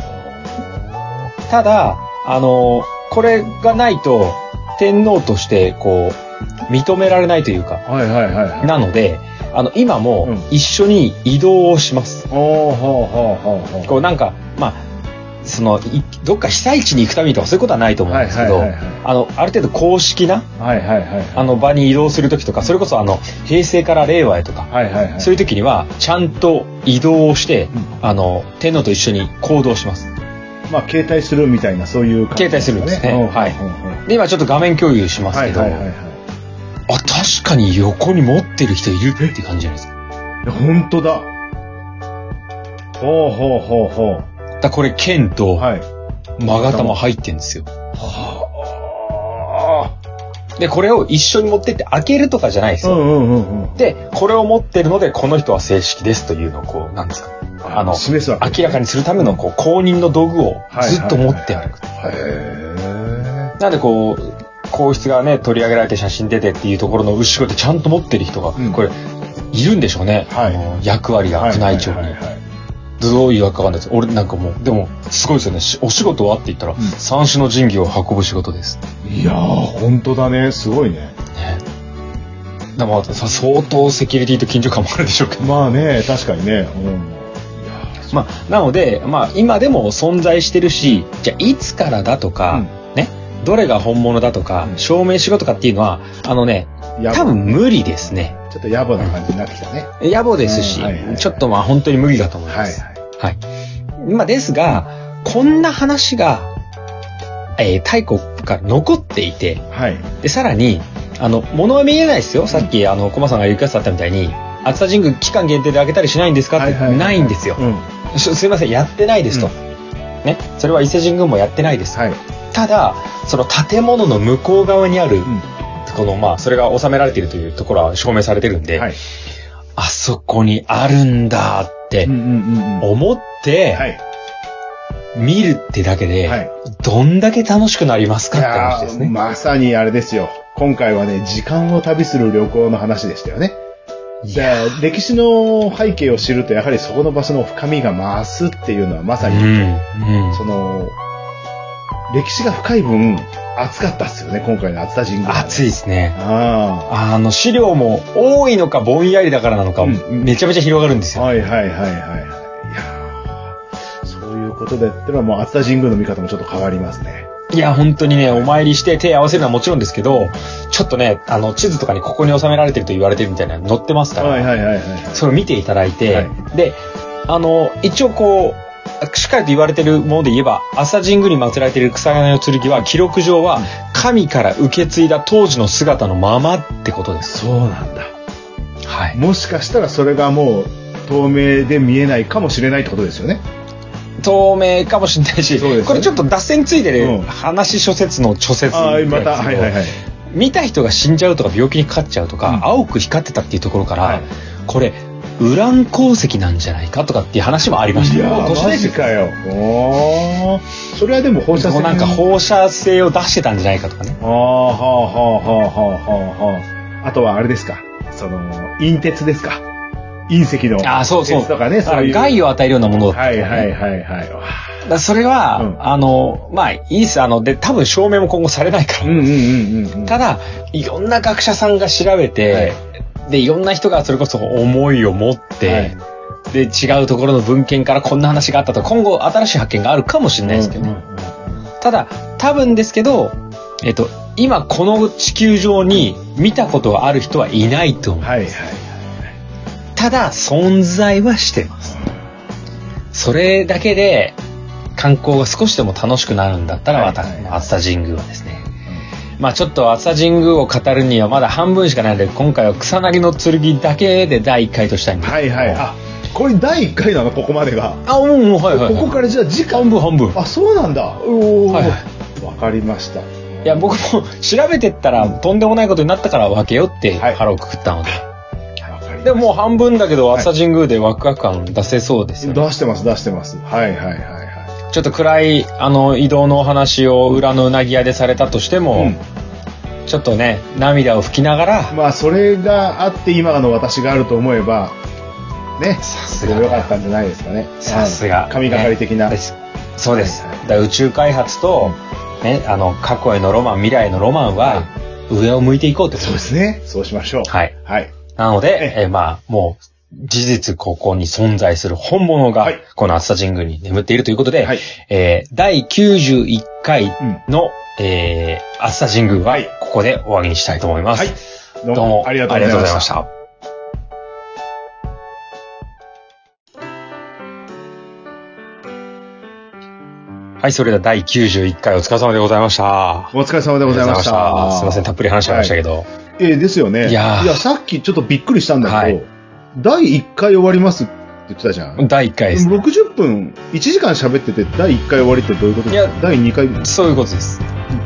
[SPEAKER 2] ただ、あの、これがないと、天皇として、こう、認められないというか、
[SPEAKER 1] はいはいはいはい。
[SPEAKER 2] なので、あの、今も
[SPEAKER 1] うん
[SPEAKER 2] 一緒に移動をします。
[SPEAKER 1] おー、ほうほうほうほう。
[SPEAKER 2] こう、なんか、まあ、その、いどっか被災地に行くためにとかそういうことはないと思うんですけど、
[SPEAKER 1] はい
[SPEAKER 2] あ
[SPEAKER 1] はいはいはい
[SPEAKER 2] の、ある程度公式な、
[SPEAKER 1] はいはいはい。
[SPEAKER 2] あの場に移動するときとか、それこそあの、平成から令和へとか、
[SPEAKER 1] はいはいはい。
[SPEAKER 2] そういう時には、ちゃんと移動をし
[SPEAKER 1] う
[SPEAKER 2] て
[SPEAKER 1] ん、
[SPEAKER 2] あの、天皇と一緒に行動します。
[SPEAKER 1] まあ、携帯するみたいな、そういう感じ、
[SPEAKER 2] 携帯するんですね
[SPEAKER 1] うん
[SPEAKER 2] はい
[SPEAKER 1] うんうん
[SPEAKER 2] で、今ちょっと画面共有します
[SPEAKER 1] は
[SPEAKER 2] け
[SPEAKER 1] い
[SPEAKER 2] ど、
[SPEAKER 1] はいはいはい。
[SPEAKER 2] あ、確かに横に持ってる人いるって感じじゃないですか。
[SPEAKER 1] いや本当だ。ほうほうほうほ
[SPEAKER 2] だからこれ、剣
[SPEAKER 1] う。
[SPEAKER 2] と、
[SPEAKER 1] はい。
[SPEAKER 2] マガタマ入ってんですよ。
[SPEAKER 1] は
[SPEAKER 2] で、これを一緒に持ってって開けるとかじゃないです
[SPEAKER 1] う
[SPEAKER 2] よ。
[SPEAKER 1] んうんうんうん。
[SPEAKER 2] で、これを持ってるので、この人は正式ですというのを、こう、なんですか。あの、
[SPEAKER 1] 示すわけ。
[SPEAKER 2] 明らかにするための、こう、公認の道具をずっと持って歩く。
[SPEAKER 1] へえ。
[SPEAKER 2] なんでこう、皇室がね、取り上げられて写真出てっていうところの後ろでちゃんと持ってる人が、
[SPEAKER 1] うん
[SPEAKER 2] これ、いるんでしょうね。
[SPEAKER 1] はい
[SPEAKER 2] あの役割が
[SPEAKER 1] はい
[SPEAKER 2] 宮内庁
[SPEAKER 1] は
[SPEAKER 2] に
[SPEAKER 1] い。はいはい
[SPEAKER 2] どういうわけかわかんないです。俺なんかもう、でも、すごいですよね。しお仕事はって言ったら、
[SPEAKER 1] ん
[SPEAKER 2] 三種の神器を運ぶ仕事です。
[SPEAKER 1] いやー、本当だね。すごいね。
[SPEAKER 2] ね。でも、さ相当セキュリティと緊張感もあるでしょうけど。
[SPEAKER 1] まあね、確かにね。うん。いやー
[SPEAKER 2] まあ、なので、まあ、今でも存在してるし、じゃあ、いつからだとか、ね、どれが本物だとか
[SPEAKER 1] う、ん
[SPEAKER 2] 証明しろとかっていうのは、あのね、
[SPEAKER 1] 野
[SPEAKER 2] 多分無理ですね。
[SPEAKER 1] ちょっと野暮な感じになってきたね。
[SPEAKER 2] 野暮ですし、
[SPEAKER 1] うんはいはいはい
[SPEAKER 2] ちょっとまあ本当に無理だと思いま
[SPEAKER 1] はい
[SPEAKER 2] す。
[SPEAKER 1] はい。
[SPEAKER 2] はい。まあですが、こんな話が、えー太古から残っていて、
[SPEAKER 1] はい。
[SPEAKER 2] で、さらに、あの、物は見えないですよ。さっき、あの、コマさんがリクエストあったみたいに、熱田神宮期間限定で開けたりしないんですかって、
[SPEAKER 1] はいはいはい
[SPEAKER 2] ないんですよ、
[SPEAKER 1] うん。
[SPEAKER 2] す。すいません、やってないですと。
[SPEAKER 1] うん
[SPEAKER 2] ね、それは伊勢神宮もやってないです。
[SPEAKER 1] はい。
[SPEAKER 2] ただ、その建物の向こう側にある、
[SPEAKER 1] う
[SPEAKER 2] この、まあ、それが収められているというところは証明されてるんで、
[SPEAKER 1] ん。はい。
[SPEAKER 2] あそこにあるんだって
[SPEAKER 1] うんうんうんうん。
[SPEAKER 2] 思って、
[SPEAKER 1] はい。
[SPEAKER 2] 見るってだけで、
[SPEAKER 1] はい
[SPEAKER 2] どんだけ楽しくなりますか
[SPEAKER 1] い
[SPEAKER 2] って話
[SPEAKER 1] や
[SPEAKER 2] ですね。
[SPEAKER 1] ーまさにあれですよ。今回はね、時間を旅する旅行の話でしたよね。
[SPEAKER 2] い
[SPEAKER 1] じ
[SPEAKER 2] や
[SPEAKER 1] ゃあ、歴史の背景を知ると、やはりそこの場所の深みが増すっていうのは、まさ
[SPEAKER 2] う
[SPEAKER 1] に、
[SPEAKER 2] ん、うん。
[SPEAKER 1] その、歴史が深い分、熱かったっすよね、今回の熱田神宮、
[SPEAKER 2] 暑い
[SPEAKER 1] い。
[SPEAKER 2] ですね。
[SPEAKER 1] あ
[SPEAKER 2] あの、資料も多いのかぼんやりだからなのか、
[SPEAKER 1] うん
[SPEAKER 2] めちゃめちゃ広がるんです
[SPEAKER 1] あ。
[SPEAKER 2] よ。
[SPEAKER 1] はいはいはいはい。いやーそういうことで、ってのはもう熱田神宮の見方もちょっと変わりますね。
[SPEAKER 2] いや、本当にね、お参りして手合わせるのはもちろんですけど、ちょっとね、あの、地図とかにここに収められてると言われてるみたいなの載ってますから、
[SPEAKER 1] はいはいはいはい。
[SPEAKER 2] それを見ていただいて、
[SPEAKER 1] は
[SPEAKER 2] で、あの、一応こう、しっかりと言われてるもので言えば、朝神宮に祀られている草金の剣は、記録上は、神から受け継いだ当時の姿のままってことです。
[SPEAKER 1] そうなんだ。
[SPEAKER 2] はい。
[SPEAKER 1] もしかしたらそれがもう透明で見えないかもしれないってことですよね。
[SPEAKER 2] 透明かもしれないし、
[SPEAKER 1] そうですね
[SPEAKER 2] これちょっと脱線ついてる、
[SPEAKER 1] うん
[SPEAKER 2] 話諸説の諸説
[SPEAKER 1] ああ、
[SPEAKER 2] なんです
[SPEAKER 1] ま
[SPEAKER 2] けど
[SPEAKER 1] た、はいはいはい。
[SPEAKER 2] 見た人が死んじゃうとか病気にかかっちゃうとか、
[SPEAKER 1] うん
[SPEAKER 2] 青く光ってたっていうところから、
[SPEAKER 1] はい
[SPEAKER 2] これ、ウラン鉱石なんじゃないかとかっていう話もありました
[SPEAKER 1] い
[SPEAKER 2] よ
[SPEAKER 1] や
[SPEAKER 2] 都市
[SPEAKER 1] ー、マ
[SPEAKER 2] 伝説
[SPEAKER 1] ジかよ。おーそれはでも放射
[SPEAKER 2] こ
[SPEAKER 1] 線。
[SPEAKER 2] うなんか放射性を出してたんじゃないかとかね。
[SPEAKER 1] ああ、はあはあはあはあはあ。あとはあれですか。その、隕鉄ですか。隕石の。
[SPEAKER 2] ああ、そうそう。
[SPEAKER 1] 鉄とかね、そういう。
[SPEAKER 2] あ害を与えるようなものだった
[SPEAKER 1] は
[SPEAKER 2] とか
[SPEAKER 1] い
[SPEAKER 2] ね、
[SPEAKER 1] はいはいはい。わ
[SPEAKER 2] だからそれは、
[SPEAKER 1] うん
[SPEAKER 2] あの、まあ、いいです。あの、で、多分証明も今後されないか
[SPEAKER 1] あ
[SPEAKER 2] ら。
[SPEAKER 1] うんうんうんうんうん。
[SPEAKER 2] ただ、いろんな学者さんが調べて、で、いろんな人がそれこそ思いを持って、
[SPEAKER 1] はい
[SPEAKER 2] で、違うところの文献からこんな話があったと、今後新しい発見があるかもしれないですけどね。
[SPEAKER 1] うんうんうん
[SPEAKER 2] ただ、多分ですけど、えっと、今この地球上に見たことがある人はいないと思う。
[SPEAKER 1] はいはいはい。
[SPEAKER 2] ただ、存在はしてます。それだけで観光が少しでも楽しくなるんだったら、
[SPEAKER 1] はい
[SPEAKER 2] 私
[SPEAKER 1] はい
[SPEAKER 2] の熱田神宮はですね。まあちょっと熱田神宮を語るにはまだ半分しかないので、今回は草薙の剣だけで第1回としたいんです
[SPEAKER 1] はいはい。あ、これ第1回なの、ここまでが。
[SPEAKER 2] あ、もうもう、はいは
[SPEAKER 1] こ
[SPEAKER 2] い、
[SPEAKER 1] こ
[SPEAKER 2] はい。
[SPEAKER 1] からじゃあ次回
[SPEAKER 2] 半分半分。
[SPEAKER 1] あ、そうなんだ。おー
[SPEAKER 2] はいは
[SPEAKER 1] わかりました。
[SPEAKER 2] いや、僕も調べてったらとんでもないことになったから分けようって
[SPEAKER 1] はい
[SPEAKER 2] 腹をくくったので。
[SPEAKER 1] わかりました
[SPEAKER 2] でももう半分だけど、
[SPEAKER 1] はい
[SPEAKER 2] 熱田神宮でワクワク感出せそうですよね。
[SPEAKER 1] 出してます、出してます。はいはいはいは
[SPEAKER 2] ちょっと暗い、あの、移動のお話を裏のうなぎ屋でされたとしても、
[SPEAKER 1] い。
[SPEAKER 2] ちょっとね、涙を拭きながら、
[SPEAKER 1] まあ、それがあって今の私があると思えば、ね、
[SPEAKER 2] さ
[SPEAKER 1] す
[SPEAKER 2] す
[SPEAKER 1] ごい良か
[SPEAKER 2] が、
[SPEAKER 1] ったんじゃないですかね。
[SPEAKER 2] さすが、
[SPEAKER 1] はい神がかり的な。
[SPEAKER 2] ねですそうです。
[SPEAKER 1] は
[SPEAKER 2] だ
[SPEAKER 1] いはい
[SPEAKER 2] から宇宙開発と、ね、あの、過去へのロマン、未来へのロマンは、上を向いていこうってこと
[SPEAKER 1] そう
[SPEAKER 2] で。
[SPEAKER 1] ですすね。そうしましょう。
[SPEAKER 2] はい。
[SPEAKER 1] はい。
[SPEAKER 2] なので、
[SPEAKER 1] え
[SPEAKER 2] えーまあ、もう、事実ここに存在する本物が
[SPEAKER 1] はい、
[SPEAKER 2] この熱田神宮に眠っているということで、
[SPEAKER 1] はい
[SPEAKER 2] えー第91回
[SPEAKER 1] うん
[SPEAKER 2] の、えー、熱田神宮は
[SPEAKER 1] はい、
[SPEAKER 2] ここで終わりにしたいと思いま
[SPEAKER 1] は
[SPEAKER 2] す。
[SPEAKER 1] い。どう
[SPEAKER 2] どう
[SPEAKER 1] も
[SPEAKER 2] も
[SPEAKER 1] ありがとうございました。
[SPEAKER 2] た。はい、それでは第91回お疲れ様でございました。
[SPEAKER 1] お疲れ様でございまし
[SPEAKER 2] ありがとうございま
[SPEAKER 1] た。
[SPEAKER 2] すいません、たっぷり話しちゃいましたけど。
[SPEAKER 1] えーですよね。
[SPEAKER 2] いやー
[SPEAKER 1] さっきちょっとびっくりしたんだけど、
[SPEAKER 2] はい
[SPEAKER 1] 第1回終わりますって言ってたじゃん。
[SPEAKER 2] 第1回です。
[SPEAKER 1] 60分、1時間喋ってて、第1回終わりってどういうこと
[SPEAKER 2] いや
[SPEAKER 1] 第2回も
[SPEAKER 2] そういうことです。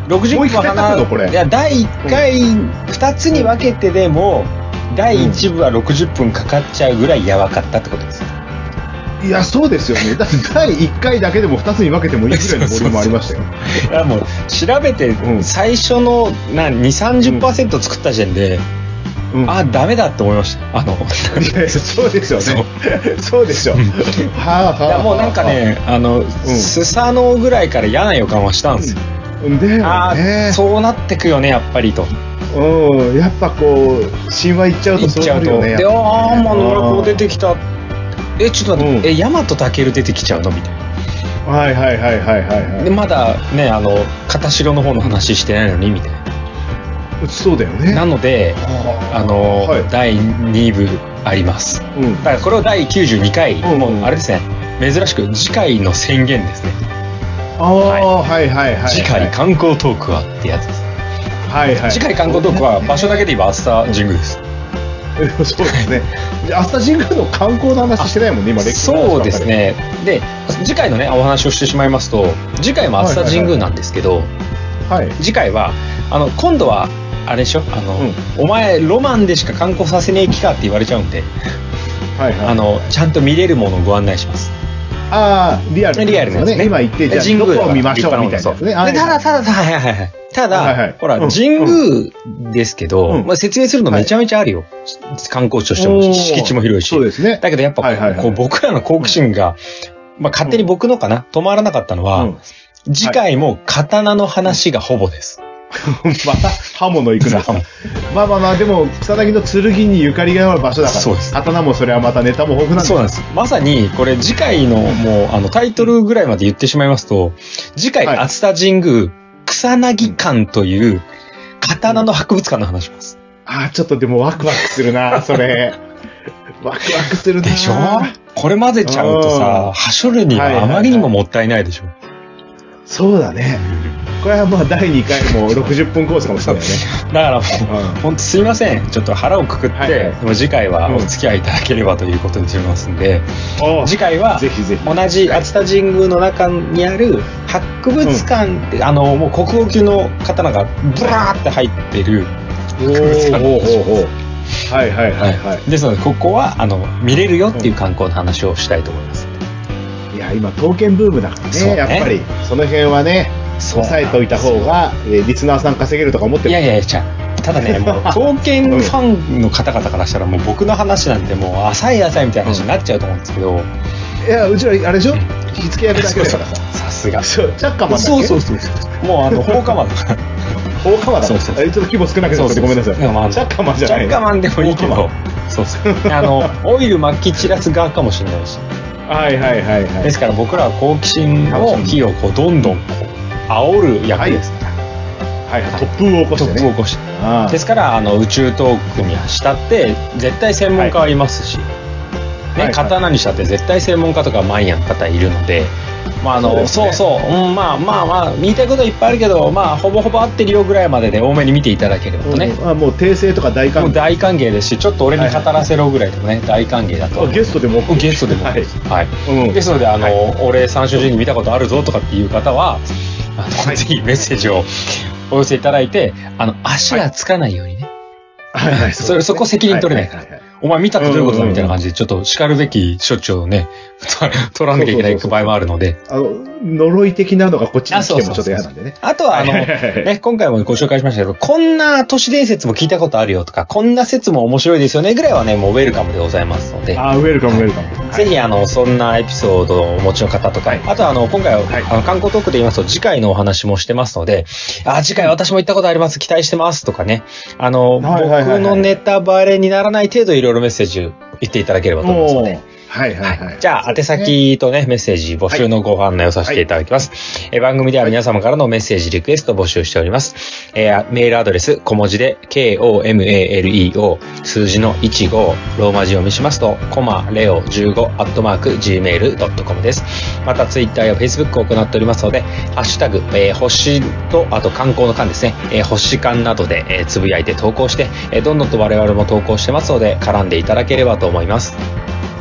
[SPEAKER 2] 60
[SPEAKER 1] もう
[SPEAKER 2] 分
[SPEAKER 1] 一回
[SPEAKER 2] 話
[SPEAKER 1] 書くのこれ
[SPEAKER 2] いや、第1回、2つに分けてでも、第1部は60分かかっちゃうぐらいやばかったってことです。
[SPEAKER 1] いや、そうですよね。だって第1回だけでも2つに分けてもいい ぐらいのボリュームありましたよ。
[SPEAKER 2] いやもう調べて
[SPEAKER 1] うん
[SPEAKER 2] 最初のな2 3 0作った時点で、
[SPEAKER 1] うん
[SPEAKER 2] あダメだって思いまし たあの
[SPEAKER 1] いやいやそうですよね。そうでし ょ。はあ、
[SPEAKER 2] い
[SPEAKER 1] はあ。
[SPEAKER 2] やもうなんかねあの、スサノオぐらいから嫌な予感はしたんですよ、
[SPEAKER 1] うん。で、
[SPEAKER 2] ああ、
[SPEAKER 1] ね、
[SPEAKER 2] そうなってくよねやっぱりと
[SPEAKER 1] うん、やっぱこう、神話いっちゃう
[SPEAKER 2] 言
[SPEAKER 1] と
[SPEAKER 2] っ
[SPEAKER 1] そう
[SPEAKER 2] ちゃ
[SPEAKER 1] な
[SPEAKER 2] う
[SPEAKER 1] る
[SPEAKER 2] と、
[SPEAKER 1] よね。
[SPEAKER 2] でああまあ野良子出
[SPEAKER 1] て
[SPEAKER 2] てきたえちょっと待って、
[SPEAKER 1] うん
[SPEAKER 2] えヤマトタケル出てきちゃうのみたいな
[SPEAKER 1] はいはいはいはいはいはい。
[SPEAKER 2] でまだねあの片城の方の話してないのにみたいな
[SPEAKER 1] 打ちそうだよね。
[SPEAKER 2] なので、あの、
[SPEAKER 1] はい
[SPEAKER 2] 第2部あります。
[SPEAKER 1] うん
[SPEAKER 2] だからこれを第92回、
[SPEAKER 1] うん
[SPEAKER 2] もうあれですね、珍しく次回の宣言ですね。
[SPEAKER 1] ああ、はいはいはい。
[SPEAKER 2] 次回観光トークはってやつです。
[SPEAKER 1] はいはい。
[SPEAKER 2] 次回観光トー クは場所だけで言えば熱田神宮です。
[SPEAKER 1] そうですね。アスタ神宮の観光の話してないもんね、今、歴史の話ばっかり
[SPEAKER 2] そうです。ね。で、次回のね、お話をしてしまいますと、次回も熱田神宮なんですけど、
[SPEAKER 1] はい。
[SPEAKER 2] 次回は、あの、今度は、あれでしょあの、
[SPEAKER 1] うん
[SPEAKER 2] お前、ロマンでしか観光させねえ気かって言われちゃうんで、
[SPEAKER 1] はいはい。
[SPEAKER 2] あの、ちゃんと見れるものをご案内します。
[SPEAKER 1] ああ、リアルな
[SPEAKER 2] リアルなやつね。
[SPEAKER 1] 今言って、じゃあ、
[SPEAKER 2] 神宮
[SPEAKER 1] ど
[SPEAKER 2] だから
[SPEAKER 1] こを見ましょうみたいな
[SPEAKER 2] そ
[SPEAKER 1] やつね。
[SPEAKER 2] でただ、ただ、ただ、はいはいはい。ただ、
[SPEAKER 1] はいはい
[SPEAKER 2] ほら、
[SPEAKER 1] うん
[SPEAKER 2] 神宮ですけど、
[SPEAKER 1] うん
[SPEAKER 2] まあ、説明するのめちゃめちゃあるよ。観光地としても、敷地も広いし。
[SPEAKER 1] そうですね。
[SPEAKER 2] だけどやっぱ、
[SPEAKER 1] はいはいはい
[SPEAKER 2] こう僕らの好奇心が、まあ、勝手に僕のかな、止まらなかったのは、
[SPEAKER 1] うん
[SPEAKER 2] 次回も刀の話がほぼです。
[SPEAKER 1] また刃物行くな
[SPEAKER 2] 刃物。
[SPEAKER 1] まあまあまあ、でも、草薙の剣にゆかりがある場所だから、
[SPEAKER 2] そうです
[SPEAKER 1] 刀もそれはまたネタも豊富なんだ
[SPEAKER 2] そうなんです。まさに、これ次回のもう、あの、タイトルぐらいまで言ってしまいますと、次回、
[SPEAKER 1] はい
[SPEAKER 2] 熱田神宮、草薙館という、刀の博物館の話します。
[SPEAKER 1] ああ、ちょっとでもワクワクするな、そ れ。ワクワクするな。
[SPEAKER 2] でしょこれ混ぜちゃうと
[SPEAKER 1] うん、
[SPEAKER 2] さはしょるにはあまりにももったいないでしょ。
[SPEAKER 1] そうだね。これはまあ、第2回も60分コースかもしれないね。
[SPEAKER 2] だからも
[SPEAKER 1] うん
[SPEAKER 2] う、ほんとすいません。ちょっと腹をくくって、
[SPEAKER 1] はいはい
[SPEAKER 2] でも次回は
[SPEAKER 1] うん
[SPEAKER 2] お付き合いいただければということにしますんで、
[SPEAKER 1] おう
[SPEAKER 2] 次回は
[SPEAKER 1] ぜひぜひ。
[SPEAKER 2] 同じ熱田神宮の中にある博物館って、あのもう国宝級の刀がブラーって入ってる
[SPEAKER 1] おおおおおはいはいはいは
[SPEAKER 2] ですのでここはあの見れるよっていう観光の話をしたいと思います、
[SPEAKER 1] い。いや、今、刀剣ブームだから
[SPEAKER 2] そう
[SPEAKER 1] ね、
[SPEAKER 2] ね
[SPEAKER 1] やっぱり。その辺はね、
[SPEAKER 2] そう
[SPEAKER 1] 押さえといた方が、えーリスナーさん稼げるとか思って
[SPEAKER 2] いや
[SPEAKER 1] る。
[SPEAKER 2] いやいやじゃあただ ねもう刀剣ファンの方々からしたらもう僕の話なんてもう浅い浅いみたいな話になっちゃうと思うんですけど、
[SPEAKER 1] いや、うちら、あれでしょ引き付けやるだけだからさ。
[SPEAKER 2] さすが
[SPEAKER 1] そう、チャッカマンだっけ
[SPEAKER 2] そうそうそうそうもうあの放火魔だから
[SPEAKER 1] 放火魔だ。
[SPEAKER 2] そうそうそう
[SPEAKER 1] あれちょっと規模少なくなってごめんなさい。チ
[SPEAKER 2] やまあ
[SPEAKER 1] ャッカマンじゃない。
[SPEAKER 2] チャッカマンでもいいけ
[SPEAKER 1] 放火
[SPEAKER 2] ど。そうそう。 あの、オイル撒き散らす側かもしれないし。
[SPEAKER 1] 魔。はいはいはいは
[SPEAKER 2] で
[SPEAKER 1] い
[SPEAKER 2] す。から僕らは好奇心を、火をこう、どんどん、こう、煽る役ですから。
[SPEAKER 1] はいはい。突風を起こ
[SPEAKER 2] ト
[SPEAKER 1] して
[SPEAKER 2] ップを
[SPEAKER 1] ね
[SPEAKER 2] 起。こして。
[SPEAKER 1] あ
[SPEAKER 2] ですから、あの、宇宙トークにしたって、絶対専門家はいますし、
[SPEAKER 1] はいは
[SPEAKER 2] ね、
[SPEAKER 1] い
[SPEAKER 2] 刀にしたって絶対専門家とかマイヤーの方いるので、まああの、
[SPEAKER 1] そ
[SPEAKER 2] そうう,、
[SPEAKER 1] です
[SPEAKER 2] そううん、まあまあまあ、言いたいことはいっぱいあるけど、まあ、ほぼほぼ合ってるよぐらいまでで多めに見ていただければ
[SPEAKER 1] あ。
[SPEAKER 2] とね。
[SPEAKER 1] うんあもう訂正とか大
[SPEAKER 2] も
[SPEAKER 1] 歓
[SPEAKER 2] う
[SPEAKER 1] 迎。
[SPEAKER 2] 大歓迎ですし、ちょっと俺に語らせろぐらいでもね、大歓迎だと
[SPEAKER 1] あ。ゲストでも OK
[SPEAKER 2] ゲストでも。
[SPEAKER 1] はい
[SPEAKER 2] はい。
[SPEAKER 1] うん
[SPEAKER 2] ですので、あの、俺三種人に見たことあるぞとかっていう方は、あの、ぜひメッセージをお寄せいただいて、あの、足がつかないようにね。
[SPEAKER 1] はいはい。
[SPEAKER 2] それ、そこ責任取れないから。
[SPEAKER 1] はははは
[SPEAKER 2] お前見たってどういうこと
[SPEAKER 1] うんうんう
[SPEAKER 2] だ
[SPEAKER 1] ん
[SPEAKER 2] みたいな感じで、ちょっと叱るべき処置をね、 取らなきゃいけない場合もあるので。
[SPEAKER 1] あの、呪い的なのがこっちに
[SPEAKER 2] あ、
[SPEAKER 1] 来て
[SPEAKER 2] そうそ
[SPEAKER 1] も
[SPEAKER 2] う
[SPEAKER 1] ちょ
[SPEAKER 2] そう
[SPEAKER 1] っと嫌なんでね。
[SPEAKER 2] あとは、あの、
[SPEAKER 1] はいはいはい
[SPEAKER 2] ね、今回もご紹介しましたけど、こんな都市伝説も聞いたことあるよとか、こんな説も面白いですよねぐらいはね、もうウェルカムでございますので、
[SPEAKER 1] あー、ウェルカムウェルカム。
[SPEAKER 2] ぜひ、あの、そんなエピソードをお持ちの方とか、あとは、あの、今回は、
[SPEAKER 1] はい
[SPEAKER 2] あの、観光トークで言いますと、次回のお話もしてますので、あ、次回私も行ったことあります、期待してますとかね、あの、
[SPEAKER 1] はいはいはいはい
[SPEAKER 2] 僕のネタバレにならない程度いろいろメッセージ言っていただければと思いますの
[SPEAKER 1] もう
[SPEAKER 2] で。
[SPEAKER 1] はいはいはい。
[SPEAKER 2] じゃあ、宛先とね、メッセージ募集のご案内をさせていただきます。えー番組では皆様からのメッセージ、リクエストを募集しております。えーメールアドレス、小文字で、k-o-m-a-l-e-o、数字の15、ローマ字読みしますと、コマ、レオ15、アットマーク、gmail.com です。また、ツイッターやフェイスブックを行っておりますので、ハッシュタグ、えー星と、あと観光の間ですね、えー星間などで、えーつぶやいて投稿して、えーどんどんと我々も投稿してますので、絡んでいただければと思います。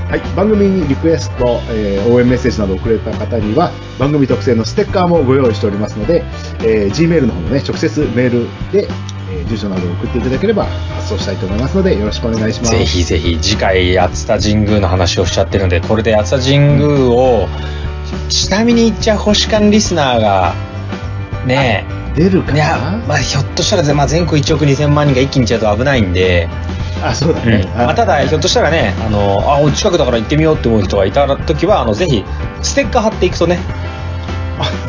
[SPEAKER 1] はい、番組にリクエスト、えー応援メッセージなどをくれた方には番組特製のステッカーもご用意しておりますので、えー Gmail の方のね直接メールで、えー住所などを送っていただければ発送したいと思いますのでよろしくお願いします
[SPEAKER 2] ぜひぜひ次回熱田神宮の話をしちゃってるのでこれで熱田神宮をちなみに言っちゃ星間リスナーがね
[SPEAKER 1] 出るか
[SPEAKER 2] えいや
[SPEAKER 1] な、
[SPEAKER 2] まあ、ひょっとしたら、まあ、全国1億2000万人が一気にいっちゃうと危ないんで、
[SPEAKER 1] あそうだね、
[SPEAKER 2] まあ、ただひ ょっと
[SPEAKER 1] し
[SPEAKER 2] したらねあのあお近くだから行ってみようって思う人がいた時はあのぜひステッカー貼っていくとね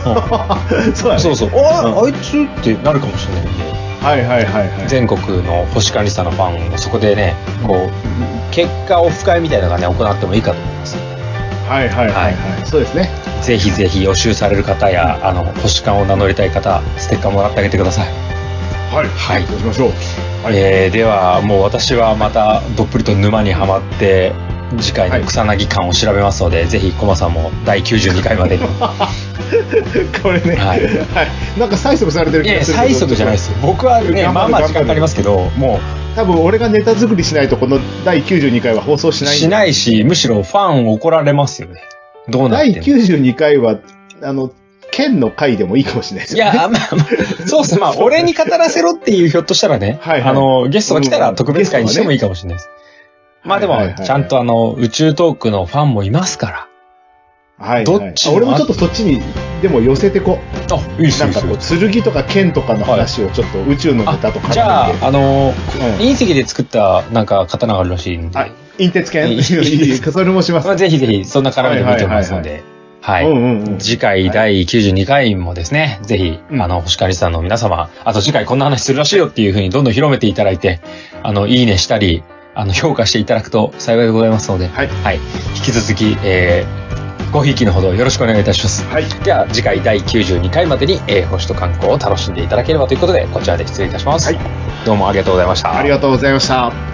[SPEAKER 1] てそうだね
[SPEAKER 2] そうそう
[SPEAKER 1] う
[SPEAKER 2] あ
[SPEAKER 1] ん
[SPEAKER 2] あいつってなるかもしれないんで。
[SPEAKER 1] はいはいはいはい
[SPEAKER 2] 全国の星管理さんのファンをそこでねこう結果オフ会みたいなのがね行ってもいいかと思います
[SPEAKER 1] はいはいはいはい、そうですね
[SPEAKER 2] ぜひぜひ予習される方やあの星間を名乗りたい方ステッカーもらってあげてください
[SPEAKER 1] はい。
[SPEAKER 2] はい
[SPEAKER 1] 行きましょう。はい。
[SPEAKER 2] えーではもう私はまたどっぷりと沼にはまって次回の草薙館を調べますので、ぜひコマさんも第92回 までに
[SPEAKER 1] これね、は、
[SPEAKER 2] はいい
[SPEAKER 1] なんか催促されてる
[SPEAKER 2] い
[SPEAKER 1] 気
[SPEAKER 2] やい
[SPEAKER 1] が
[SPEAKER 2] や
[SPEAKER 1] する
[SPEAKER 2] 催促じゃないですよ僕は
[SPEAKER 1] 頑
[SPEAKER 2] ね
[SPEAKER 1] 張る
[SPEAKER 2] まあまあ時間かかりますけども
[SPEAKER 1] 多分俺がネタ作りしないとこの第92回は放送し
[SPEAKER 2] う
[SPEAKER 1] ない
[SPEAKER 2] しないしむしろファン怒られますよねどうなっ
[SPEAKER 1] 第
[SPEAKER 2] てんの
[SPEAKER 1] 92回は、あの、県の回でもいいかもしれないです
[SPEAKER 2] い
[SPEAKER 1] よ、ね。
[SPEAKER 2] や、まあ、まあそうっすね。まあ、俺に語らせろっていう、ひょっとしたらね、
[SPEAKER 1] はいはい
[SPEAKER 2] あの、ゲストが来たら特別会にしてもいいかもしれないです。まあでも、
[SPEAKER 1] はいはいはい
[SPEAKER 2] ちゃんとあの、宇宙トークのファンもいますか
[SPEAKER 1] はい、はい。
[SPEAKER 2] どっち
[SPEAKER 1] あ俺もちょっとそっちに、でも寄せてこう。
[SPEAKER 2] ら。あ、いいっす
[SPEAKER 1] な
[SPEAKER 2] ね
[SPEAKER 1] んかこう、剣とか剣とかの話をちょっと宇宙のネタとか
[SPEAKER 2] じゃあ、あの、
[SPEAKER 1] ん
[SPEAKER 2] 隕石で作ったなんか刀があるらしいんで、
[SPEAKER 1] あ、隕鉄剣い
[SPEAKER 2] いい
[SPEAKER 1] いいいそれもします
[SPEAKER 2] ま。あ、ぜひぜひ、そんな絡みで見てますので、はい
[SPEAKER 1] うんうんうん。
[SPEAKER 2] 次回第92回もですね、ぜひ、
[SPEAKER 1] うん
[SPEAKER 2] あの、星狩さんの皆様、あと次回こんな話するらしいよっていうふうにどんどん広めていただいて、あの、いいねしたり、あの、評価していただくと幸いでございますので、
[SPEAKER 1] はい
[SPEAKER 2] はい。引き続き、えー、ごひいきのほどよろしくお願いいたします。
[SPEAKER 1] はい。
[SPEAKER 2] では、次回第92回までに、えー、星と観光を楽しんでいただければということで、こちらで失礼いたします。
[SPEAKER 1] はい
[SPEAKER 2] どうもありがとうございました。
[SPEAKER 1] ありがとうございました。